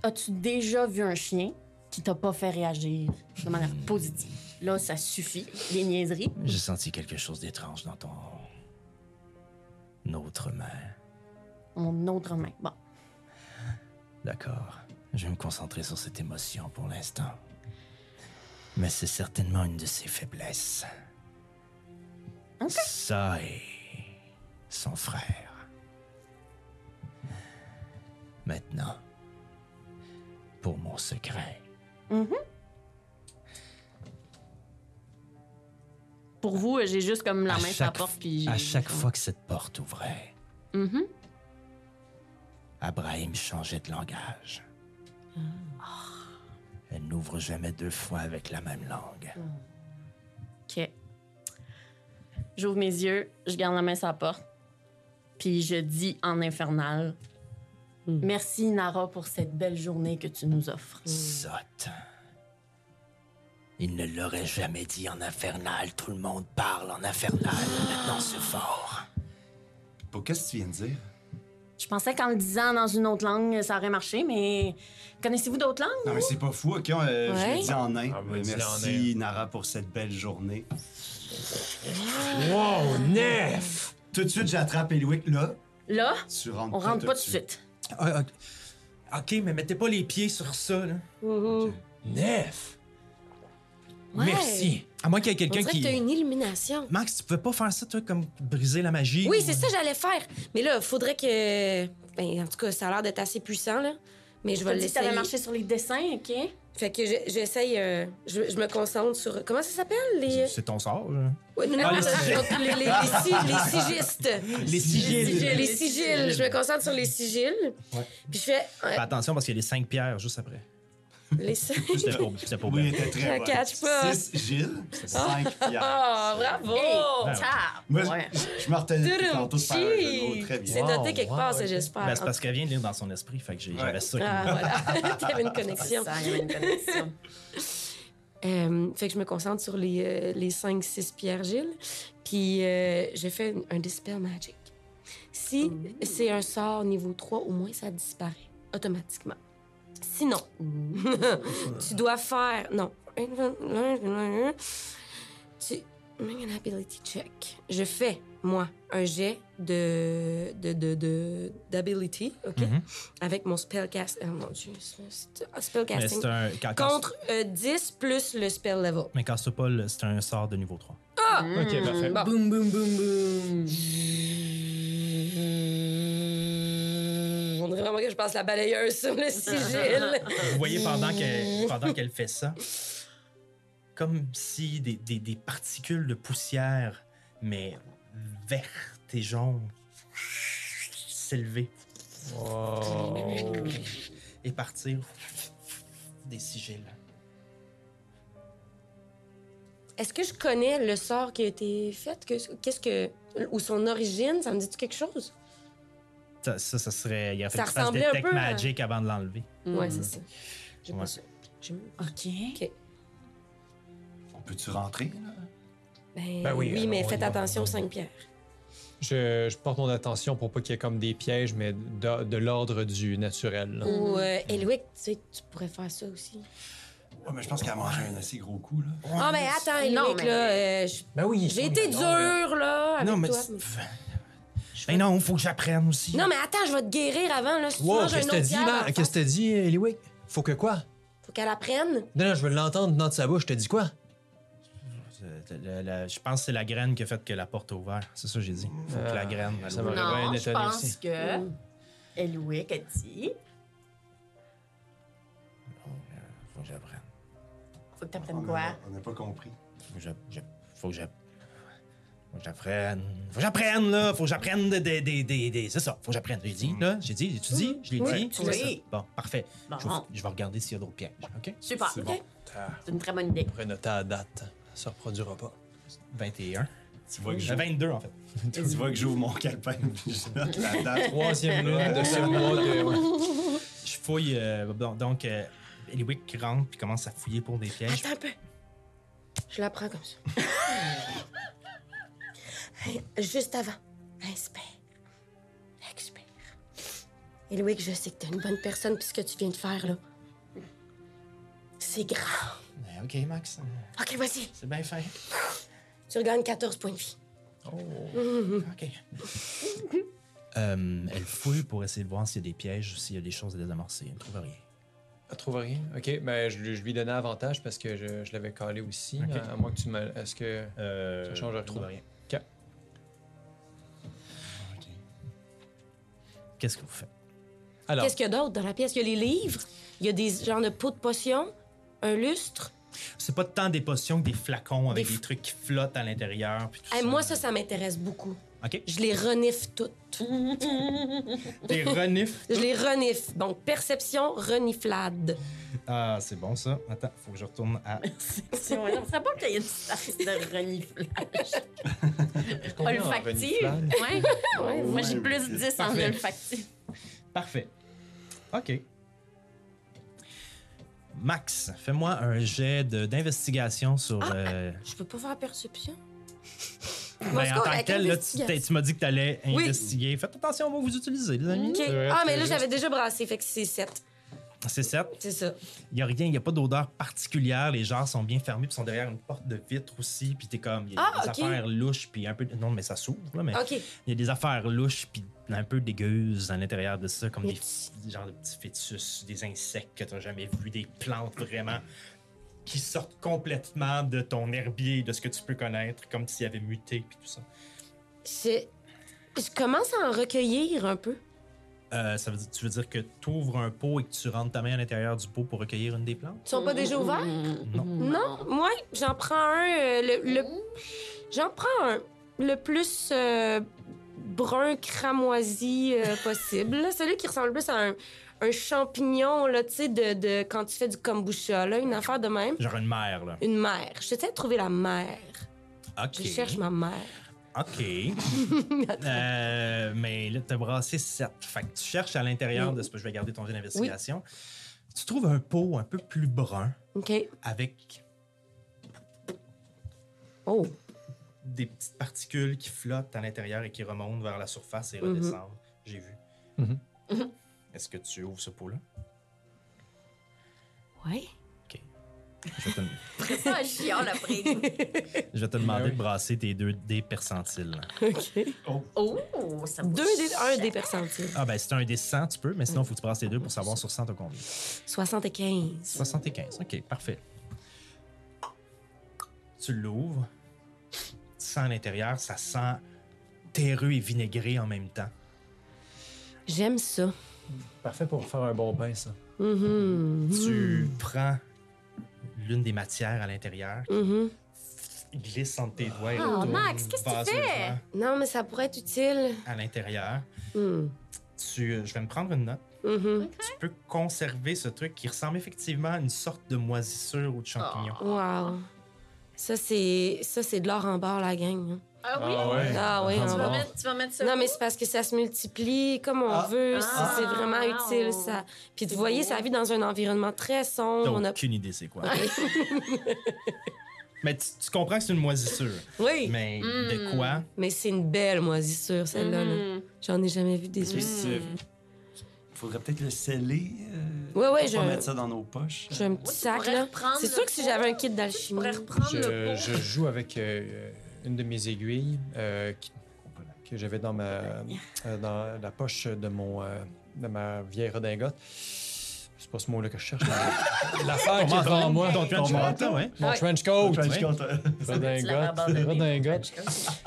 E: As-tu déjà vu un chien qui t'a pas fait réagir de manière positive? Là, ça suffit. Les niaiseries.
G: J'ai senti quelque chose d'étrange dans ton. autre main.
E: Mon autre main. Bon.
G: D'accord. Je vais me concentrer sur cette émotion pour l'instant. Mais c'est certainement une de ses faiblesses. Ça et son frère. Maintenant, pour mon secret.
E: Pour vous, euh, j'ai juste comme la
G: à
E: main sur la
G: chaque
E: porte.
G: f-
E: Puis
G: à chaque fois que cette porte ouvrait,
E: Mhm.
G: Abraham changeait de langage.
E: Ah.
G: Elle n'ouvre jamais deux fois avec la même langue.
E: OK. J'ouvre mes yeux, je garde la main sur la porte, puis je dis en infernal Merci, Nara, pour cette belle journée que tu nous offres.
G: Sotte. Il ne l'aurait jamais dit en infernal. Tout le monde parle en infernal. Maintenant, c'est fort.
F: Pour qu'est-ce que tu viens de dire?
E: Je pensais qu'en le disant dans une autre langue, ça aurait marché, mais connaissez-vous d'autres langues
F: Non, mais c'est pas fou, ok? on, euh, Je
H: Ouais.
F: l'ai dit en nain.
D: Ah, vous
F: Euh,
D: l'avez dit
F: Merci, Nara, pour cette belle journée.
D: Wow, Nef!
F: Tout de suite, j'attrape Eliwick, là.
E: Là,
F: Tu rentres
E: on rentre pas tout de
F: dessus.
E: suite.
B: Ah, Ok, mais mettez pas les pieds sur ça, là.
D: Nef!
H: Ouais.
D: Merci.
B: À moins qu'il y ait
H: On
B: quelqu'un
H: dirait
B: qui.
H: que t'as une illumination.
B: Max, tu pouvais pas faire ça, toi, comme briser la magie?
H: Oui,
B: ou-
H: c'est ça que j'allais faire. Mais là, faudrait que. Ben, en tout cas, ça a l'air d'être assez puissant, là. Mais je
E: T'as
H: vais
E: dit que t'avais
H: l'essayer.
E: marché sur les dessins, OK?
H: Fait que je- j'essaye, euh, je, je me concentre sur. Comment ça Euh. s'appelle? Les.
B: C'est ton sort. là.
H: Ouais, non, non,
B: Ah, les
H: attends,
B: sigils. Ah.
H: je- les, les- les si- les sigistes.
B: Les sigils.
H: Les, sigiles. Je me concentre sur les sigiles.
B: Ouais. Ah.
H: Puis je fais. euh,
B: Fais attention parce qu'il y a les cinq pierres juste après.
H: les si-
B: C'était pour, c'était pour
F: Oui, il
B: bien.
F: était
H: Je la
F: très bon.
H: catch pas.
F: 6 Gilles, 5 Pierre.
H: Oh, bravo!
B: Ah ouais.
C: Tap!
F: Moi,
C: Ouais.
F: je, je me retenais depuis
H: Turum,
F: tantôt de faire un jeu de mots. Très
H: C'est
F: bien.
D: Wow,
H: noté quelque
D: wow,
H: part,
D: ok.
H: ça, j'espère.
B: Ben, c'est parce qu'elle vient de lire dans son esprit, fait que j'ai- j'avais ça. qui me-
H: Ah, voilà. T'avais une
C: C'est
H: connexion.
C: ça, il y avait une connexion.
H: Euh, fait que je me concentre sur les, euh, les 5-6 pierres Gilles. Puis euh, je fais un, un Dispel Magic. Si c'est un sort niveau 3, au moins ça disparaît automatiquement. Sinon, tu dois faire. Non. Tu. Make an ability check. Je fais, moi, un jet de. de. de. de- d'ability, OK?
B: Mhm.
H: Avec mon spellcast. Oh mon Dieu, c'est- c'est- ah, spellcasting.
B: Mais c'est un. quand- quand-
H: Contre euh, 10 plus le spell level.
B: Mais Castopol, c'est un sort de niveau 3.
D: Ok, parfait.
H: Bon.
C: Boum, boum, boum, boum.
H: On dirait vraiment que je passe la balayeuse sur le sigil.
B: Vous voyez pendant qu'elle, pendant qu'elle fait ça, comme si des, des- des particules de poussière, mais vertes et jaunes, s'élevaient
D: Oh.
H: Oh.
B: et partir des sigils.
H: Est-ce que je connais le sort qui a été fait? Que- Qu'est-ce que. Ou son origine? Ça me dit-tu quelque chose?
B: Ça, ça, ça serait. Il a fait
H: Ça
B: que tu fasses
H: ressemblait un
B: Detect
H: peu euh, à-
B: Magic avant de l'enlever.
C: Mm.
H: Ouais, c'est ça. J'ai
B: Ouais.
H: pas ça. J'ai-
E: OK.
F: On peut-tu rentrer? là?
H: Ben,
D: Ben oui,
H: oui, mais
D: on y
H: faites
D: va.
H: attention aux 5 pierres.
D: Je, je porte mon attention pour pas qu'il y ait comme des pièges, mais de, de l'ordre du naturel.
C: Mm.
D: là.
H: Ou euh, Eliwick, tu sais, tu pourrais faire ça aussi.
F: Ouais, mais je pense qu'elle a mangé un assez gros coup. Là.
H: Ah, mais attends,
C: Non,
H: Eliwick,
C: mais-
H: là, euh, je-
D: Ben oui.
H: j'ai été
D: non,
H: dur,
D: là.
H: là, avec
B: non, mais.
H: toi.
B: c'est- Mais non, faut que j'apprenne aussi.
H: Non, mais attends, je vais te guérir avant, là. Si tu
D: Wow,
H: manges
D: qu'est-ce
H: un
D: que
H: autre
D: t'as dit,
H: diable,
D: Ma-
H: en
D: Qu'est-ce
H: face,
D: que t'as dit, Eliwick? Faut que quoi? Ben,
H: Faut qu'elle apprenne.
D: Non, non, je veux l'entendre venant de sa bouche. Je te dis quoi?
B: La- la- la- je pense que c'est la graine qui a fait que la porte a ouvert. C'est ça que j'ai dit. Faut que la graine. elle
D: Ah, ça
B: ouvre.
D: va. aurait bien
C: Non, je
D: étonné
C: pense
D: aussi.
C: que Eliwick a dit
G: Faut que j'apprenne.
C: faut que
F: On
C: t'apprennes
F: a-
C: quoi?
F: On n'a pas compris.
G: Faut que j'apprenne. Faut que j'apprenne.
B: Faut que j'apprenne. Faut que j'apprenne, là. Faut que j'apprenne des. des, des, des, des- C'est ça. Faut que j'apprenne. J'ai dit, là. J'ai dit, tu dis, je l'ai
H: Oui,
B: dit.
H: tu
B: c'est
C: l'as
B: ça.
C: dit.
B: Bon, parfait.
C: Bon.
B: Je, vais, je vais regarder s'il y a d'autres pièges. OK?
C: Super.
F: C'est
C: C'est
F: bon.
C: une très bonne idée.
D: Renoter à date. Ça se reproduira pas.
B: 21.
F: Tu vois que
B: Euh,
F: j'ouvre,
B: 22, en fait.
F: tu vois que j'ouvre mon calepin puis je note la date.
D: Troisième lune de ce mois de. ouais.
B: Je fouille. euh, bon, donc, euh, Eliwick rentre puis commence à fouiller pour des pièges.
H: Attends un peu. Je la prends comme ça. Hey, Juste avant. Inspire. Expire. Et Louis, je sais que t'es une bonne personne, puis ce que tu viens de faire, là. C'est grave.
B: Euh, OK, Max. euh,
H: OK, vas-y.
B: C'est bien fait.
H: Tu regagnes 14 points de vie.
B: OK. Euh, elle fouille pour essayer de voir s'il y a des pièges ou s'il y a des choses à désamorcer. Elle ne trouve rien.
D: Elle trouve rien. Ok, ben je, lui- je lui donnais avantage parce que je, je l'avais collé aussi.
B: Ok.
D: À, à moins que tu me. Est-ce que.
B: Euh,
D: Ça change
B: elle
D: rien.
B: ne trouve rien.
D: Ok.
B: Qu'est-ce que vous faites?
D: Alors,
H: Qu'est-ce qu'il y a d'autre dans la pièce? Il y a les livres, il y a des genres de pots de potions, un lustre.
B: C'est pas tant des potions que des flacons avec
H: Des
B: des,
H: f-
B: trucs qui flottent à l'intérieur. puis tout
H: Hey, moi, ça, ça m'intéresse beaucoup.
B: OK.
H: Je les renifle toutes.
B: Des renifs.
H: Je les renifle. Donc, perception reniflade.
B: Ah, c'est bon ça. Attends, faut que je retourne à.
C: C'est vrai, hein. on ne pas qu'il y a une sorte de reniflage.
D: est-ce qu'on est en
C: olfactive.
D: reniflade?
C: Ouais. Moi, j'ai plus 10 en
B: Parfait.
C: olfactive.
B: Parfait. OK. Max, fais-moi un jet de- d'investigation sur.
H: Ah.
B: euh,
H: Je peux pas faire perception?
B: ben,
H: Parce
B: en
H: qu'on-
B: tant que
H: avec
B: tel, là, tu, t'as- tu m'as dit que t'allais
H: Oui.
B: investiguer. Faites attention, on va vous utiliser, les amis.
H: Ok.
D: vrai,
H: Ah,
D: c'est
H: mais là,
D: juste.
H: j'avais déjà brassé, fait que c'est 7. Mm-hmm.
B: C'est ça.
H: C'est ça.
B: Il n'y a rien, il n'y a pas d'odeur particulière. Les gens sont bien fermés, puis sont derrière une porte de vitre aussi. Puis t'es comme, il y a
H: Ah,
B: des
H: ok.
B: affaires louches, puis un peu. de- Non, mais ça s'ouvre, là, mais.
H: OK.
B: Il y a des affaires louches puis un peu dégueuses à l'intérieur de ça, comme
H: Des
B: des, f- des genres de petits fœtus, des insectes que t'as jamais vus, des plantes vraiment qui sortent complètement de ton herbier, de ce que tu peux connaître, comme s'il avait muté puis tout ça.
H: C'est- Je commence à en recueillir un peu.
B: Euh, ça veut dire, tu veux dire que tu ouvres un pot et que tu rentres ta main à l'intérieur du pot pour recueillir une des plantes?
H: Ils sont pas déjà ouverts?
B: Non.
H: Mhm. Non, moi, j'en prends un. euh, le, le- J'en prends un. Le plus euh, brun cramoisi euh, possible. là. Celui qui ressemble le plus à un, un champignon, là, tu sais, de, de- quand tu fais du kombucha, là, une affaire de même.
B: Genre une mère, là.
H: Une mère. J'essaie de trouver la mère.
B: OK.
H: Je cherche ma mère.
B: OK. Euh, mais là, t'as brassé 7. Fait que tu cherches à l'intérieur de ce que je vais garder ton jeu d'investigation. Tu trouves un pot un peu plus brun
H: OK.
B: avec
H: Oh.
B: des petites particules qui flottent à l'intérieur et qui remontent vers la surface et
H: Mhm.
B: redescendent. J'ai vu.
D: Mhm.
B: Est-ce que tu ouvres ce pot-là?
H: Ouais.
B: Je vais te,
C: Ça, chiant après.
B: je vais te demander de brasser tes deux dés percentiles.
H: OK.
C: Oh, ça me
H: Deux des, un des percentiles.
B: Ah ben, si t'as un dés 100, tu peux, mais sinon, faut que tu brasses les deux pour savoir sur 100 t'as combien.
H: 75.
B: 75. OK, parfait. Tu l'ouvres. Tu sens à l'intérieur, ça sent terreux et vinaigré en même temps.
H: J'aime ça.
D: Parfait pour faire un bon bain, ça.
H: Mhm.
B: Tu
C: Mm.
B: prends l'une des matières à l'intérieur,
H: Mhm.
B: glisse entre tes doigts et
C: Oh,
B: retourne
C: Max, qu'est-ce que tu
B: vaseusement
C: fais?
H: Non, mais ça pourrait être utile.
B: à l'intérieur.
H: Hmm.
B: Tu, je vais me prendre une note.
H: Mhm.
B: Tu peux conserver ce truc qui ressemble effectivement à une sorte de moisissure ou de champignon.
C: Ah.
H: Wow. Ça, c'est ça c'est de l'or en barre, la gang. hein.
C: Ah oui?
D: ouais.
H: Ah oui, en
C: Tu, vas
H: barre.
C: mettre, tu vas mettre ça.
H: Non, mais c'est parce que ça se multiplie comme on
F: Ah.
H: veut. ça,
C: Ah.
H: C'est vraiment utile, ça. Puis vous voyez, ça vit dans un environnement très sombre.
B: T'as
H: On a...
B: aucune idée c'est quoi. Mais tu, tu comprends que c'est une moisissure.
H: Oui, mais,
B: Mais
C: Mm.
B: de quoi?
H: c'est une belle moisissure, celle-là.
C: Mm-hmm.
H: là.
C: Hmm.
H: J'en ai jamais vu des
F: Puis
H: yeux.
F: c'est- Faudrait peut-être le sceller. euh,
H: Ouais, ouais,
F: pour pas
H: je-
F: mettre ça dans nos poches.
H: J'ai un petit
C: tu
H: sac,
C: pourrais
H: là.
C: reprendre
H: C'est
C: le
H: sûr que si
C: pot.
H: j'avais un kit
C: Je pourrais
H: d'alchimie...
C: reprendre
D: Je,
C: le pot.
D: je joue avec euh, une de mes aiguilles euh, qui- que j'avais dans ma euh, dans la poche de mon euh, de ma vieille redingote. C'est pas ce mot-là que je cherche. mais- L'affaire qui est devant moi.
B: Ton trench coat,
D: manteau.
B: ouais.
D: Mon
H: Ouais.
D: trench coat.
B: Trench coat.
C: Tu l'avais
D: Redingote.
C: abandonné.
D: Redingote.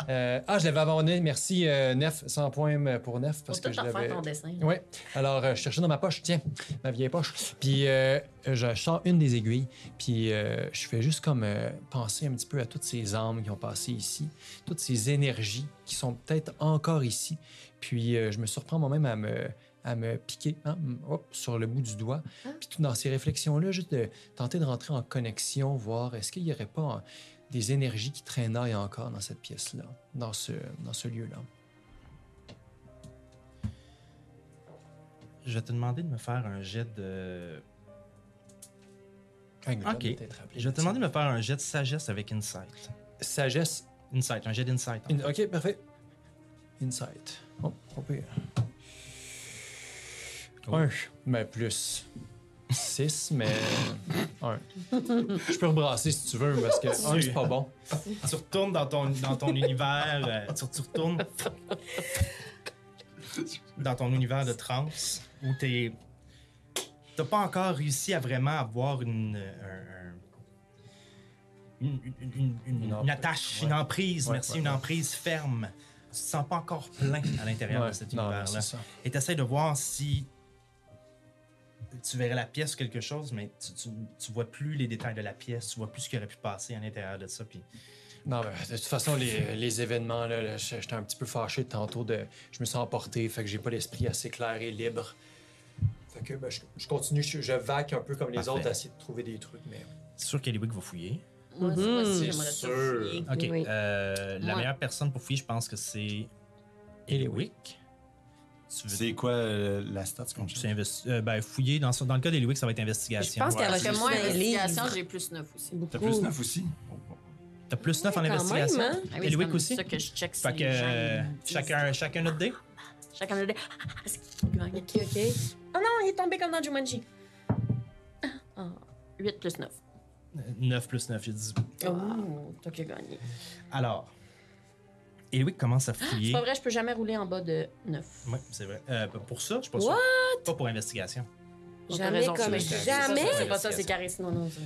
D: Euh, ah, je l'avais abandonné. Merci, euh, Nef. 100 points euh, pour Nef. Parce
C: Faut
D: que je
C: tout refaire
D: l'avais.
C: ton dessin.
D: Oui. Alors, euh, je cherchais dans ma poche, tiens, ma vieille poche. Puis, euh, je sors une des aiguilles, puis euh, je fais juste comme euh, penser un petit peu à toutes ces âmes qui ont passé ici, toutes ces énergies qui sont peut-être encore ici. Puis, euh, je me surprends moi-même à me, à me piquer hein, m- hop, sur le bout du doigt. Puis, tout dans ces réflexions-là, juste de tenter de rentrer en connexion, voir est-ce qu'il n'y aurait pas hein, des énergies qui traînaient encore dans cette pièce-là, dans ce, dans ce lieu-là.
B: Je vais te demander de me faire un jet de.
D: Ah, Glenn,
B: Ok.
D: peut-être rappeler
B: Je vais te
D: ça.
B: demander de me faire un jet de sagesse avec insight.
D: Sagesse
B: Insight, un jet d'insight. en
D: In-
B: fait.
D: ok, parfait. Insight. Oh, pas pire.
B: Oh.
D: Un, mais plus. Six, mais un. Je peux rebrasser si tu veux, parce que un, c'est pas bon.
B: Ah, Tu retournes dans ton, dans ton univers. euh, tu, tu retournes. dans ton univers de trans où t'es. T'as pas encore réussi à vraiment avoir une. euh, un- une, une- une- une-
D: Une
B: une
D: emprise,
B: attache,
D: ouais.
B: une emprise,
D: Ouais,
B: merci,
D: ouais,
B: une
D: ouais.
B: emprise ferme. Tu te sens pas encore plein à l'intérieur de
D: Ouais,
B: cet
D: non,
B: univers-là.
D: c'est ça.
B: Et tu de voir si tu verrais la pièce ou quelque chose, mais tu, tu, tu vois plus les détails de la pièce, tu vois plus ce qui aurait pu passer à l'intérieur de ça. Puis
D: Non, mais de toute façon, les, les événements, là, là, j'étais un petit peu fâché tantôt de. Je me suis emporté, fait que j'ai pas l'esprit assez clair et libre. Fait que ben, je, je continue, je, je vaque un peu comme les
B: Parfait.
D: autres à essayer de trouver des trucs, mais.
B: c'est sûr qu'Eliwick va fouiller.
C: Moi, c'est moi aussi,
D: Mhm.
C: j'aimerais
D: C'est
C: ça
D: sûr.
C: fouiller.
B: Ok.
H: Oui.
B: euh, la
C: Ouais.
B: meilleure personne pour fouiller, je pense que c'est Eliwick. Tu veux
F: C'est quoi euh, la stats qu'on
B: tu investi- euh, ben, fouiller dans, son- dans le cas d'Eliwick, ça va être
H: Je
B: investigation.
H: pense qu'elle
C: Parce que
H: recherche
C: moi,
H: des
C: investigation,
H: livres.
C: j'ai plus 9 aussi. Ah
F: T'as plus neuf aussi? Oh,
B: T'as plus 9 en
H: Ouais, quand
B: investigation.
H: même, hein?
C: Ah oui, c'est
B: Eliwick
C: comme
B: aussi.
C: ça que je check si
B: Fait que
C: les gens,
B: euh,
C: ils-
B: chacun, chacun notre dé.
C: Chacun le dé. Ah, ah, c'est qui qui gagne?
H: OK, OK.
C: Oh non, il est tombé comme dans Jumanji. 8 ah, plus 9.
B: 9 plus 9, j'ai dit.
C: Oh, toi qui as gagné.
B: Alors, Eliwick commence à
C: Ah, C'est
B: fouiller.
C: pas vrai, je peux jamais rouler en bas de 9.
B: Ouais, c'est vrai. Euh, pour ça, je suis pas
H: What?
B: sûr. Pas pour investigation.
H: Jamais comme jamais.
C: C'est pas ça, c'est charisme. Non, non, c'est-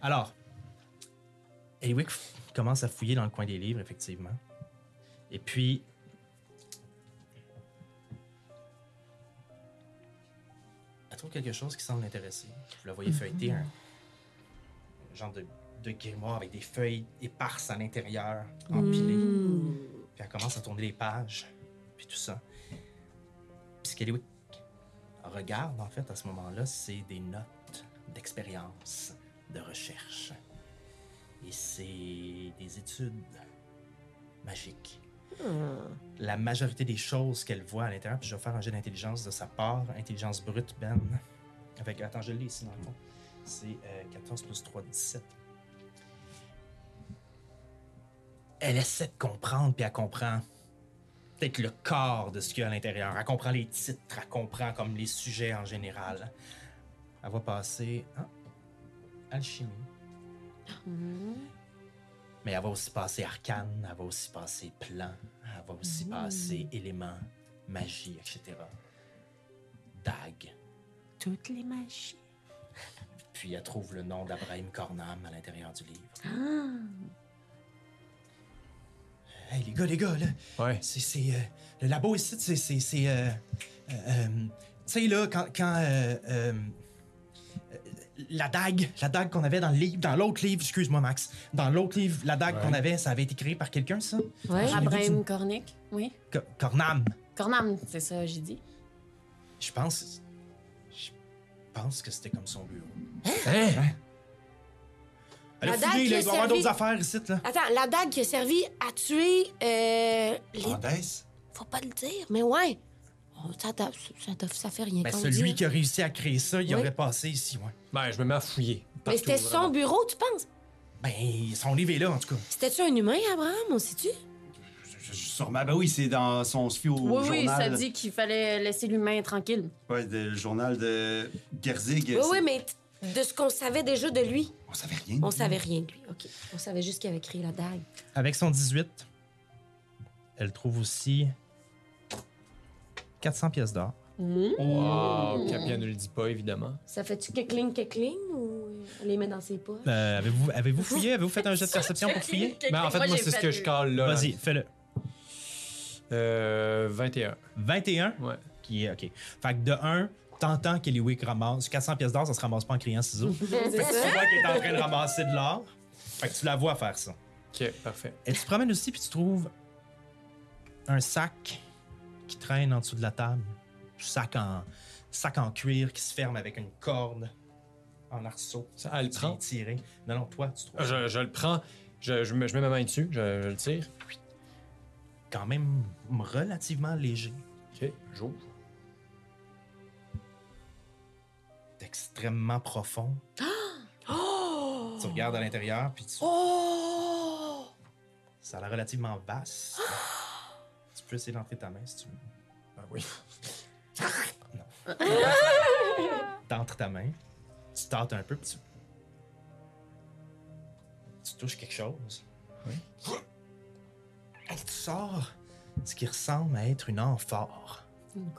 B: Alors, Eliwick f- commence à fouiller dans le coin des livres, effectivement. Et puis, Elle trouve quelque chose qui semble l'intéresser. Vous la voyez feuilleter un, un genre de, de grimoire avec des feuilles éparses à l'intérieur, empilées. Puis elle commence à tourner les pages, puis tout ça. Puis ce qu'elle est- regarde, en fait, à ce moment-là, c'est des notes d'expérience, de recherche. Et c'est des études magiques. La majorité des choses qu'elle voit à l'intérieur, puis je vais faire un jeu d'intelligence de sa part, intelligence brute, Ben. Avec, attends, je l'ai ici dans le fond. C'est euh, 14 plus 3, 17. Elle essaie de comprendre, puis elle comprend peut-être le corps de ce qu'il y a à l'intérieur. Elle comprend les titres, elle comprend comme les sujets en général. Elle va passer hein, alchimie. Mais elle va aussi passer arcane, elle va aussi passer plan, elle va aussi passer éléments, magie, etc. Dague.
E: Toutes les magies.
B: Puis elle trouve le nom d'Abraham Cornam à l'intérieur du livre.
E: Ah!
B: Hey les gars, les gars, là,
D: Ouais.
B: C'est, c'est, euh, le labo ici, c'est. c'est, c'est, euh, euh, euh, tu sais, là, quand. quand euh, euh, euh, la dague, la dague qu'on avait dans le livre, dans l'autre livre, excuse-moi Max, dans l'autre livre, la dague qu'on avait, ça avait été créé par quelqu'un, ça?
H: Ouais.
B: J'ai vu
E: Abraham Cornick, oui.
B: Co- Cornam,
E: Cornam, c'est ça, j'ai dit.
B: je pense, je pense que c'était comme son bureau.
D: Hein?
B: Elle a
H: La dague
B: fouillé,
H: qui
B: là,
H: a
B: il doit y avoir
H: servi-
B: d'autres affaires ici, là.
H: Attends, la dague qui a servi à tuer. Euh,
B: Ah,
H: les...
F: Andes?
H: Faut pas le dire, mais ouais. Oh, ça, doit- ça, doit- ça fait rien
B: Ben,
H: qu'on
B: celui
H: dit.
B: qui a réussi à créer ça, il
H: Oui.
B: aurait passé ici, ouais.
D: Ben, je me mets à fouiller.
H: Mais
D: partout,
H: c'était
D: vraiment.
H: son bureau, tu penses?
B: Ben, son livre est là, en tout cas.
H: C'était-tu un humain, Abraham, on sait-tu?
F: Je- je- Sûrement, ben oui, c'est dans son suivi au
E: oui,
F: journal.
E: oui, ça dit qu'il fallait laisser l'humain tranquille.
F: Ouais, de- le journal de Gerzig.
H: Oui,
F: c'est-
H: oui, mais t- de ce qu'on savait déjà de lui,
F: On savait rien.
H: on savait rien de lui. OK. On savait juste qu'il avait créé la dague.
B: Avec son 18, elle trouve aussi 400 pièces d'or.
D: Wow, Capian ne le dit pas, évidemment.
H: Ça fait-tu que kekling ou euh, on les met dans ses poches?
B: Euh, avez-vous, avez-vous fouillé? Avez-vous fait un jet de perception pour fouiller?
D: Mais Ben, en fait, moi,
C: j'ai
D: c'est ce que
C: fait-
D: je cale là.
B: Vas-y, fais-le.
D: Euh, 21.
B: 21,
D: Ouais.
B: qui est euh, OK. Fait que de 1, t'entends qu'Eliwick ramasse. 400 pièces d'or, ça se ramasse pas en criant ciseaux. fait que tu vois qu'elle est en train de ramasser de l'or. Fait que tu la vois faire ça.
D: Ok, parfait.
B: Et tu te promènes aussi, puis tu trouves un sac qui traîne en dessous de la table. Un Sac en, sac en cuir qui se ferme avec une corde en arceau.
D: Ça, elle le
B: Tu
D: prend?
B: viens tirer. Non, non, toi, tu trouves.
D: Je, je le prends, je, je me- je mets ma main dessus, je, je le tire.
B: Quand même relativement léger.
D: Ok, j'ouvre.
B: extrêmement profond. Tu regardes à l'intérieur, puis tu... Ça a l'air relativement vaste. tu peux essayer d'entrer ta main si tu veux.
D: Ben oui.
B: T'entres ta main, tu tâtes un peu, puis tu... Tu touches quelque chose. Et tu sors ce qui ressemble à être une amphore.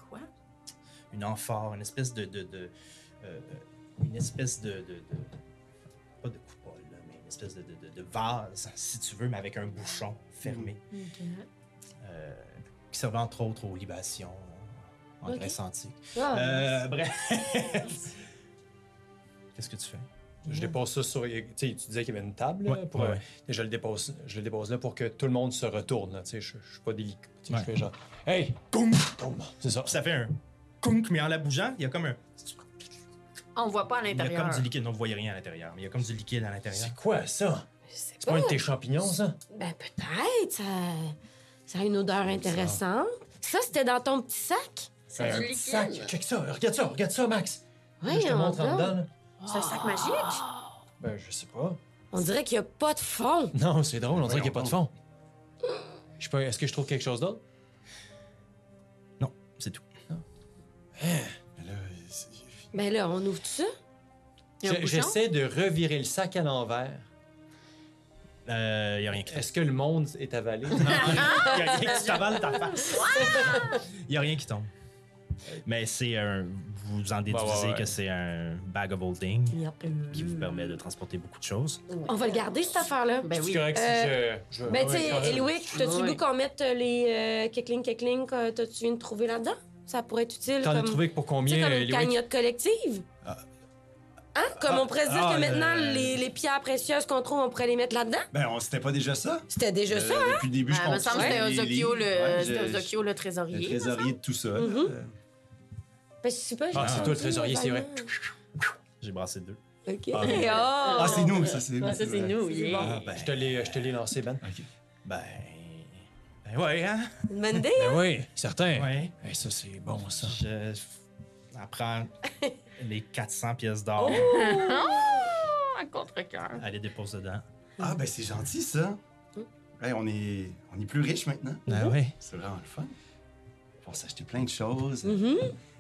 E: Quoi?
B: une amphore, une espèce de. de, de, euh, une espèce de, de- de- Pas de coupole, là, mais une espèce de, de- de- de vase, si tu veux, mais avec un bouchon fermé. Euh, qui servait entre autres aux libations euh, en
H: Ok.
B: Grèce antique.
H: Ah,
B: Euh, bref. Qu'est-ce que tu fais?
D: Je dépose ça sur. Tu sais, tu disais qu'il y avait une table là,
B: Ouais,
D: pour.
B: ouais,
D: euh,
B: ouais.
D: Je le dépose, je le dépose là pour que tout le monde se retourne. là, Tu sais, je, je suis pas délicat. Tu sais,
B: Ouais.
D: Je fais genre, hey, boum, boum. C'est ça.
B: Puis ça fait un conk, mais en la bougeant, il y a comme un.
E: On voit pas à
B: Il y a
E: l'intérieur.
B: comme du liquide. Non, vous voyez rien à l'intérieur, mais il y a comme du liquide à l'intérieur.
D: C'est quoi ça
H: je sais
D: C'est pas
H: pas.
D: une de
C: Oh!
D: tes champignons ça
H: Ben peut-être, ça... ça a une odeur intéressante. Ça, c'était dans ton petit sac?
C: C'est du
D: Euh, Un petit sac.
C: liquide.
D: Check ça. Regarde ça. Regarde ça, Max.
H: Oui,
D: je te
H: on,
D: montre en dedans. là.
E: C'est un
C: Ah.
E: sac magique?
D: Ben je sais pas.
H: on dirait qu'il n'y a pas de fond.
D: Non, c'est drôle. On dirait qu'il
F: Voyons
D: n'y a pas de fond. Je sais pas. Est-ce que je trouve quelque chose d'autre
B: Non, c'est tout.
F: Mais là, c'est-
H: Mais Ben là, on ouvre ça?
E: Il y a un
D: Je-
E: bouchon?
D: J'essaie de revirer le sac à l'envers.
B: Euh, il y a rien qui
D: Est-ce que le monde est avalé
B: Il n'y a rien qui t'avale ta face. Il n'y a rien qui tombe. Mais c'est un. Vous en déduisez
D: ouais, ouais.
B: que c'est un bag of holding
H: Yep.
B: qui vous permet de transporter beaucoup de choses.
H: On va le garder, cette affaire-là.
E: Ben
D: C'est
E: oui.
D: correct
H: Euh,
D: si je. je-
H: Ben,
D: ouais,
H: tu sais,
D: correct.
H: Eliwick, t'as-tu
E: Ouais.
H: le goût qu'on mette euh, les euh, kekling, kekling que t'as- tu viens de trouver là-dedans? Ça pourrait être utile.
D: T'en as
H: comme-
D: trouvé que pour
H: Tu sais,
D: combien,
H: comme
D: euh,
H: une
D: Léwick?
H: cagnotte collective? Hein? Comme
F: ah,
H: on pourrait se dire
F: ah,
H: que maintenant,
F: euh,
H: les, les pierres précieuses qu'on trouve, on pourrait les mettre là-dedans?
F: Ben, on- c'était pas déjà ça?
H: C'était déjà
F: Euh,
H: ça.
F: Depuis le début, je
E: Ah, il me
F: pense
E: semble que c'était
F: les-
E: Ozokyo, le,
F: les- ouais,
E: c'était
F: je-
E: Ozokyo, le
F: Le
E: trésorier.
F: trésorier de tout ça. là.
H: Mhm.
F: Euh,
H: Ben, je sais pas, j'ai
D: Ah, c'est toi le
H: entendu,
D: trésorier, c'est vrai.
B: J'ai brassé deux.
H: OK.
F: Ah.
H: Oh!
F: Ah, c'est nous, ça, c'est nous.
E: Ouais, ça, c'est nous, yeah.
B: Ah, ben,
D: Je te l'ai je te l'ai lancé, Ben.
B: ben. Ben, ouais, hein?
H: Une bonne idée.
D: Ben oui, certain.
B: Ouais.
D: Hey, ça, c'est bon, ça.
B: Je. Apprends les 400 pièces d'or.
E: À contre-cœur.
B: Elle les dépose dedans.
F: Ah, ben, c'est gentil, ça. Hey, on, est, on est plus riche maintenant.
B: Ah ouais.
F: C'est vraiment le fun. On s'acheter plein de choses.
H: Mhm.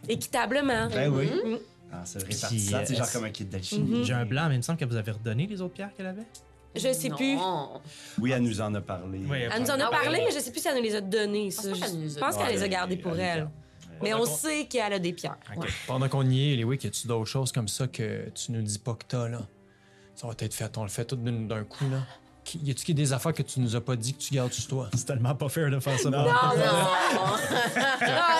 H: Équitablement.
F: Ben oui.
H: Mhm.
F: En se
B: Puis,
F: répartissant,
B: euh,
F: c'est genre
B: est-ce-
F: comme un kit d'alchimie.
B: J'ai un blanc, mais il me semble que vous avez redonné les autres pierres qu'elle avait.
H: Je sais plus.
E: Non.
F: Oui, elle nous en a parlé.
B: Ouais.
H: Elle nous en a
E: Ah ouais.
H: parlé, mais je sais plus si elle nous les a données.
E: pense
H: ça.
E: pas
H: Je
E: qu'elle nous les
H: je
E: a
H: pense qu'elle les a
F: données.
H: gardées
F: Elle
H: pour
F: les
H: elle.
F: garde.
D: Ouais,
H: Mais on
D: d'accord.
H: sait qu'elle a des pierres.
B: Ok.
D: Pendant qu'on y est, Léwick, y a-tu d'autres choses comme ça que tu nous dis pas que t'as, là? Ça va être fait, on le fait tout d'une- d'un coup, là. Qui- Y a-tu qu'il y a des affaires que tu nous as pas dit que tu gardes sur toi?
B: C'est tellement pas fair de faire ça. Non,
H: Ah,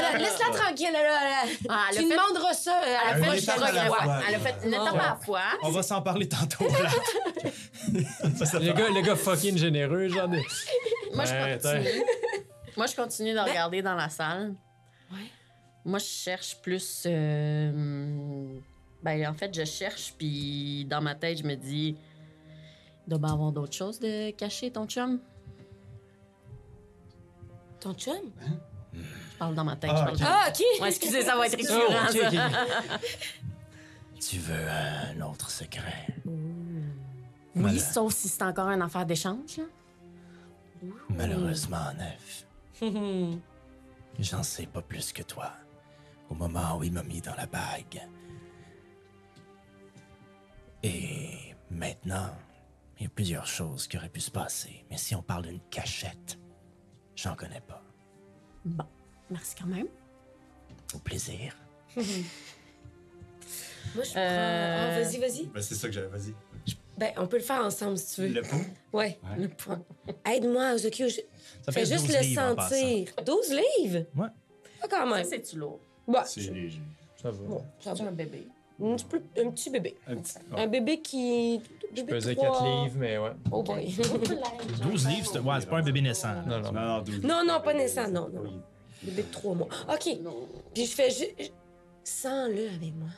H: là, Laisse-la tranquille, là. là.
E: Ah, elle a
H: tu
E: fait-
H: demanderas ça euh, à
E: Elle
H: la
E: a
F: Un
E: fait une
H: prochaine.
F: étape à
E: étape à
F: la
E: la
F: fois.
E: fois. Elle a fait une étape à la fois.
B: On va s'en parler tantôt. Blanc. ça, ça
D: Le
B: fait-
D: gars, le gars fucking généreux, genre. de-
E: Moi, je
D: Ouais,
E: continue. Moi, je continue de regarder dans la salle.
H: Ouais.
E: Moi, je cherche plus. euh, Ben, en fait, je cherche, puis dans ma tête, je me dis. Il doit bien avoir d'autres choses de cacher, ton chum.
H: Ton chum?
E: Je parle dans ma tête.
B: Ah,
E: je parle
B: ok.
E: dans-
H: Ah, OK.
E: Ouais, excusez, ça va être
D: Oh,
E: récurrent,
D: ok,
E: ça.
D: ok.
G: Tu veux un autre secret?
E: Oui,
G: Voilà.
E: sauf si c'est encore une affaire d'échange. là.
G: Malheureusement, Neuf. J'en sais pas plus que toi. Au moment où il m'a mis dans la bague. Et maintenant, il y a plusieurs choses qui auraient pu se passer. Mais si on parle d'une cachette, j'en connais pas.
E: Bon, merci quand même.
G: Au plaisir.
H: Moi, je prends...
E: Euh,
H: Ah, vas-y, vas-y.
F: Ben, c'est ça que j'avais. Vas-y.
H: Ben, on peut le faire ensemble, si tu veux.
F: Le pot.
H: Ouais. Aide-moi, Ozokyo. Je...
B: ça
H: Fais juste
B: 12
H: le
B: livres en passant.
H: sentir. 12 livres?
B: Ouais.
H: Pas quand
E: Ça,
H: même.
E: c'est-tu lourd?
H: Bon,
F: C'est léger.
D: Ça va.
H: bon, ça va.
E: un bébé.
H: Un petit peu- un petit bébé.
F: Un petit.
H: Un bébé qui.
D: Je
H: bébé
D: pesais
H: trois.
D: 4 livres, mais ouais.
H: Oh boy.
B: 12 livres, c'est ouais, c'est pas un bébé naissant.
D: Non,
F: Non,
D: non.
F: non, douze.
H: Non, non, pas naissant, non, non. bébé de trois mois. OK. Puis je fais juste. Sens-le avec moi.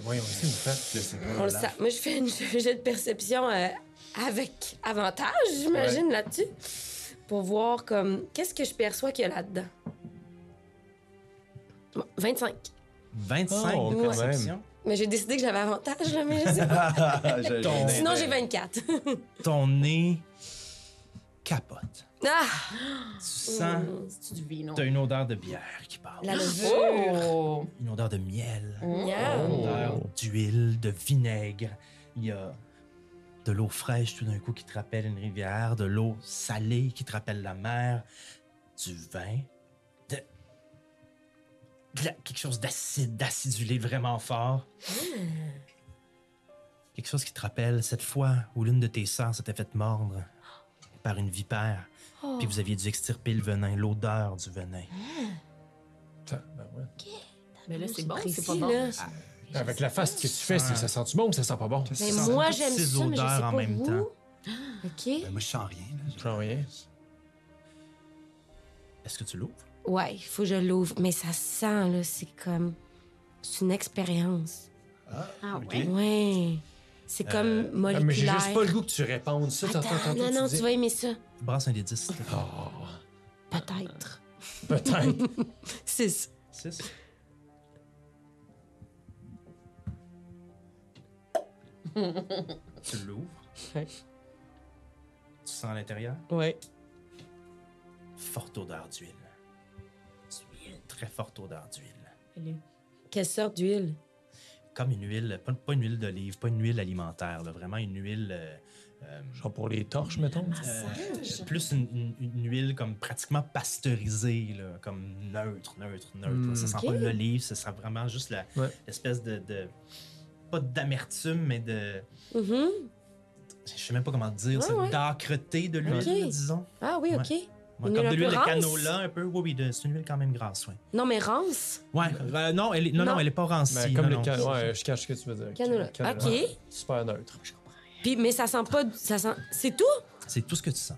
D: Voyons, c'est une fête.
F: Je sais pas,
H: On le
F: là.
H: sent. Moi, je fais une jet de perception euh, avec avantage, j'imagine, là-dessus. Pour voir, comme, qu'est-ce que je perçois qu'il y a là-dedans. Bon, 25.
B: 25
D: Oh,
B: de
D: quand
B: perception.
H: Mais j'ai décidé que j'avais avantage, là, mais je sais pas.
D: Ah,
F: Je- je-
B: Ton-
H: Sinon, j'ai 24.
B: Ton nez capote.
H: ah!
B: Tu sens,
E: C'est-tu du vino?
B: t'as une odeur de bière qui parle.
H: La levure.
E: Oh!
B: Une odeur de miel.
H: Oh! Miam.
B: Une odeur
H: Oh.
B: d'huile, de vinaigre. Il y a de l'eau fraîche tout d'un coup qui te rappelle une rivière, de l'eau salée qui te rappelle la mer, du vin, de, de la- quelque chose d'acide, d'acidulé vraiment fort.
H: Hmm.
B: Quelque chose qui te rappelle cette fois où l'une de tes sœurs s'était faite mordre par une vipère,
H: Oh.
B: puis vous aviez dû extirper le venin, l'odeur du venin.
D: Putain, ben ouais.
E: Mais là, c'est bon,
H: précis,
E: c'est pas bon.
H: là.
B: Ah,
D: Avec la face, ce que tu fais, c'est ça sent-tu bon ou ça sent pas bon?
H: Mais
B: sens
H: moi,
B: toutes
H: j'aime
B: ces
H: ça, mais je sais
B: odeurs
H: pas
B: en même
H: vous.
B: temps.
H: OK.
F: Ben, moi, je sens rien. là.
D: Je sens rien.
B: Est-ce que tu l'ouvres?
H: Ouais, il faut que je l'ouvre. Mais ça sent, là, c'est comme... C'est une expérience.
E: Ah
F: Ok.
E: ouais?
H: Ouais. C'est comme
D: Ah,
C: Euh,
H: moléculaire.
D: mais j'ai juste pas le goût que tu répondes ça. T'entends,
H: Attends,
D: t'entends,
H: non, non, tu
D: dis-
H: vas aimer ça.
B: Brasse un des 10. s'il te plaît.
D: Oh,
H: Peut-être.
D: peut-être.
H: Six.
B: Six. tu l'ouvres.
H: Ouais.
B: Tu sens à l'intérieur.
H: Ouais.
B: Forte odeur d'huile. D'huile, Très forte odeur d'huile.
H: Quelle sorte d'huile?
B: Comme une huile, pas, pas une huile d'olive, pas une huile alimentaire, là, vraiment une huile. euh, euh,
D: Genre pour les torches, mettons.
H: Ah,
B: euh, plus une, une- une huile comme pratiquement pasteurisée, là, comme neutre, neutre, neutre. là. Ça sent
H: Hmm, Ok.
B: pas l'olive, ça sent vraiment juste la-
D: Ouais.
B: l'espèce de, de- Pas d'amertume, mais de.
H: Mhm.
B: je sais même pas comment dire,
H: Ouais,
B: c'est
H: ouais.
B: d'acreté de l'huile,
H: Ok.
B: disons.
H: Ah oui,
B: Ouais.
H: OK.
B: Ouais,
H: Une
B: comme
H: huile
B: de
H: un
B: l'huile
H: peu
B: de
H: rance?
B: canola, un peu. Oui, oui, de- c'est une huile quand même grasse, oui.
H: Non, mais rance.
B: Ouais, euh, non, elle est, non, non,
H: Non.
B: elle est pas
D: Mais
B: rancie.
D: Ben, comme
B: non,
D: le
B: non.
D: can- ouais, je cache ce que tu veux dire.
H: Canola. Ok.
D: Super neutre.
H: Puis, mais ça sent pas. du- Ça sent. C'est tout?
B: C'est tout ce que tu sens.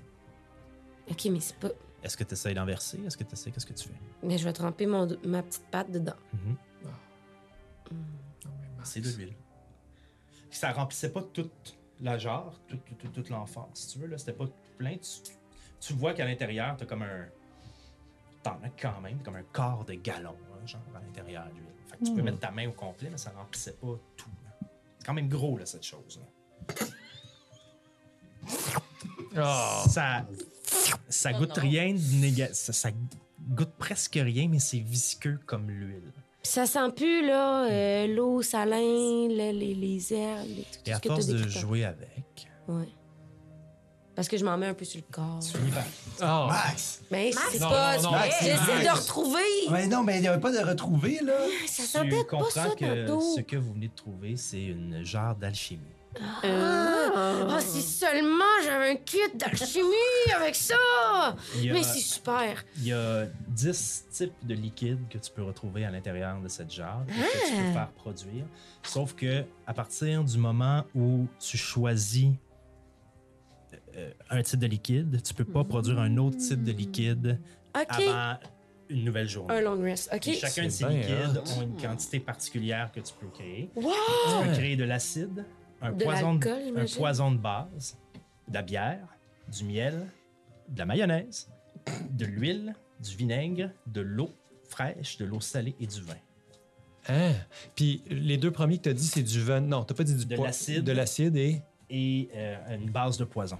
H: Ok, mais c'est pas.
B: Est-ce que tu essaies d'en verser? Est-ce que tu essaies? Qu'est-ce que tu fais?
H: Mais je vais tremper mon, ma petite patte dedans.
B: Mhm.
D: Non, mais Max,
B: C'est de l'huile. Ça remplissait pas toute la jarre, toute tout, tout, toute l'enfance, si tu veux. là. C'était pas plein. Tu, tu vois qu'à l'intérieur, t'as comme un. T'en as quand même, comme un quart de gallon, hein, genre, à l'intérieur d'huile. Fait que tu
H: Hmm.
B: peux mettre ta main au complet, mais ça remplissait pas tout. là. C'est quand même gros, là, cette chose. là.
D: Ah,
B: Ça. Ça goûte rien de négatif. Ça, ça goûte presque rien, mais c'est visqueux comme l'huile.
H: Puis ça sent plus, là, euh, l'eau, salin, le- les, les herbes, les- tout, tout
B: Et
H: ce
B: à
H: que t'as
B: force de
H: décrit.
B: jouer avec,
H: Ouais. Parce que je m'en mets un peu sur le corps.
B: tu finis par
D: ah.
F: Max!
H: Mais c'est
D: Non,
H: pas.
D: non,
H: c'est
D: non,
H: pas-
D: Max,
H: J'essaie
F: Max.
H: de retrouver. Ah,
F: Mais non, mais il n'y avait pas de retrouver, là.
H: Ça
B: Tu
H: sentait pas
B: comprends
H: ça
B: que
H: tantôt.
B: ce que vous venez de trouver, c'est une jarre d'alchimie.
H: Ah, Ah, si seulement j'avais un kit d'alchimie avec ça!
B: Il y, a,
H: Mais c'est super.
B: il y a 10 types de liquides que tu peux retrouver à l'intérieur de cette jarre et que tu
H: Ah!
B: peux faire produire. Sauf que à partir du moment où tu choisis euh, un type de liquide, tu peux pas produire un autre type de liquide
H: OK.
B: avant une nouvelle journée.
H: Un long rest. OK.
B: Et chacun de ces
D: C'est bien,
B: liquides ont une quantité particulière que tu peux créer.
H: Wow!
B: Tu peux créer de l'acide, un,
H: De
B: poison de,
H: l'alcool,
B: un
H: j'imagine.
B: poison de base, de la bière, du miel, de la mayonnaise, de l'huile, du vinaigre, de l'eau fraîche, de l'eau salée et du vin.
D: Hein? Puis les deux premiers que t'as dit, c'est du vin. Non, t'as pas dit du
B: De
D: pois-
B: l'acide.
D: De l'acide et.
B: Et euh, une base de poison.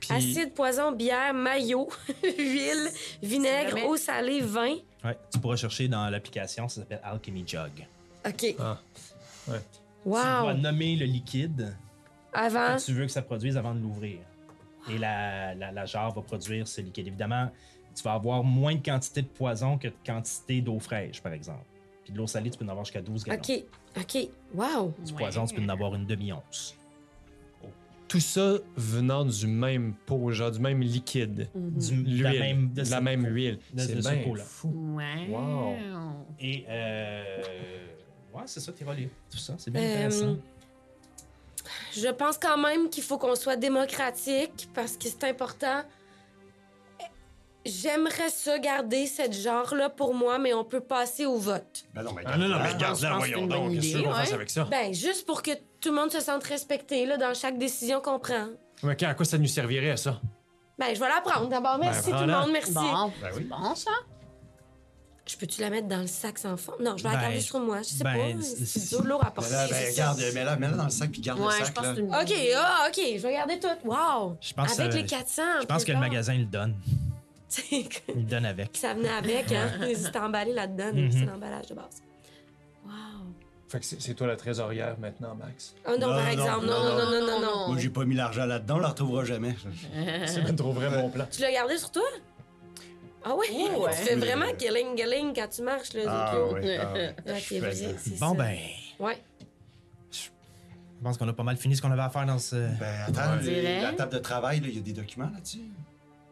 D: Puis...
H: Acide, poison, bière, maillot, huile, vinaigre,
E: C'est vrai.
H: eau salée, vin.
B: Ouais, tu pourras chercher dans l'application, ça s'appelle Alchemy Jug.
H: OK.
D: Ah. Ouais.
B: Tu dois
H: Wow. Hein?
B: nommer le liquide
H: Avant.
B: que tu veux que ça produise avant de l'ouvrir. Et la, la, la jarre va produire ce liquide. Évidemment, tu vas avoir moins de quantité de poison que de quantité d'eau fraîche, par exemple. Puis de l'eau salée, tu peux en avoir jusqu'à 12 gallons.
H: OK. OK. Wow.
B: Du poison, tu peux en avoir une demi-once.
D: Tout ça venant du même pot, genre du même liquide.
H: Mm-hmm.
B: Du- Mm. de
D: L'huile.
B: la même- de
D: de la
B: ce-
D: même huile.
B: de
D: C'est
B: ce
D: bien
B: pot-là.
D: fou.
E: Ouais.
D: Wow.
B: Et, euh... ouais, c'est ça, t'es relié. Tout ça, c'est bien
H: Euh,
B: intéressant.
H: Je pense quand même qu'il faut qu'on soit démocratique parce que c'est important. J'aimerais ça garder cette genre-là pour moi, mais on peut passer au vote.
F: Ben non, mais
D: Ah, non, non, mais
E: regarde, là, voyons donc, qu'est-ce que tu veux qu'on fasse
D: avec ça?
H: Ben, juste pour que tout le monde se sente respecté là, dans chaque décision qu'on prend.
D: Mais à quoi ça nous servirait, ça?
H: Ben, je vais la prendre. D'abord, merci tout le
D: prends-la.
H: monde, merci.
E: Bon,
F: Ben
E: c'est
F: oui.
E: bon ça.
H: Je peux-tu la mettre dans le sac sans fond? Non, je vais la
B: Ben,
H: garder sur moi. Je sais
B: ben,
H: pas.
B: c'est-
H: C'est dur, lourd à porter.
F: Mais là, ben, garde, mets-la, mets-la dans le sac puis garde
E: Ouais,
F: le
E: je
F: sac,
E: pense
F: là.
E: que c'est une.
H: OK, ah, OK, je vais garder tout. Wow!
B: Je pense que
H: avec
B: ça-
H: les 400.
B: Je pense que le magasin le donne.
H: magasin.
B: Il le donne avec.
H: ça venait avec, hein? C'est emballé là-dedans,
E: Mm-hmm.
B: Mhm.
H: c'est l'emballage de base. Wow!
D: Fait que c'est c'est toi la trésorière maintenant, Max.
H: Ah non,
F: Non,
H: par
F: non,
H: exemple, non, non,
F: non,
H: non, non, non,
E: non.
F: Moi, j'ai pas mis l'argent là-dedans, on la retrouvera jamais. Euh.
D: C'est bien trop vrai mon plan.
H: Tu l'as gardé sur toi? Ah oui?
E: ouais.
H: Tu fais vraiment gueling, gueling quand tu marches, là.
F: Ah
H: Zokyo.
F: ouais, ah ouais. Je
H: Ok,
F: suis
H: vas-y.
F: fatigué.
H: c'est
B: Bon,
H: ça.
B: ben,
H: Ouais.
B: je pense qu'on a pas mal fini ce qu'on avait à faire dans ce...
F: Ben attends,
D: Ouais.
F: les- la
E: Direct.
F: table de travail, là, il y a des documents là-dessus.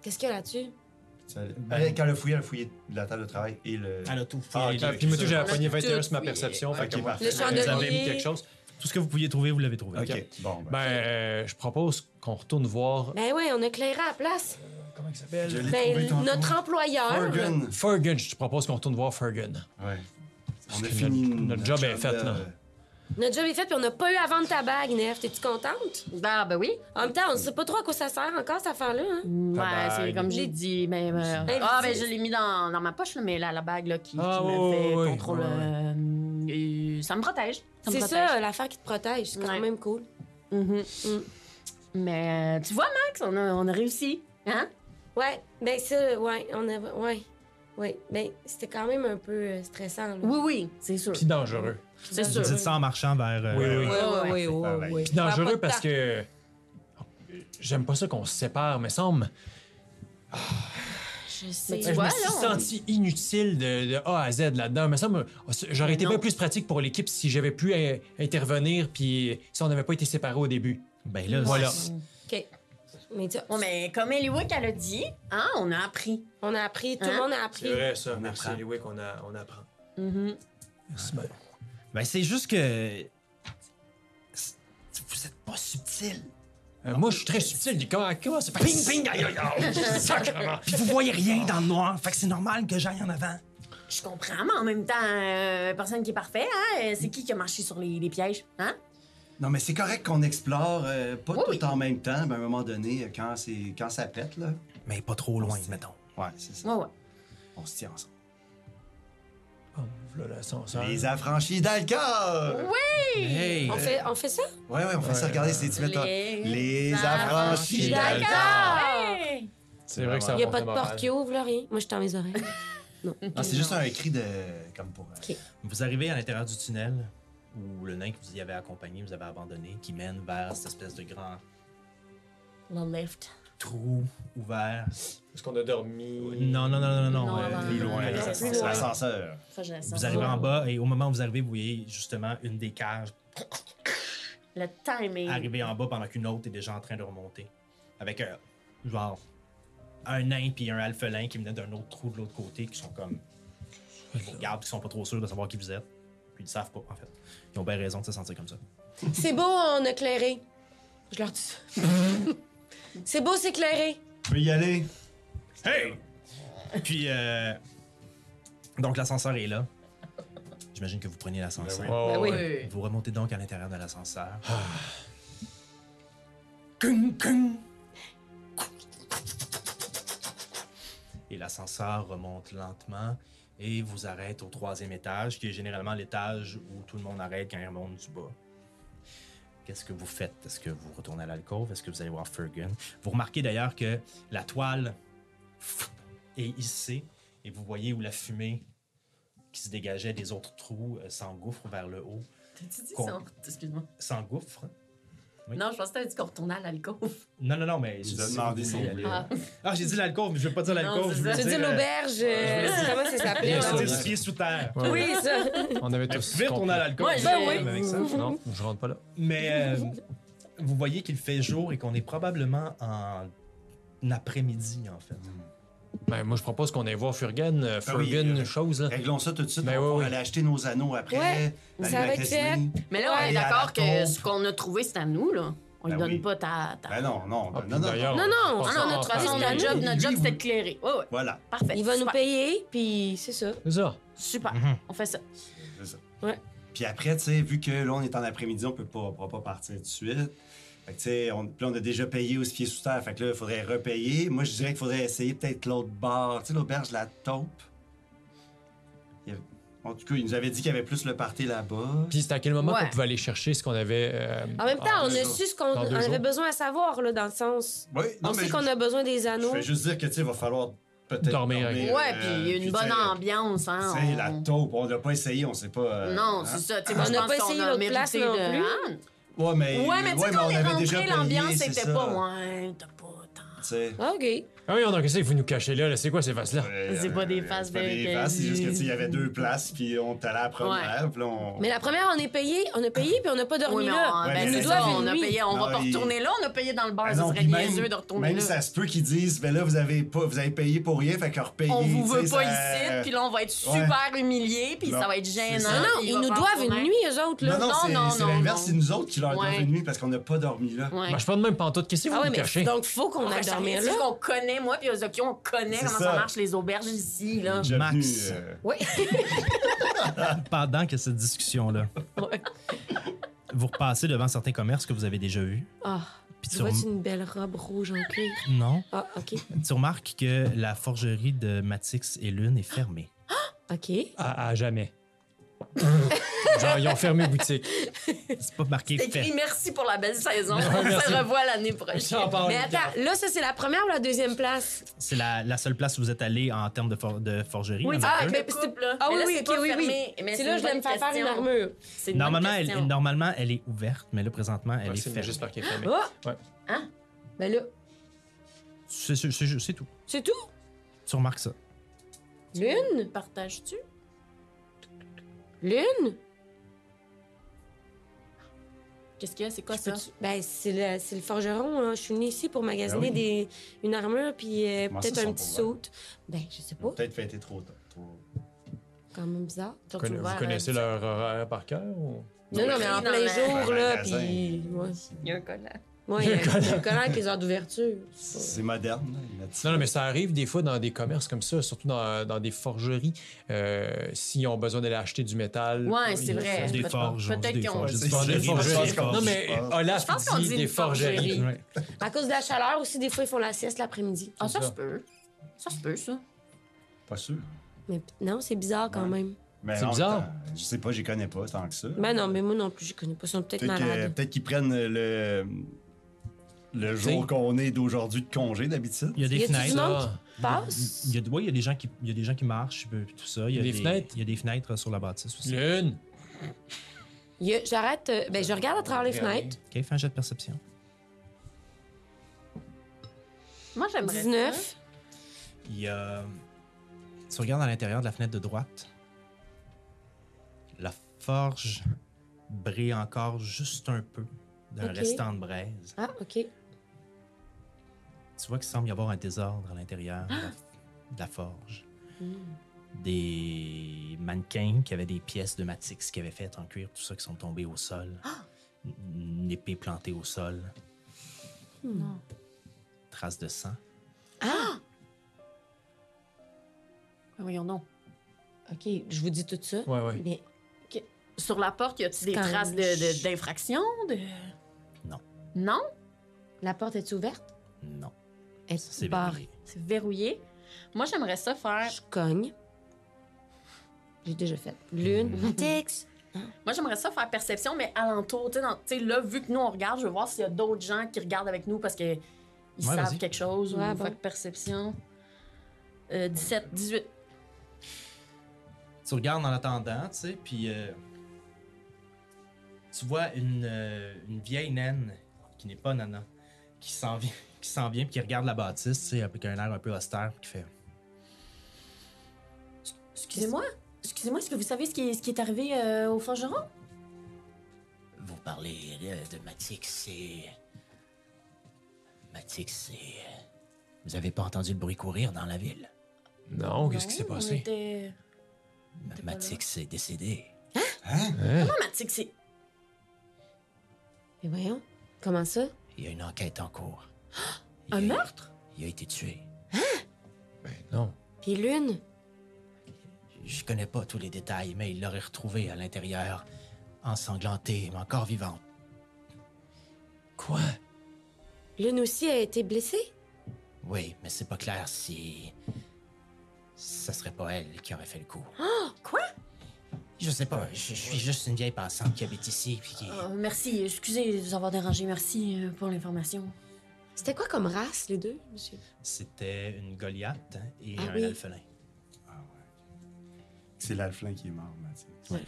H: Qu'est-ce qu'il y a là-dessus?
F: Ça-
D: Ben-
F: ben, elle, Quand elle a fouillé, elle a fouillé la table de travail et le...
B: Elle a tout fouillé.
D: Ah,
B: les
D: ok.
B: deux.
D: Puis moi, tout,
B: Tout
D: j'avais pogné
E: tout
D: 21 sur ma
E: fouillé.
D: perception.
F: Ok,
D: Fait que
F: parfait.
H: Le
D: vous avez mis
H: chandelier.
D: quelque chose.
B: ce que vous pouviez trouver, vous l'avez trouvé.
F: OK, bon. Ben,
D: Ben, euh, je propose qu'on retourne voir.
H: Ben ouais, on a éclairé à la place.
D: Comment il
F: je
D: s'appelle
F: l'ai trouvé
H: Ben,
F: tantôt.
H: notre employeur.
F: Morgan.
D: Fergun. Je te propose qu'on retourne voir Fergun.
F: Ouais. On a
D: que
F: fini
D: notre- notre job est fait, là.
H: Notre job est fait, puis on n'a pas eu à vendre ta bague, Nef. T'es-tu contente?
E: Ah, ben oui.
H: En même temps, on ne sait pas trop à quoi ça sert encore, cette affaire-là. Hein?
E: Ouais,
D: bague.
E: c'est comme j'ai dit. Ben, euh,
H: Elle
E: ah,
H: dit-
E: ben, je l'ai mis dans, dans ma poche, là, mais là, la bague là, qui,
D: Ah,
E: qui me
D: ouais,
E: fait
D: ouais,
E: contrôle.
D: ouais, ouais.
E: euh, euh, ça me protège. Ça me
H: C'est
E: protège.
H: ça, l'affaire qui te protège. C'est quand
E: Ouais.
H: même cool.
E: Mhm.
H: Mm.
E: Mais euh, tu vois, Max, on a, on a réussi. Hein?
H: Ouais, ben ça, ouais, on a. Ouais. Ouais, ben c'était quand même un peu euh, stressant. Là.
E: Oui, oui, c'est sûr.
D: Puis dangereux.
E: C'est
B: Vous
E: sûr.
B: dites ça en marchant vers... euh,
D: Oui, oui.
H: Ouais, ouais, ouais, ouais,
F: Ah, ouais.
H: ouais.
D: Puis dangereux parce que. J'aime pas ça qu'on se sépare, mais semble.
H: Je sais.
E: Mais
D: Je
E: tu vois,
D: me suis
E: là, on-
D: senti inutile de, de A à Z là-dedans. Mais ça, me- j'aurais été
E: non.
D: bien plus pratique pour l'équipe si j'avais pu euh, intervenir puis si on n'avait pas été séparés au début.
B: Ben là,
D: Voilà.
B: c'est-
H: OK. Mais tu sais,
E: Bon, mais comme Eliwick, elle a dit, hein, on a appris.
H: on a appris, tout
E: Hein?
H: le monde a
D: C'est
H: appris.
D: vrai, ça.
F: On
D: Merci,
F: apprend.
D: Eliwick, on, a- on apprend.
E: Mhm.
D: Merci, Ben.
B: Ben, c'est juste que. c'est- Vous êtes pas subtil.
D: Euh, moi, je suis très subtil. Dis, comment, comment c'est ping, ping, aïe, aïe, aïe, sacrement.
B: Puis vous voyez rien dans le noir, fait que c'est normal que j'aille en avant.
E: Je comprends, mais en même temps, euh, personne qui est parfait, hein? euh, C'est qui qui a marché sur les, les pièges, hein?
F: Non, mais c'est correct qu'on explore, euh, pas
E: Oui,
F: tout
E: oui.
F: en même temps, mais à un moment donné, euh, quand, c'est- quand ça pète, là,
B: Mais pas trop loin, mettons.
F: ouais, c'est ça.
E: Ouais, ouais.
F: On se tient ensemble.
D: Oh, voilà l'ascenseur.
F: Les affranchis d'Alcor!
B: Hey!
H: On fait, on fait ça?
F: Ouais, ouais, on fait ça, regardez, c'est tu mets ton-
E: Les-
F: Les affranchis
E: D'accord!
F: d'Alcor!
E: Hey!
D: C'est vrai que ça
H: Il n'y a pas de
D: monte le moral.
H: porte qui ouvre, là, rien. Moi, je tends mes oreilles.
F: Non, Ah, c'est juste un cri de. comme pour. euh,
B: Vous arrivez à l'intérieur du tunnel où le nain que vous y avez accompagné, vous avez abandonné, qui mène vers cette espèce de grand
E: Le lift.
B: trou ouvert.
D: Est-ce qu'on a dormi?
B: Non, non, non, non, non,
E: Non,
B: euh,
E: non,
B: plus
E: non,
B: loin.
E: non,
B: les
E: non,
B: ascenseurs.
E: plus loin.
F: L'ascenseur.
E: Ça, je sens.
B: Vous arrivez en bas et au moment où vous arrivez, vous voyez justement une des cages
E: Le timing.
B: arriver en bas pendant qu'une autre est déjà en train de remonter. Avec un genre un nain puis un alphelin qui venaient d'un autre trou de l'autre côté qui sont comme ils vous regardent, qui sont pas trop sûrs de savoir qui vous êtes. Puis ils le savent pas en fait. Ils ont bien raison de se sentir comme ça.
H: C'est beau, hein, on a clairé. Je leur dis ça. c'est beau, c'est clairé.
F: Tu peux y aller.
B: Hey! Puis, euh, donc l'ascenseur est là. J'imagine que vous prenez l'ascenseur.
D: Oh,
H: Ben oui.
D: ouais.
B: Vous remontez donc à l'intérieur de l'ascenseur. Kung, kung. Et l'ascenseur remonte lentement et vous arrête au troisième étage, qui est généralement l'étage où tout le monde arrête quand il remonte du bas. Qu'est-ce que vous faites? Est-ce que vous retournez à l'alcôve? Est-ce que vous allez voir Fergun? Vous remarquez d'ailleurs que la toile pff, est hissée et vous voyez où la fumée qui se dégageait des autres trous euh, s'engouffre vers le haut
C: T'as-tu dit
B: Con-
C: ça? Excuse-moi.
B: s'engouffre. Oui.
C: Non, je pensais que t'avais dit qu'on retournait à l'alcôve.
B: Non, non, non, mais.
F: Je
B: je
F: vous ai demandé si vous voulez.
B: Ah, Ah, j'ai dit l'alcôve, mais je veux pas dire
C: Non,
B: l'alcôve.
C: c'est
B: Je veux
C: ça.
H: Je veux
B: dire
H: dire,
B: euh,
H: l'auberge, euh,
B: je
H: comment ça
B: je
H: s'appelait?
D: Bien
B: veux
H: l'auberge?
B: dire
D: sûr.
B: ce qui est sous terre.
D: Ouais, ouais.
H: Oui, ça.
D: On avait tous
B: Vite, on
D: compris.
B: a à l'alcôve.
C: Ouais,
H: Ben oui.
D: Mais avec ça, Non, je rentre pas là.
B: Mais euh, vous voyez qu'il fait jour et qu'on est probablement en après-midi, en fait.
D: Ben, moi, je propose qu'on aille voir Furgen, euh,
F: Ah oui,
D: Furgen
F: euh,
D: chose, là.
F: Réglons ça tout de suite.
D: Ben
F: on va
D: ouais, ouais.
F: aller acheter nos anneaux après.
H: Ouais,
F: aller
H: ça
F: à
H: va être
F: Disney.
E: Mais là, on
F: Allez,
E: est d'accord
F: à la
E: que
F: tombe.
E: ce qu'on a trouvé, c'est à nous, là. On lui
F: Ben
E: donne
F: oui.
E: pas ta. ta-
F: Ben non, non,
D: Ah,
F: ben
D: puis
F: non, non.
D: d'ailleurs,
H: Non, non,
D: je
E: Ah
D: pense
E: non,
D: qu'on
E: notre,
D: en
E: façon,
D: parle.
E: notre job, notre job,
F: Lui,
E: c'est
F: oui.
E: de clairer. Ouais, ouais.
F: Voilà.
E: Parfait.
H: Il va nous
E: Super.
H: payer, puis c'est ça.
D: C'est ça.
E: Super.
B: Mhm.
E: On fait ça.
F: C'est ça.
H: Ouais.
F: Puis après, tu sais, vu que là, on est en après-midi, on peut pas, on pourra pas partir tout de suite. Fait que, tu sais, on, puis là, on a déjà payé aussi pied sous terre. Fait que là, il faudrait repayer. Moi, je dirais qu'il faudrait essayer peut-être l'autre bar. Tu sais, l'auberge, la taupe. Il y avait- En tout cas, il nous avait dit qu'il y avait plus le party là-bas.
D: Puis c'était à quel moment
E: Ouais.
D: qu'on pouvait aller chercher ce qu'on avait. euh,
H: En même temps, on
F: deux
H: a
F: jours.
H: su ce qu'on
D: Dans
H: on
D: deux
H: avait
D: jours.
H: besoin à savoir, là, dans le sens.
F: Oui, non,
H: on
F: mais
H: sait
F: je-
H: qu'on a besoin des
F: Je
H: anneaux.
F: vais juste dire que, tu sais, il va falloir peut-être.
D: Dormir avec-
E: Ouais,
F: euh,
E: puis il y a une bonne
F: tu sais,
E: ambiance, hein.
F: Tu sais,
E: on-
F: la taupe, on l'a pas essayé, on sait pas. euh,
E: Non,
F: hein.
E: c'est ça. Tu sais,
H: On
E: moi, je
H: n'a
E: pense
H: pas
E: qu'on
H: essayé
E: a
H: l'autre
E: mérité
H: place non plus.
E: de.
F: Ouais, mais.
E: Ouais, mais tu sais, quand on
F: mais
E: est
F: on avait déjà
E: rentré,
F: payé,
E: l'ambiance,
F: c'est
E: c'était
F: ça.
E: pas. Ouais, t'as pas tant.
F: Tu sais.
H: Ah, OK.
D: Ah oui, on a qu'est-ce que vous nous cachez là, là? C'est quoi ces faces-là?
F: Ouais, euh,
E: C'est pas des faces
F: c'est pas
E: de-
F: des
E: que-
F: faces, c'est juste que, tu sais, il y avait deux places, puis on t'allait à la première, puis là, on...
H: Mais la première, on est payé, on a payé, puis on n'a pas dormi
E: Oui, mais
H: là.
E: on,
F: Ouais,
E: ben,
F: mais
E: c'est
F: c'est
E: ça,
F: ça,
E: on a
H: une
E: payé, on va
F: Non,
E: pas
F: il-
E: retourner là, on a payé dans le bar,
F: Ah
E: ça
F: non,
E: serait
F: puis même-
E: niaiseux de retourner
F: Même
E: là.
F: ça se peut qu'ils disent, ben là, vous avez, pas, vous avez payé pour rien, fait que repayez.
E: On vous
F: tu
E: veut
F: sais,
E: pas
F: ça- euh,
E: ici, puis là, on va être
F: Ouais.
E: super humiliés, puis
F: Non,
E: ça va être
F: c'est
E: gênant.
F: ça.
H: Non, non,
E: puis hein, il
H: ils
E: va
H: nous
E: falloir
H: doivent
E: retourner.
H: une nuit, eux autres,
F: Non,
H: là. Ah
F: non,
E: Non,
F: c'est-
E: non,
F: c'est
E: non,
F: l'inverse,
E: non.
F: c'est nous autres qui leur
E: Ouais.
F: donnons une nuit parce qu'on n'a pas dormi là.
E: Ouais.
D: Ben, je parle de même pantoute. Qu'est-ce que
H: Ah
D: vous
H: ouais,
D: nous
H: mais
D: cachez?
H: donc faut qu'on
E: Ouais,
H: aille
E: ça
H: dormir
E: arrive,
H: là.
E: c'est qu'on connaît, moi, puis Ozokyo, on connaît
F: C'est
E: comment ça.
F: ça.
E: marche, les auberges ici, là.
F: J'ai
B: Max.
F: venu, euh,
B: Pendant que cette discussion-là,
H: Ouais.
B: vous repassez devant certains commerces que vous avez déjà vus.
H: Ah,
B: Puis
H: tu
B: tu,
H: vois
B: rem-
H: une belle robe rouge en cuir.
B: non,
H: Ah, OK.
B: tu remarques que la forgerie de Matix et Lune est fermée.
H: OK.
F: Oh,
D: À, à jamais. Genre, ils ont fermé boutique.
B: C'est pas marqué
E: C'est écrit
B: fermé.
E: merci pour la belle saison. On se revoit l'année prochaine.
H: Mais attends, là, ça, c'est la première ou la deuxième place?
B: C'est la, la seule place où vous êtes allé en termes de, for- de forgerie. il y en a
H: ah,
B: deux.
H: ok.
E: mais
H: mais
E: couple, là.
H: Ah
E: Mais
H: oui,
E: là,
H: oui,
E: c'est
H: ok,
E: pas
H: oui, oui.
E: fermé. Mais
H: C'est là
E: une
H: je vais
E: bonne
H: me faire faire une
E: question.
H: armure.
E: C'est une bonne
B: Normalement elle,
E: question.
B: normalement, elle est ouverte, mais là, présentement, elle
D: Ouais,
B: est
D: c'est
B: fermée.
D: juste par qu'il est fermé.
H: Oh!
D: Ouais.
H: Hein? Ben là,
B: C'est c'est- c'est- c'est tout.
H: c'est tout?
B: Tu remarques ça.
H: Lune?
E: Partages-tu?
H: Lune?
E: Qu'est-ce qu'il y a? C'est quoi
H: Je
E: ça?
H: peux-tu- Ben, c'est le, c'est le forgeron. hein. Je suis venue ici pour magasiner
F: Ben
H: des, une armure puis euh,
F: Comment
H: peut-être
F: ça,
H: un
F: sont
H: petit
F: pour
H: saut. Ben, je sais
D: Oh.
H: pas.
F: Peut-être fêter trop tôt. Trop...
H: Quand même bizarre.
E: T'as
D: Conna-
E: ouvert,
D: vous connaissez
E: euh,
D: leur horaire par cœur? Ou...
H: Non, non, mais en
C: dans
H: plein
C: la-
H: jour,
F: dans le
H: là,
F: magasin.
H: puis... Ouais,
C: Il y a un collant.
H: Ouais, il y a un collant avec les heures d'ouverture.
F: C'est moderne. hein, là, ils mettent ça.
D: Non, non, mais ça arrive des fois dans des commerces comme ça, surtout dans, dans des forgeries. euh, S'ils ont besoin d'aller acheter du métal.
E: Ouais,
D: ils
E: c'est
D: font
E: vrai.
B: Des
E: Peut-
B: forges,
E: Peut-être
B: des
E: qu'ils ont-
B: forges.
D: Des forges- des
B: Je pense
D: forgeries.
B: qu'on-
D: Non, mais Olaf
E: Je pense qu'on
D: dit,
E: dit
D: des
E: une
D: forgeries.
E: forgerie.
D: Ouais.
H: À cause de la chaleur aussi, des fois, ils font la sieste l'après-midi.
E: Ah, ça
D: ça.
E: se peut. Ça se peut, ça.
F: Pas sûr.
H: Mais p- non, c'est bizarre quand
F: Ouais.
H: même.
F: Mais
D: C'est
F: en même
D: bizarre.
F: temps, Je sais pas, j'y connais pas tant que ça.
H: Ben non, mais moi non plus, je connais pas. Ils sont peut-être
F: Peut-être que-
H: malades.
F: peut-être qu'ils prennent le, le jour
D: T'sais.
F: qu'on est d'aujourd'hui de congé d'habitude.
B: Il y a
H: Y
B: des
H: a-tu du
B: fenêtres.
H: monde?
D: Ça,
H: Passe.
B: Il y a, ouais, il y a des gens qui, il y a des gens qui marchent, puis tout ça. Il y a
D: Des
B: des,
D: fenêtres?
B: Il y a des fenêtres sur la bâtisse aussi.
D: Lune.
H: Il y a- J'arrête. euh, Ben, je regarde à travers les
D: Regardez.
H: fenêtres.
B: Ok, fais un jet de perception.
E: Moi, j'aimerais.
H: 19.
B: Il y a. Tu regardes à l'intérieur de la fenêtre de droite. La forge brille encore juste un peu d'un
H: Ok.
B: restant de braise.
H: Ah, OK.
B: Tu vois qu'il semble y avoir un désordre à l'intérieur de la- de la forge. Des mannequins qui avaient des pièces de Matix qui avaient faites en cuir, tout ça qui sont tombés au sol. Une épée plantée au sol. Traces de sang.
E: Ben Voyons non.
H: OK, je vous dis tout ça.
D: Ouais, ouais.
H: Mais
E: Sur la porte, y a-tu des
H: quand même
E: traces de- de-
H: ch-
E: d'infraction? De,
B: Non.
E: Non?
H: la porte est ouverte?
B: Non,
H: Elle
B: c'est
H: est
B: verrouillé.
H: barrée.
E: C'est verrouillé. Moi, j'aimerais ça faire.
H: Je cogne. J'ai déjà fait. Lune. Tix.
E: Moi, j'aimerais ça faire perception, mais alentour. Tu sais, dans- tu sais, là, vu que nous, on regarde, je veux voir s'il y a d'autres gens qui regardent avec nous parce qu'ils
B: Ouais,
E: savent
B: vas-y.
E: quelque chose.
H: Ouais,
E: ou
H: bon.
E: fait que perception. Euh, 17, 18.
B: Tu regardes en attendant, tu sais, puis euh, tu vois une, euh, une vieille naine qui n'est pas Nana, qui s'en vient, qui s'en vient, puis qui regarde la bâtisse, tu sais, avec un air un peu austère, puis qui fait.
E: Excusez-moi. Excusez-moi, est-ce que vous savez ce qui est, ce qui est arrivé euh, au forgeron?
G: Vous parlez euh, de Matix, c'est. Matix, c'est. Vous avez pas entendu le bruit courir dans la ville?
D: Non, Oh, qu'est-ce qui
E: Non,
D: s'est
E: on
D: passé?
E: était- pas là.
G: Matix est décédé.
D: Hein?
E: Ah, mais tu sais que c'est.
H: Mais voyons. Comment ça?
G: Il y a une enquête en cours. Il
E: Ah! Un
G: a-
E: meurtre? Hein?
G: Il a été tué.
D: Ben Non.
H: Puis Lune.
G: Je connais pas tous les détails, mais il l'aurait retrouvé à l'intérieur, ensanglantée, mais encore vivante.
D: Quoi?
H: Lune aussi a été blessée?
G: Oui, mais c'est pas clair si. Ça serait pas elle qui aurait fait le coup.
H: Ah!
E: Quoi?
G: Je sais pas, je, je suis juste une vieille passante qui habite ici, puis qui.
E: Euh, merci, excusez de vous avoir dérangé. Merci euh, pour l'information.
H: C'était quoi comme race, les deux? monsieur?
B: C'était une Goliath hein, et
H: Ah
B: un
H: oui.
B: alphelin.
F: C'est l'alflin qui est mort, Mathieu.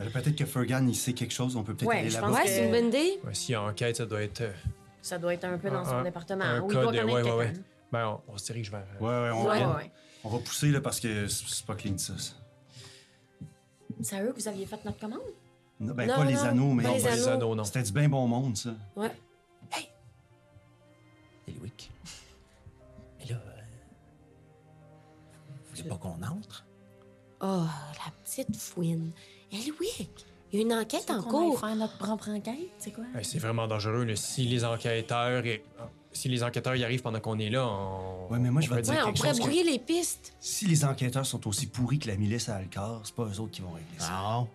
F: Alors, Peut-être que Fergan, il sait quelque chose, on peut peut-être
E: Ouais,
F: aller
E: je
F: là-bas.
E: pense
H: Ouais,
E: que-
H: c'est une bonne idée.
D: Ouais, S'il y a enquête, ça doit être. euh,
E: Ça doit être un peu dans
D: Un-
E: son
D: un-
E: département.
D: un
E: ou il doit
D: code,
E: connaître
D: ouais, ouais,
E: quelqu'un.
D: Ben, on, on se dirige vers. euh,
F: Ouais, ouais, on,
E: Ouais,
F: on-
E: ouais, ouais.
F: on va pousser là, parce que c'est c'est pas clean ça. ça.
E: C'est à eux que vous aviez fait notre commande?
F: Non, ben,
H: Non,
F: pas les
H: non,
F: anneaux, mais
H: pas
D: non,
H: les
D: pas les
H: anneaux.
D: anneaux, non.
F: c'était du bien bon monde, ça.
H: Ouais.
G: Eliwick. Mais là. euh, Vous voulez pas qu'on entre?
H: Oh, la petite fouine. Elle, oui. Il y a une enquête
E: Tu veux
H: en
E: qu'on
H: cours.
E: aille faire notre propre enquête, c'est quoi?
D: Hey, c'est vraiment dangereux. là. Si les enquêteurs et- si les enquêteurs y arrivent pendant qu'on est là, on.
F: Ouais, mais moi, je
D: on
F: vais
D: peut
F: te
D: dire
H: Ouais, on
F: quelque
H: pourrait
F: chose que-
H: brouiller les pistes.
F: Si les enquêteurs sont aussi pourris que la milice à Alcar, c'est pas eux autres qui vont régler ça.
B: Non.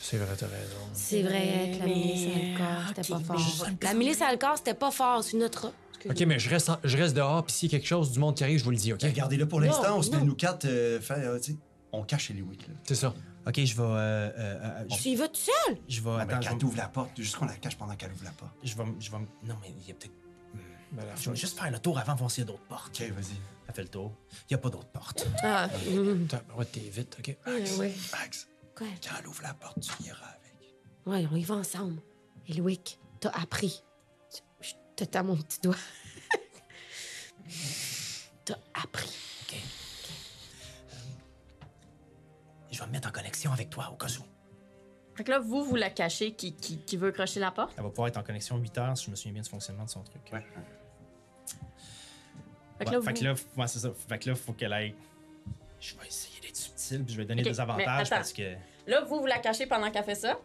D: C'est vrai, t'as raison.
H: C'est vrai que la
E: Mais-
H: milice à c'était
E: ok,
H: pas
E: mais
H: fort. La milice à c'était pas fort, c'est notre.
D: Ok, mais je reste, en- je reste dehors, puis s'il y a quelque chose du monde qui arrive, je vous le dis, ok?
F: Regardez-le pour
H: Non,
F: l'instant, on se met
H: non.
F: nous quatre, euh, faire, euh, tu sais, on cache Eliwick. là.
D: C'est ça.
B: Ok, je vais. euh, euh, euh, je-
H: Tu y vas tout seul?
B: je vais.
F: Non, mais
B: Attends, ben, je
F: quand
B: vais-
F: elle ouvre la porte, juste qu'on la cache pendant qu'elle ouvre la porte.
B: je vais. me- Je vais. me- Non, mais il y a peut-être. hmm,
D: Mais à Ben, la
B: Je
D: fin,
B: vais juste faire le tour avant de voir s'il y a d'autres portes.
F: Ok, vas-y.
B: Elle fait le tour. Il y a pas d'autres portes.
H: Ah,
D: T'as- ouais, t'es vite, ok?
H: ouais.
F: Max,
H: Quoi?
F: quand elle ouvre la porte, tu iras avec.
H: Ouais, on y va ensemble. Eliwick, t'as appris. Je te tape mon petit doigt. t'as appris.
G: Je vais me mettre en connexion avec toi au cas où.
E: Fait que là, vous, vous la cachez qui, qui, qui veut crocher la porte.
B: Elle va pouvoir être en connexion 8 heures, si je me souviens bien du fonctionnement de son truc.
F: Ouais.
E: Fait que
B: Ouais,
E: là,
B: fait
E: vous-
B: que là, f- ouais, c'est ça. Fait que là, faut qu'elle aille. Je vais essayer d'être subtil, puis je vais donner
E: Ok,
B: des
E: mais
B: avantages
E: attends.
B: parce que.
E: Là, vous, vous la cachez pendant qu'elle fait ça.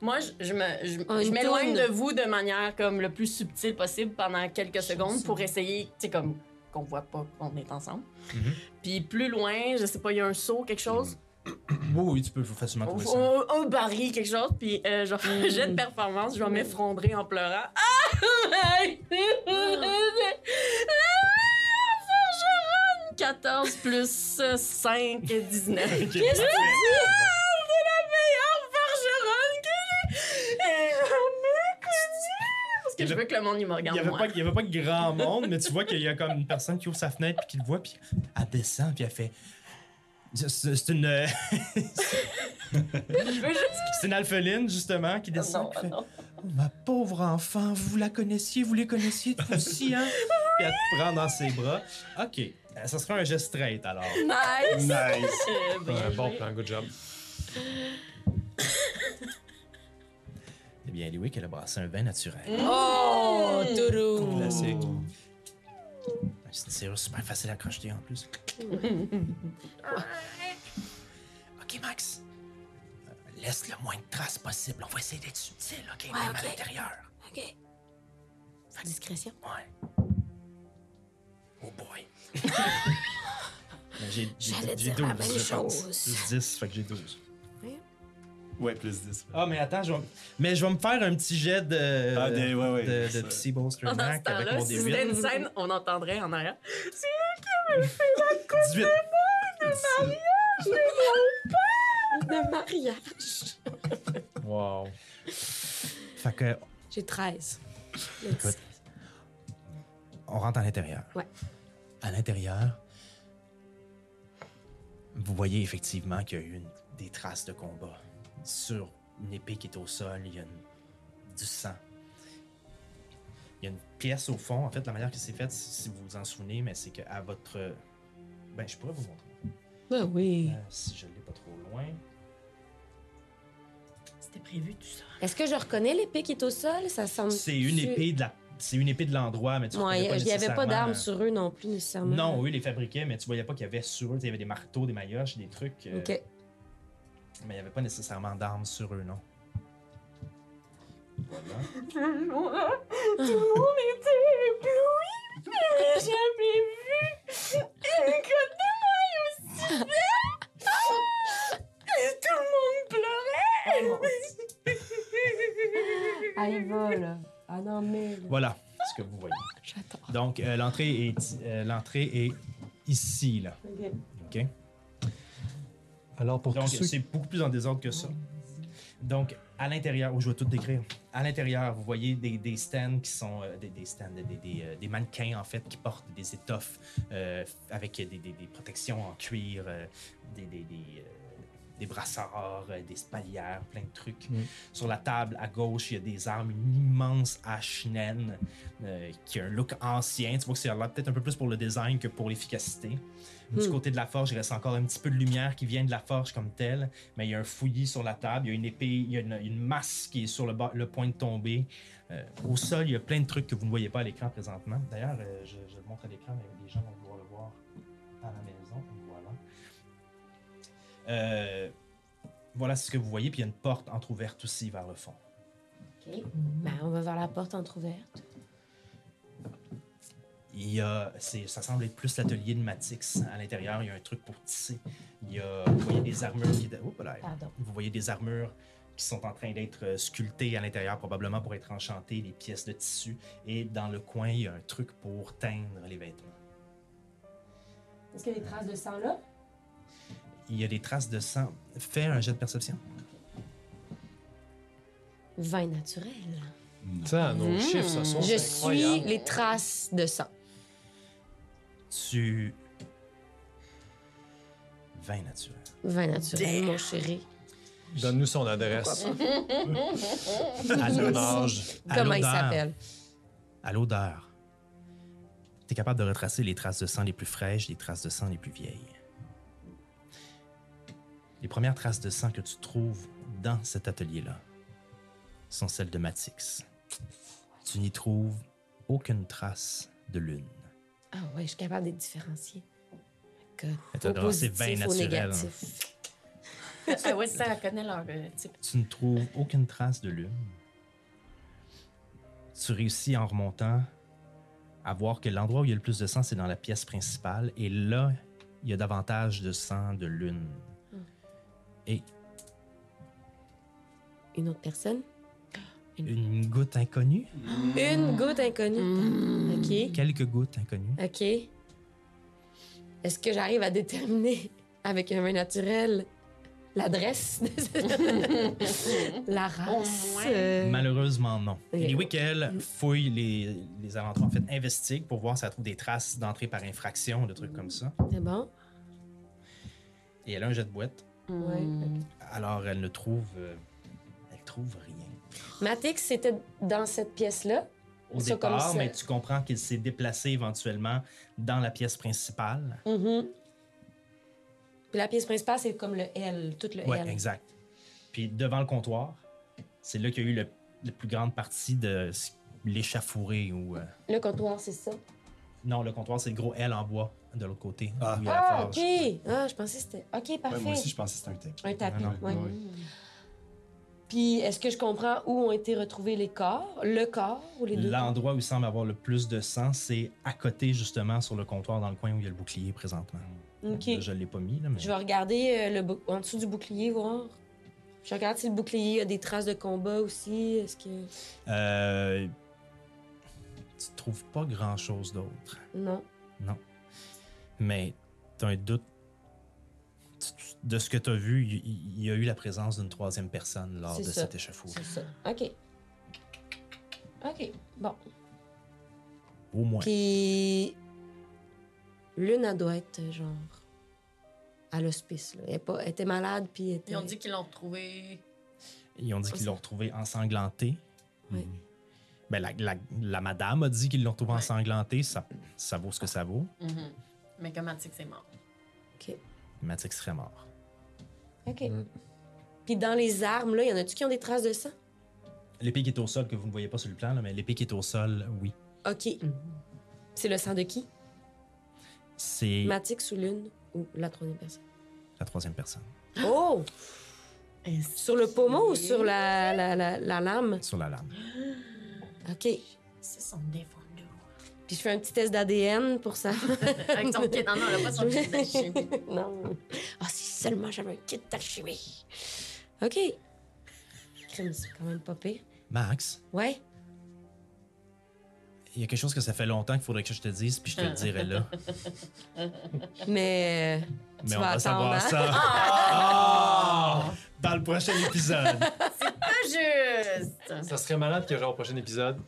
E: Moi, je, je me- je-
H: Ah,
E: je
H: une
E: m'éloigne
H: toune.
E: de vous de manière comme le plus subtile possible pendant quelques secondes pour essayer, tu sais, comme qu'on voit pas qu'on est ensemble.
B: Mhm.
E: Puis plus loin, je sais pas, il y a un saut, quelque chose,
B: Oui, oui, tu peux facilement trouver Ah, ça. Hmm.
E: un, un baril, quelque chose, puis euh, je vais faire un jet de performance, je vais m'effondrer en pleurant. Ah! Forgeron! 14 plus 5, 19.
B: Qu'est-ce
E: C'est la meilleure forgeronne que j'ai jamais connue! Parce que
B: Il y
E: je veux que le monde il me
B: Il n'y
E: regarde
B: avait,
E: moi.
B: pas- il y avait pas grand monde, mais tu vois qu'il y a comme une personne qui ouvre sa fenêtre, puis qui le voit, puis elle descend, puis elle fait. C'est c'est une, euh,
E: Je veux juste
B: c'est une alpheline, justement, qui
E: que
B: descend.
E: non,
B: puis fait,
E: non.
B: Oh, ma pauvre enfant, vous la connaissiez, vous les connaissiez tous aussi, hein? Puis elle te prend dans ses bras. OK, euh, ça sera un geste straight, alors.
E: Nice!
F: Nice.
E: Euh, bien
D: Un bon
E: joué.
D: plan, good job.
G: Eh bien, Louis, qu'elle a brassé un vin naturel.
H: Mmh. Oh, Tourou!
D: Classique.
G: Ah, C'est une serrure super facile à crocheter en plus. ok, Max. Euh, Laisse le moins de traces possible. On va essayer d'être subtil, ok? Même
H: ok.
G: à l'intérieur.
H: OK. Faire discrétion.
G: Ouais. Oh boy. Ben, j'ai j'ai-
H: J'allais
G: j'ai
H: dire la
G: je
H: même
G: pense.
H: chose.
G: Plus 10, fait que j'ai 12.
F: Ouais, plus 10.
B: Ah, mais attends, je vais, mais je vais me faire un petit jet de.
F: Ah, des- ouais, ouais,
B: de,
F: ça.
B: de Psy Bolster
E: Pendant ce
B: Mac avec
E: temps-là,
B: mon
E: si
B: D8.
E: c'était une scène, on entendrait en arrière.
B: 18.
H: Le mariage.
D: Wow.
B: Fait que,
H: J'ai 13. Le
G: Écoute, on rentre à l'intérieur.
H: Ouais.
G: À l'intérieur, vous voyez effectivement qu'il y a eu une- des traces de combat. Sur une épée qui est au sol, il y a une- du sang. Il y a une pièce au fond. En fait, la manière que c'est faite, si si vous vous en souvenez, mais c'est que à votre... Ben, je pourrais vous montrer.
H: Ben oui.
G: Euh, si je l'ai pas trop loin.
E: C'était prévu tout ça.
H: Est-ce que je reconnais l'épée qui est au sol? Ça semble.
B: C'est une épée de la. C'est une épée de l'endroit, mais tu
H: Ouais,
B: reconnais pas
H: il n'y avait pas
B: nécessairement,
H: d'armes
B: euh,
H: sur eux non plus, nécessairement.
B: Non, eux les fabriquaient, mais tu voyais pas qu'il y avait sur eux. Il y avait des marteaux, des maillotches, des trucs. euh,
H: OK.
B: Mais il n'y avait pas nécessairement d'armes sur eux, non. Voilà.
E: Tout le monde était ébloui. J'avais jamais vu un code de maille aussi Et tout le monde pleurait.
H: Elle va, là. Ah non, mais. là.
B: Voilà ce que vous voyez.
H: J'attends.
B: Donc, euh, l'entrée est, euh, l'entrée est ici, là.
H: OK.
B: OK?
D: Alors, pour
B: Donc,
D: tous ceux
B: c'est beaucoup plus en désordre que ça. Donc, à l'intérieur, où je vais tout décrire, à l'intérieur, vous voyez des, des stands qui sont euh, des, des stands, des, des- des, euh, des mannequins, en fait, qui portent des étoffes euh, avec des, des- des protections en cuir, euh, des, des- des, euh, des brassards, euh, des spalières, plein de trucs. Sur la table à gauche, il y a des armes, une immense hache naine euh, qui a un look ancien. Tu vois que c'est là peut-être un peu plus pour le design que pour l'efficacité. Du côté de la forge, il reste encore un petit peu de lumière qui vient de la forge comme telle, mais il y a un fouillis sur la table, il y a une épée, il y a une, une masse qui est sur le, bas- le point de tomber. Euh, au sol, il y a plein de trucs que vous ne voyez pas à l'écran présentement. D'ailleurs, euh, je, je le montre à l'écran, mais les gens vont pouvoir le voir à la maison. Voilà. Euh, voilà ce que vous voyez, puis il y a une porte entrouverte aussi vers le fond.
H: OK. Ben, on va vers la porte entrouverte.
B: Il y a, c'est- ça semble être plus l'atelier de Matix. À l'intérieur, il y a un truc pour tisser. Il y a, vous voyez des armures qui, Oups, là.
H: Pardon.
B: vous voyez des armures qui sont en train d'être euh, sculptées à l'intérieur, probablement pour être enchantées, les pièces de tissu. Et dans le coin, il y a un truc pour teindre les vêtements.
H: Est-ce qu'il y a des traces de sang là?
B: Il y a des traces de sang. Fais un jet de perception.
H: Vin naturel.
D: Ça, nos
E: Mm.
D: chiffres, ça sont
H: Mmh. Je suis
D: incroyables.
H: les traces de sang.
B: Tu. Vin naturel.
H: Vin naturel, mon chéri.
D: Donne-nous son adresse.
B: À
D: Son
B: l'odeur-
D: âge.
B: à
H: Comment il
B: l'odeur-
H: s'appelle?
B: À l'odeur, tu es capable de retracer les traces de sang les plus fraîches, les traces de sang les plus vieilles. Les premières traces de sang que tu trouves dans cet atelier-là sont celles de Matix. Tu n'y trouves aucune trace de lune.
H: Ah ouais, je suis capable d'être différencier. God.
B: Mais t'as
H: Au
B: dehors, c'est
H: positif,
B: bien
H: au
B: naturel, hein.
H: négatif.
E: Ah ouais, ça connaît leur euh, type.
B: Tu ne trouves aucune trace de lune. Tu réussis en remontant à voir que l'endroit où il y a le plus de sang, c'est dans la pièce principale. Et là, il y a davantage de sang de lune. Et
H: Une autre personne?
B: une goutte inconnue,
H: Une goutte inconnue. OK.
B: quelques gouttes inconnues.
H: OK. Est-ce que j'arrive à déterminer avec un main naturel l'adresse de ce- la race? euh,
B: Malheureusement, non.
H: Ok.
B: Les Wickel fouille les, les alentours, en fait, investigue pour voir si elle trouve des traces d'entrée par infraction, de trucs comme ça.
H: C'est bon?
B: Et elle a un jet de boîte.
E: Hmm.
H: Ouais.
B: Alors, elle ne trouve, euh, elle trouve rien.
H: Matix, c'était dans cette pièce-là.
B: au
H: Ça, comme
B: départ,
H: ça.
B: mais tu comprends qu'il s'est déplacé éventuellement dans la pièce principale.
H: Mhm.
E: Mm-hmm.
H: Puis la pièce principale, c'est comme le L, tout le
B: Oui,
H: L.
B: exact. Puis devant le comptoir, c'est là qu'il y a eu le- la plus grande partie de ce- l'échafouré ou. euh,
H: Le comptoir, c'est ça.
B: Non, le comptoir, c'est le gros L en bois de l'autre côté.
F: Ah.
B: où il y a la
H: Ah,
B: forge.
H: OK. Ah, je pensais que c'était... OK,
F: Ouais,
H: parfait.
F: moi aussi, je pensais que c'était un tech.
H: Un tapis,
B: Non, non.
H: ouais. Puis, est-ce que je comprends où ont été retrouvés les corps? Le corps ou les deux? corps?
B: L'endroit où il semble avoir le plus de sang, c'est à côté, justement, sur le comptoir, dans le coin où il y a le bouclier présentement.
H: OK.
B: Là, Je ne l'ai pas mis, là, mais.
H: Je vais regarder euh, le bou- en dessous du bouclier, voir. Je regarde si le bouclier a des traces de combat aussi. Est-ce que...
B: Euh, Tu trouves pas grand-chose d'autre.
H: Non.
B: mais t'as un doute. Tu- tu- De ce que t'as vu, il- il il y a eu la présence d'une troisième personne lors
H: C'est
B: de
H: ça.
B: cet échafaud.
H: C'est ça. OK. OK. Bon.
B: Au moins.
H: Puis... Lune, elle doit être, genre, à l'hospice. là. Elle, est pas- elle était malade, puis elle était...
E: Ils ont dit qu'ils l'ont retrouvé.
B: Ils ont dit qu'ils l'ont retrouvé ensanglanté.
H: Oui.
B: Ben, la, la- la madame a dit qu'ils l'ont retrouvé ensanglanté. Ça, ça vaut ce que ça vaut.
E: Mhm. Mais comment tu sais que c'est mort?
H: OK.
B: Matix serait mort.
H: OK.
C: Mm.
H: Puis dans les armes, là, il y en a-tu qui ont des traces de sang?
B: L'épée qui est au sol, que vous ne voyez pas sur le plan, là, mais l'épée qui est au sol, oui.
H: OK. C'est le sang de qui?
B: C'est
H: Matix ou Lune ou la troisième personne?
B: la troisième personne
H: Oh!
E: Est-ce-
H: Sur le pommeau ou sur la, la, la, la lame?
B: sur la lame.
H: OK. Puis
E: C'est son défendu.
H: je fais un petit test d'ADN pour ça. Ah,
E: Avec son kit. Non, non, elle a pas son kit d'alchimie.
H: non. Ah, si seulement j'avais un kit d'alchimie. OK. Crime, c'est quand même pas pire.
B: Max,
H: Ouais.
B: il y a quelque chose que ça fait longtemps qu'il faudrait que je te dise, puis je te le dirai là.
H: Mais. euh,
B: Mais
H: Tu
B: on
H: vas
B: va
H: attendre,
B: savoir
H: hein?
B: ça. Ah! Dans le prochain épisode.
E: Juste!
C: Ça serait malade que, genre, au prochain épisode,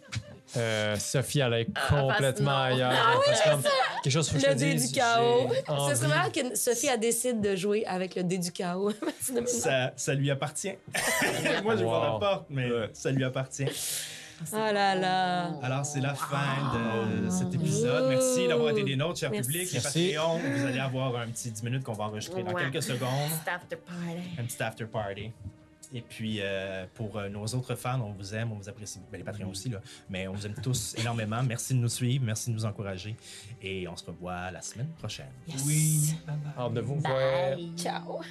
C: euh, Sophie allait complètement
E: Ah, parce- non.
C: ailleurs. Parce que, comme, quelque chose faut que je te
H: Le dé
C: dise,
H: du chaos.
C: j'ai
H: Ce
C: envie.
H: serait mal que Sophie a décide de jouer avec le dé du chaos.
B: ça, ça lui appartient. Moi, je
C: Wow.
B: vois la porte, mais
F: Ouais.
B: ça lui appartient.
H: oh là là.
B: Alors, c'est la fin de cet épisode. Merci d'avoir été des nôtres, cher
H: Merci.
B: public. Les
C: Merci.
B: Patreons, vous allez avoir un petit 10 minutes qu'on va enregistrer dans
E: Ouais.
B: quelques secondes.
E: Staff de party.
B: Un petit after party. Et puis, euh, pour euh, nos autres fans, on vous aime, on vous apprécie. Ben, les Patreons aussi, là. Mais on vous aime tous énormément. Merci de nous suivre, merci de nous encourager. Et on se revoit la semaine prochaine.
H: Yes.
F: Oui.
C: Hâte de vous voir.
E: Bye.
H: Ciao.